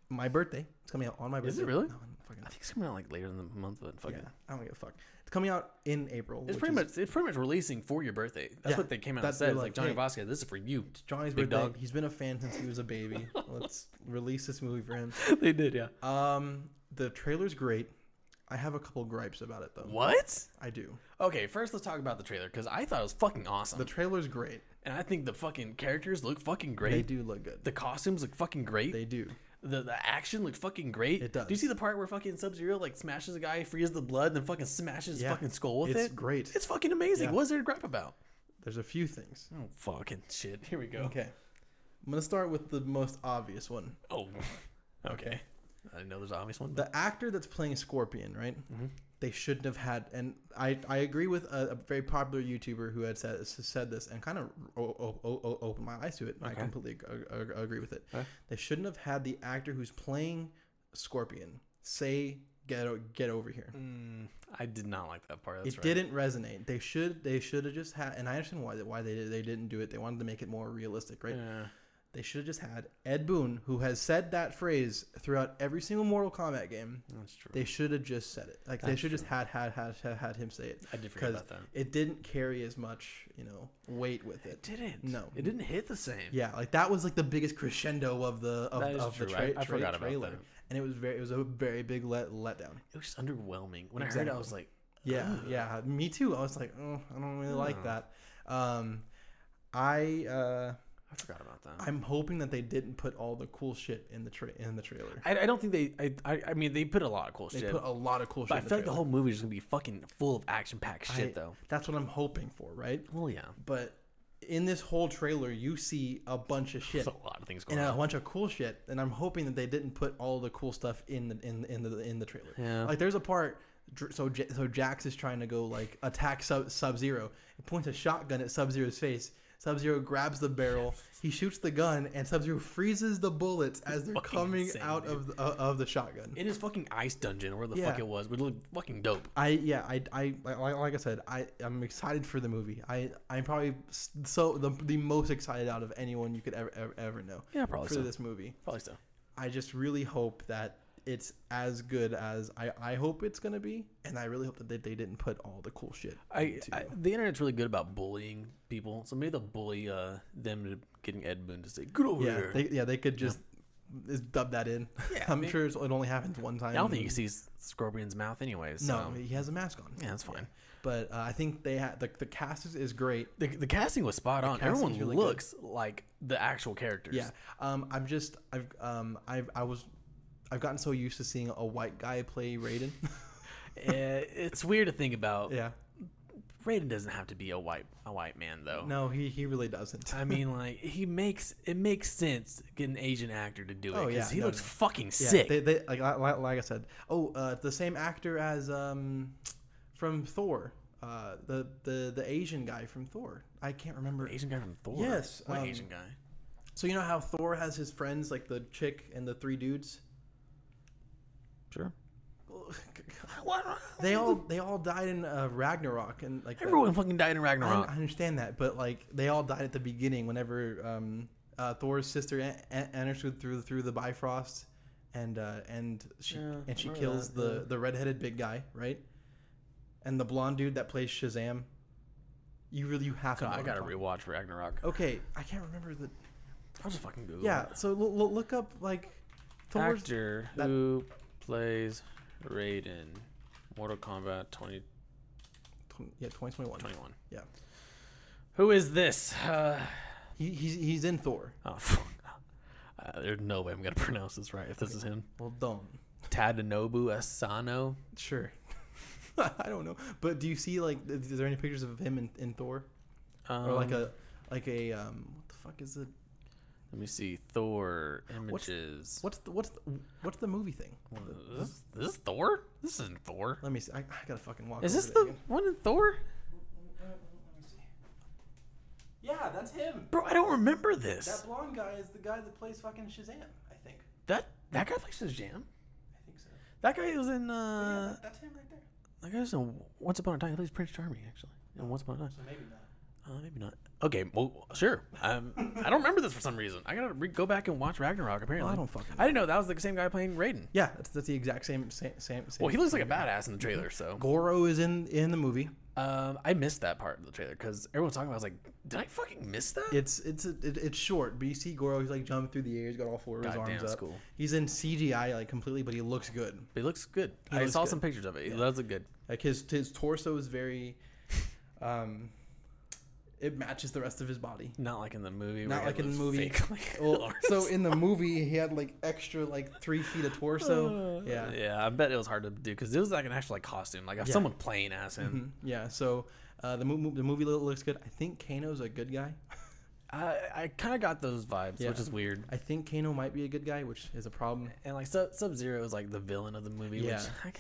[SPEAKER 1] my birthday. It's coming out on my birthday.
[SPEAKER 2] it really?
[SPEAKER 1] No, I'm fucking,
[SPEAKER 2] I think it's coming out like later in the month, but fuck
[SPEAKER 1] yeah,
[SPEAKER 2] it.
[SPEAKER 1] I don't give a fuck. It's coming out in April.
[SPEAKER 2] It's
[SPEAKER 1] which
[SPEAKER 2] pretty
[SPEAKER 1] is
[SPEAKER 2] much it's pretty much releasing for your birthday. That's
[SPEAKER 1] Yeah.
[SPEAKER 2] what they came out and
[SPEAKER 1] That's-
[SPEAKER 2] said.
[SPEAKER 1] they're
[SPEAKER 2] It's like,
[SPEAKER 1] like,
[SPEAKER 2] Johnny
[SPEAKER 1] hey.
[SPEAKER 2] Vasquez, this is for you.
[SPEAKER 1] Johnny's
[SPEAKER 2] Big
[SPEAKER 1] birthday.
[SPEAKER 2] dog.
[SPEAKER 1] He's been a fan since he was a baby. Let's release this movie for him.
[SPEAKER 2] they did, yeah.
[SPEAKER 1] Um, the trailer's great. I have a couple gripes about it though.
[SPEAKER 2] What?
[SPEAKER 1] I do.
[SPEAKER 2] Okay, first let's talk about the trailer because I thought it was fucking awesome,
[SPEAKER 1] The trailer's great.
[SPEAKER 2] and I think the fucking characters look fucking
[SPEAKER 1] They
[SPEAKER 2] great.
[SPEAKER 1] do look good.
[SPEAKER 2] The costumes look fucking great.
[SPEAKER 1] They do.
[SPEAKER 2] the the action looked fucking great.
[SPEAKER 1] It does.
[SPEAKER 2] Do you see the part where fucking Sub Zero like smashes a guy, frees the blood, and then fucking smashes his
[SPEAKER 1] Yeah.
[SPEAKER 2] fucking skull with
[SPEAKER 1] It's
[SPEAKER 2] it?
[SPEAKER 1] great.
[SPEAKER 2] It's fucking amazing.
[SPEAKER 1] Yeah.
[SPEAKER 2] What's there to gripe about?
[SPEAKER 1] There's a few things.
[SPEAKER 2] Oh fucking shit. Here we go.
[SPEAKER 1] Okay. I'm gonna start with the most obvious one.
[SPEAKER 2] Oh. Okay. I know there's an obvious one. But
[SPEAKER 1] The actor that's playing Scorpion, right?
[SPEAKER 2] Mm-hmm.
[SPEAKER 1] They shouldn't have had, and I, I agree with a, a very popular YouTuber who had said said this and kind of o- o- o- opened my eyes to it. I
[SPEAKER 2] Okay.
[SPEAKER 1] completely ag- ag- ag- agree with it.
[SPEAKER 2] Okay.
[SPEAKER 1] They shouldn't have had the actor who's playing Scorpion say get o- get over here.
[SPEAKER 2] Mm, I did not like that part. That's
[SPEAKER 1] it
[SPEAKER 2] right.
[SPEAKER 1] didn't resonate. They should they should have just had, and I understand why they- why they did- they didn't do it. They wanted to make it more realistic, right?
[SPEAKER 2] Yeah.
[SPEAKER 1] They should have just had Ed Boon, who has said that phrase throughout every single Mortal Kombat game.
[SPEAKER 2] that's true.
[SPEAKER 1] They should have just said it. Like they
[SPEAKER 2] That's
[SPEAKER 1] should just had had had had had him say it.
[SPEAKER 2] I did forget
[SPEAKER 1] Because
[SPEAKER 2] about that.
[SPEAKER 1] it didn't carry as much, you know, weight with
[SPEAKER 2] It
[SPEAKER 1] it.
[SPEAKER 2] didn't.
[SPEAKER 1] No.
[SPEAKER 2] It didn't hit the same.
[SPEAKER 1] Yeah, like that was like the biggest crescendo of the of,
[SPEAKER 2] That is
[SPEAKER 1] of the
[SPEAKER 2] true. I-
[SPEAKER 1] tra-
[SPEAKER 2] I
[SPEAKER 1] tra-
[SPEAKER 2] forgot about
[SPEAKER 1] trailer,
[SPEAKER 2] that.
[SPEAKER 1] and it was very it was a very big let letdown.
[SPEAKER 2] It was just underwhelming. When I heard it, I
[SPEAKER 1] Exactly.
[SPEAKER 2] was like,
[SPEAKER 1] Yeah,
[SPEAKER 2] Ugh.
[SPEAKER 1] yeah, me too. I was like, oh, I don't really like that. Um, I uh,
[SPEAKER 2] I forgot about that.
[SPEAKER 1] I'm hoping that they didn't put all the cool shit in the tra- in the trailer.
[SPEAKER 2] I, I don't think they. I, I I mean, they put a lot of cool
[SPEAKER 1] They
[SPEAKER 2] shit.
[SPEAKER 1] put a lot of cool shit.
[SPEAKER 2] but I
[SPEAKER 1] in the
[SPEAKER 2] feel like the
[SPEAKER 1] trailer.
[SPEAKER 2] whole movie is gonna be fucking full of action packed shit,
[SPEAKER 1] I-
[SPEAKER 2] though.
[SPEAKER 1] That's what I'm hoping for, right?
[SPEAKER 2] Well, yeah,
[SPEAKER 1] But in this whole trailer, you see a bunch of shit
[SPEAKER 2] there's a lot of things going
[SPEAKER 1] and a
[SPEAKER 2] on.
[SPEAKER 1] bunch of cool shit, and I'm hoping that they didn't put all the cool stuff in the in in the in the trailer.
[SPEAKER 2] Yeah.
[SPEAKER 1] Like there's a part. Dr- So J- so Jax is trying to go like attack Sub Sub Zero. He points a shotgun at Sub Zero's face. Sub Zero grabs the barrel. He shoots the gun, and Sub Zero freezes the bullets as they're
[SPEAKER 2] Fucking
[SPEAKER 1] coming
[SPEAKER 2] insane,
[SPEAKER 1] out of the, uh, of the shotgun.
[SPEAKER 2] It is fucking Ice Dungeon, or where the fuck
[SPEAKER 1] Yeah.
[SPEAKER 2] it was, but it looked fucking dope.
[SPEAKER 1] I yeah I I like, like like I said I I'm excited for the movie I I'm probably s- so the, the most excited out of anyone you could ever ever, ever know
[SPEAKER 2] Yeah, probably
[SPEAKER 1] for
[SPEAKER 2] so.
[SPEAKER 1] this movie
[SPEAKER 2] Probably so.
[SPEAKER 1] I just really hope that it's as good as I I hope it's gonna be and I really hope that they, they didn't put all the cool shit
[SPEAKER 2] I,
[SPEAKER 1] into-
[SPEAKER 2] I the internet's really good about bullying people, so maybe they'll bully uh, them to getting Ed Boon to say "Get over
[SPEAKER 1] yeah
[SPEAKER 2] here."
[SPEAKER 1] they, yeah they could just just dub that in
[SPEAKER 2] Yeah,
[SPEAKER 1] I'm
[SPEAKER 2] they-
[SPEAKER 1] sure it's, it only happens one time
[SPEAKER 2] I don't think you can see S- Scorpion's mouth, anyways.
[SPEAKER 1] no
[SPEAKER 2] So.
[SPEAKER 1] he has a mask on
[SPEAKER 2] Yeah, that's fine.
[SPEAKER 1] but uh, I think they had the the cast is, is great
[SPEAKER 2] The, the casting was spot on.
[SPEAKER 1] casting's
[SPEAKER 2] Everyone
[SPEAKER 1] really good.
[SPEAKER 2] looks like the actual characters.
[SPEAKER 1] Yeah. Um, I'm just I've um I've I was I've gotten so used to seeing a white guy play Raiden.
[SPEAKER 2] Eh, it's weird to think about.
[SPEAKER 1] yeah.
[SPEAKER 2] Raiden doesn't have to be a white a white man though.
[SPEAKER 1] No, he he really doesn't.
[SPEAKER 2] Oh. I mean, like he makes it makes sense to get an Asian actor to do it
[SPEAKER 1] Oh,
[SPEAKER 2] because
[SPEAKER 1] yeah,
[SPEAKER 2] he
[SPEAKER 1] no,
[SPEAKER 2] looks
[SPEAKER 1] no.
[SPEAKER 2] fucking
[SPEAKER 1] Yeah,
[SPEAKER 2] sick.
[SPEAKER 1] They, they like, like like I said. Oh, uh, the same actor as um from Thor. Uh, the the the Asian guy from Thor. I can't remember.
[SPEAKER 2] Asian guy from Thor.
[SPEAKER 1] Yes,
[SPEAKER 2] what
[SPEAKER 1] um,
[SPEAKER 2] Asian guy?
[SPEAKER 1] So you know how Thor has his friends like the chick and the three dudes.
[SPEAKER 2] Sure. What?
[SPEAKER 1] They all they all died in uh, Ragnarok and like the-
[SPEAKER 2] Everyone fucking died in
[SPEAKER 1] I,
[SPEAKER 2] Ragnarok.
[SPEAKER 1] I understand that, but like they all died at the beginning whenever um, uh, Thor's sister en- en- enters through- through through the Bifrost, and uh, and she
[SPEAKER 2] Yeah,
[SPEAKER 1] and she
[SPEAKER 2] remember
[SPEAKER 1] kills
[SPEAKER 2] that,
[SPEAKER 1] the
[SPEAKER 2] yeah.
[SPEAKER 1] the redheaded big guy, right? And the blonde dude that plays Shazam. You really you have to.
[SPEAKER 2] God,
[SPEAKER 1] know
[SPEAKER 2] I
[SPEAKER 1] what I'm
[SPEAKER 2] gotta
[SPEAKER 1] talking-
[SPEAKER 2] rewatch Ragnarok.
[SPEAKER 1] Okay, I can't remember the.
[SPEAKER 2] Oh, I'll just fucking Google.
[SPEAKER 1] Yeah,
[SPEAKER 2] it.
[SPEAKER 1] so l- l- look up like Thor's.
[SPEAKER 2] actor
[SPEAKER 1] that-
[SPEAKER 2] who plays Raiden, Mortal Kombat 20,
[SPEAKER 1] tw- Yeah, twenty twenty one.
[SPEAKER 2] 21.
[SPEAKER 1] Yeah,
[SPEAKER 2] Who is this? Uh,
[SPEAKER 1] he, he's he's in Thor.
[SPEAKER 2] oh, fuck. Uh, there's no way I'm gonna pronounce this right if this is him.
[SPEAKER 1] Well, don't.
[SPEAKER 2] Tadanobu Asano.
[SPEAKER 1] Sure. I don't know, but do you see like th- is there any pictures of him in, in Thor?
[SPEAKER 2] Um,
[SPEAKER 1] or like a like a um what the fuck is it
[SPEAKER 2] Let me see. Thor
[SPEAKER 1] What's-
[SPEAKER 2] images.
[SPEAKER 1] what's the what's the, what's the movie thing
[SPEAKER 2] Is this, this is Thor? This isn't Thor.
[SPEAKER 1] let me see i, I gotta fucking walk
[SPEAKER 2] Is
[SPEAKER 1] over
[SPEAKER 2] this
[SPEAKER 1] it
[SPEAKER 2] the
[SPEAKER 1] again.
[SPEAKER 2] one in Thor?
[SPEAKER 1] yeah that's him
[SPEAKER 2] Bro, I don't remember this.
[SPEAKER 1] that blonde guy is the guy that plays fucking shazam i think
[SPEAKER 2] That that guy plays his jam.
[SPEAKER 1] i think so
[SPEAKER 2] That guy was in.
[SPEAKER 1] Oh, yeah,
[SPEAKER 2] uh
[SPEAKER 1] that, that's him right there
[SPEAKER 2] That guy was in Once Upon a Time. He plays Prince Charming actually. And Once Upon a Time.
[SPEAKER 1] so maybe not
[SPEAKER 2] Uh, maybe not. Okay, well, sure. Um, I don't remember this for some reason. I gotta re- go back and watch Ragnarok. Apparently,
[SPEAKER 1] I don't fucking
[SPEAKER 2] I didn't know that was the same guy playing Raiden.
[SPEAKER 1] Yeah, that's, that's the exact same same same. same.
[SPEAKER 2] Well, he looks like a badass in the trailer, so
[SPEAKER 1] Goro is in in the movie.
[SPEAKER 2] um, I missed that part of the trailer because everyone's talking about. it. I was like, did I fucking miss that?
[SPEAKER 1] It's it's it, it's short, but you see Goro. He's like jumping through the air. He's got all four of his
[SPEAKER 2] Goddamn,
[SPEAKER 1] arms
[SPEAKER 2] it's
[SPEAKER 1] up.
[SPEAKER 2] cool.
[SPEAKER 1] He's in CGI like completely, but he looks good.
[SPEAKER 2] But it looks good. I
[SPEAKER 1] looks
[SPEAKER 2] saw
[SPEAKER 1] good.
[SPEAKER 2] some pictures of it. It does look good.
[SPEAKER 1] Like his his torso is very, um, it matches the rest of his body.
[SPEAKER 2] Not like in the movie. where
[SPEAKER 1] Not
[SPEAKER 2] he
[SPEAKER 1] like
[SPEAKER 2] had
[SPEAKER 1] in the
[SPEAKER 2] those
[SPEAKER 1] movie.
[SPEAKER 2] fake, like,
[SPEAKER 1] Well,
[SPEAKER 2] arms.
[SPEAKER 1] so in the movie, he had like extra like three feet of torso.
[SPEAKER 2] Uh,
[SPEAKER 1] Yeah,
[SPEAKER 2] yeah. I bet it was hard to do because it was like an actual like costume, like if someone playing as him.
[SPEAKER 1] Mhm. yeah. So uh, the mo- the movie lo- looks good. I think Kano's a good guy.
[SPEAKER 2] I, I kind of got those vibes,
[SPEAKER 1] Mm-hmm. Yeah.
[SPEAKER 2] which is weird.
[SPEAKER 1] I think Kano might be a good guy, which is a problem.
[SPEAKER 2] And like Sub Sub Zero is like the villain of the movie.
[SPEAKER 1] Yeah.
[SPEAKER 2] Which I,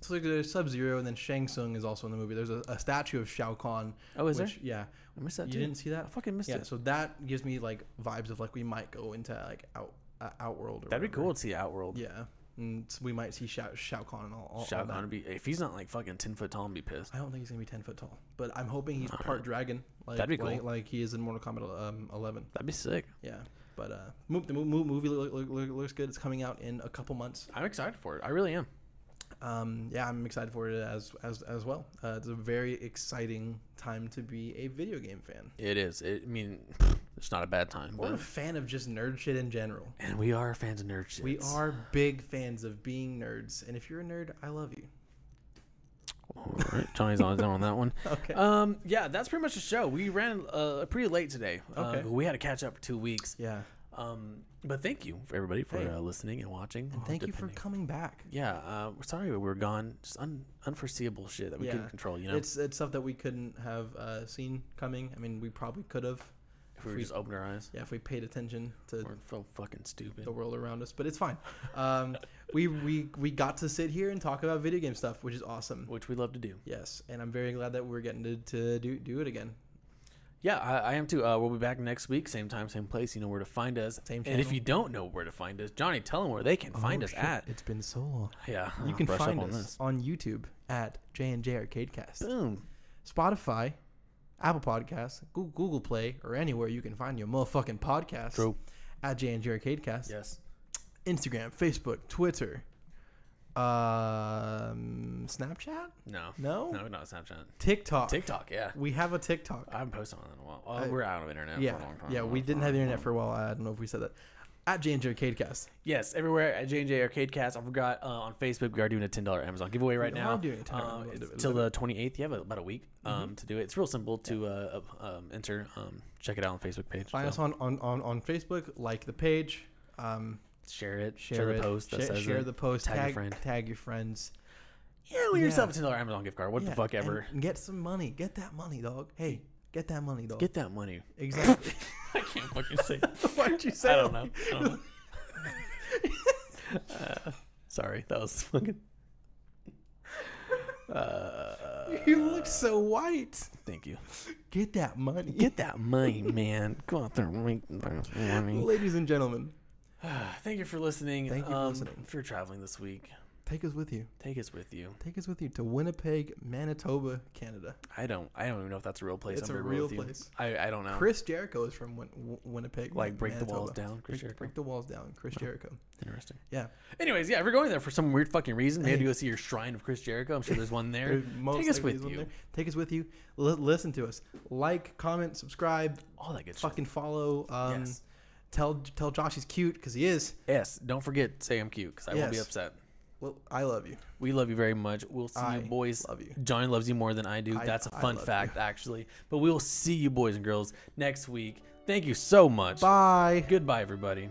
[SPEAKER 1] So like, there's Sub Zero, and then Shang Tsung is also in the movie. There's a, a statue of Shao Kahn.
[SPEAKER 2] oh, is
[SPEAKER 1] which,
[SPEAKER 2] there?
[SPEAKER 1] Yeah,
[SPEAKER 2] I missed that.
[SPEAKER 1] you
[SPEAKER 2] too.
[SPEAKER 1] didn't see
[SPEAKER 2] I
[SPEAKER 1] that.
[SPEAKER 2] fucking missed
[SPEAKER 1] Yeah,
[SPEAKER 2] it.
[SPEAKER 1] so that gives me like vibes of like we might go into like out uh, Outworld. Or
[SPEAKER 2] That'd be
[SPEAKER 1] whatever.
[SPEAKER 2] cool to see Outworld.
[SPEAKER 1] Yeah, and so we might see Shao, Shao Kahn and all. all,
[SPEAKER 2] Shao
[SPEAKER 1] all that.
[SPEAKER 2] Kahn would be if he's not like fucking ten foot tall, I'd be pissed.
[SPEAKER 1] I don't think he's gonna be ten foot tall, but I'm hoping he's part dragon. Like,
[SPEAKER 2] That'd be cool.
[SPEAKER 1] Like, like he is in Mortal Kombat um, 11.
[SPEAKER 2] That'd be sick.
[SPEAKER 1] Yeah, but uh, mo- the mo- mo- movie look, look, look, looks good. It's coming out in a couple months.
[SPEAKER 2] I'm excited for it. I really am.
[SPEAKER 1] Um, yeah, I'm excited for it as as as well. Uh, it's a very exciting time to be a video game fan
[SPEAKER 2] It is. It, I mean, it's not a bad time.
[SPEAKER 1] or a
[SPEAKER 2] But,
[SPEAKER 1] fan of just nerd shit in general.
[SPEAKER 2] and we are fans of nerd shit.
[SPEAKER 1] We are big fans of being nerds, and if you're a nerd, I love you.
[SPEAKER 2] All right, Johnny's on his own on that one.
[SPEAKER 1] Okay.
[SPEAKER 2] Um, yeah, that's pretty much the show. We ran uh, pretty late today.
[SPEAKER 1] Okay.
[SPEAKER 2] Uh, we had to catch up for two weeks.
[SPEAKER 1] Yeah,
[SPEAKER 2] Um, but thank you for everybody for
[SPEAKER 1] Hey.
[SPEAKER 2] uh, listening and watching. Well,
[SPEAKER 1] thank you for
[SPEAKER 2] depending-
[SPEAKER 1] coming back.
[SPEAKER 2] Yeah, uh, we're sorry we were gone. Just un- unforeseeable shit that we
[SPEAKER 1] Yeah.
[SPEAKER 2] couldn't control. You know,
[SPEAKER 1] It's it's stuff that we couldn't have uh, seen coming. I mean, we probably could have.
[SPEAKER 2] if we were
[SPEAKER 1] we-
[SPEAKER 2] just opened our eyes,
[SPEAKER 1] Yeah, if we paid attention to
[SPEAKER 2] we're so fucking stupid.
[SPEAKER 1] the world around us, but it's fine. Um, we we we got to sit here and talk about video game stuff, which is awesome.
[SPEAKER 2] Which we love to do.
[SPEAKER 1] Yes, and I'm very glad that we're getting to, to do do it again.
[SPEAKER 2] Yeah, I, I am too. Uh, we'll be back next week, same time, same place. You know where to find us.
[SPEAKER 1] Same
[SPEAKER 2] And if
[SPEAKER 1] channel.
[SPEAKER 2] you don't know where to find us, Johnny, tell them where they can find
[SPEAKER 1] Oh,
[SPEAKER 2] us
[SPEAKER 1] shit,
[SPEAKER 2] at.
[SPEAKER 1] It's been so long.
[SPEAKER 2] Yeah,
[SPEAKER 1] You
[SPEAKER 2] I'll
[SPEAKER 1] can
[SPEAKER 2] brush up
[SPEAKER 1] find
[SPEAKER 2] on
[SPEAKER 1] us
[SPEAKER 2] this.
[SPEAKER 1] on YouTube at J and J Arcadecast,
[SPEAKER 2] Boom.
[SPEAKER 1] Spotify, Apple Podcasts, Goo- Google Play, or anywhere you can find your motherfucking podcast.
[SPEAKER 2] True.
[SPEAKER 1] At J and J Arcadecast,
[SPEAKER 2] Yes.
[SPEAKER 1] Instagram, Facebook, Twitter, um, Snapchat,
[SPEAKER 2] No.
[SPEAKER 1] No?
[SPEAKER 2] No, not Snapchat.
[SPEAKER 1] TikTok.
[SPEAKER 2] TikTok. Yeah.
[SPEAKER 1] We have a TikTok.
[SPEAKER 2] I haven't posted on that in a while. Oh, we're out of internet
[SPEAKER 1] Uh, Yeah,
[SPEAKER 2] for a long time. Uh,
[SPEAKER 1] yeah, we didn't have the internet for a while. I don't know if we said that. At J and J Arcadecast.
[SPEAKER 2] Yes, everywhere at J&J Arcade Cast. I forgot uh, on Facebook, we are doing a $10 Amazon giveaway right
[SPEAKER 1] We
[SPEAKER 2] now.
[SPEAKER 1] are doing a $10
[SPEAKER 2] Um,
[SPEAKER 1] Amazon
[SPEAKER 2] it's
[SPEAKER 1] giveaway. Mm-hmm.
[SPEAKER 2] till the 28th. You have about a week um, to do it. It's real simple to uh, uh, um, enter. Um, check it out on the Facebook page.
[SPEAKER 1] Find
[SPEAKER 2] So,
[SPEAKER 1] us on, on, on, on Facebook. Like the page. Um,
[SPEAKER 2] share it.
[SPEAKER 1] share,
[SPEAKER 2] Share, the
[SPEAKER 1] it,
[SPEAKER 2] post that
[SPEAKER 1] sha-
[SPEAKER 2] says
[SPEAKER 1] share
[SPEAKER 2] it.
[SPEAKER 1] the post.
[SPEAKER 2] Tag
[SPEAKER 1] Tag,
[SPEAKER 2] your
[SPEAKER 1] tag,
[SPEAKER 2] friend.
[SPEAKER 1] your friends.
[SPEAKER 2] Yeah, we
[SPEAKER 1] Yeah.
[SPEAKER 2] yourself a $10 Amazon gift card. What
[SPEAKER 1] Yeah,
[SPEAKER 2] the fuck
[SPEAKER 1] and
[SPEAKER 2] ever.
[SPEAKER 1] get some money. Get that money, dog. Hey, get that money, dog.
[SPEAKER 2] Get that money.
[SPEAKER 1] exactly.
[SPEAKER 2] I can't fucking say
[SPEAKER 1] Why'd you say?
[SPEAKER 2] I
[SPEAKER 1] it
[SPEAKER 2] don't know.
[SPEAKER 1] like-
[SPEAKER 2] I don't know. Uh, sorry, that was fucking. Uh,
[SPEAKER 1] You look so white.
[SPEAKER 2] thank you.
[SPEAKER 1] Get that money.
[SPEAKER 2] Get that money, man. Go out there and make that money.
[SPEAKER 1] Ladies and gentlemen,
[SPEAKER 2] Thank you for listening.
[SPEAKER 1] Thank you for
[SPEAKER 2] um,
[SPEAKER 1] listening.
[SPEAKER 2] If you're traveling this week,
[SPEAKER 1] take us with you.
[SPEAKER 2] take us with you.
[SPEAKER 1] Take us with you to Winnipeg, Manitoba, Canada.
[SPEAKER 2] I don't. I don't even know if that's a real place.
[SPEAKER 1] It's
[SPEAKER 2] I'm
[SPEAKER 1] a
[SPEAKER 2] gonna be real
[SPEAKER 1] real
[SPEAKER 2] with you.
[SPEAKER 1] place.
[SPEAKER 2] I, I don't know.
[SPEAKER 1] Chris Jericho is from Win- W- Winnipeg.
[SPEAKER 2] like break the walls
[SPEAKER 1] Manitoba.
[SPEAKER 2] down. Chris
[SPEAKER 1] break,
[SPEAKER 2] Jericho.
[SPEAKER 1] break the walls down. Chris Jericho.
[SPEAKER 2] Interesting.
[SPEAKER 1] Yeah.
[SPEAKER 2] Anyways, yeah, if you're going there for some weird fucking reason, maybe
[SPEAKER 1] Hey.
[SPEAKER 2] you go see your shrine of Chris Jericho. I'm sure there's one there.
[SPEAKER 1] There's most
[SPEAKER 2] take us
[SPEAKER 1] likely
[SPEAKER 2] with
[SPEAKER 1] one
[SPEAKER 2] you.
[SPEAKER 1] there. Take us with you. L- listen to us. Like, comment, subscribe,
[SPEAKER 2] All that good stuff.
[SPEAKER 1] fucking follow. Um,
[SPEAKER 2] Yes.
[SPEAKER 1] Tell tell Josh he's cute because he is.
[SPEAKER 2] Yes. Don't forget, say I'm cute because I won't be
[SPEAKER 1] Yes.
[SPEAKER 2] upset.
[SPEAKER 1] Well, I love you.
[SPEAKER 2] We love you very much. We'll see
[SPEAKER 1] I
[SPEAKER 2] you, boys.
[SPEAKER 1] love you.
[SPEAKER 2] Johnny loves you more than I do.
[SPEAKER 1] I-
[SPEAKER 2] That's a
[SPEAKER 1] I
[SPEAKER 2] fun
[SPEAKER 1] love
[SPEAKER 2] fact, actually. But we will see you, boys and girls, next week. Thank you so much.
[SPEAKER 1] Bye.
[SPEAKER 2] Goodbye, everybody.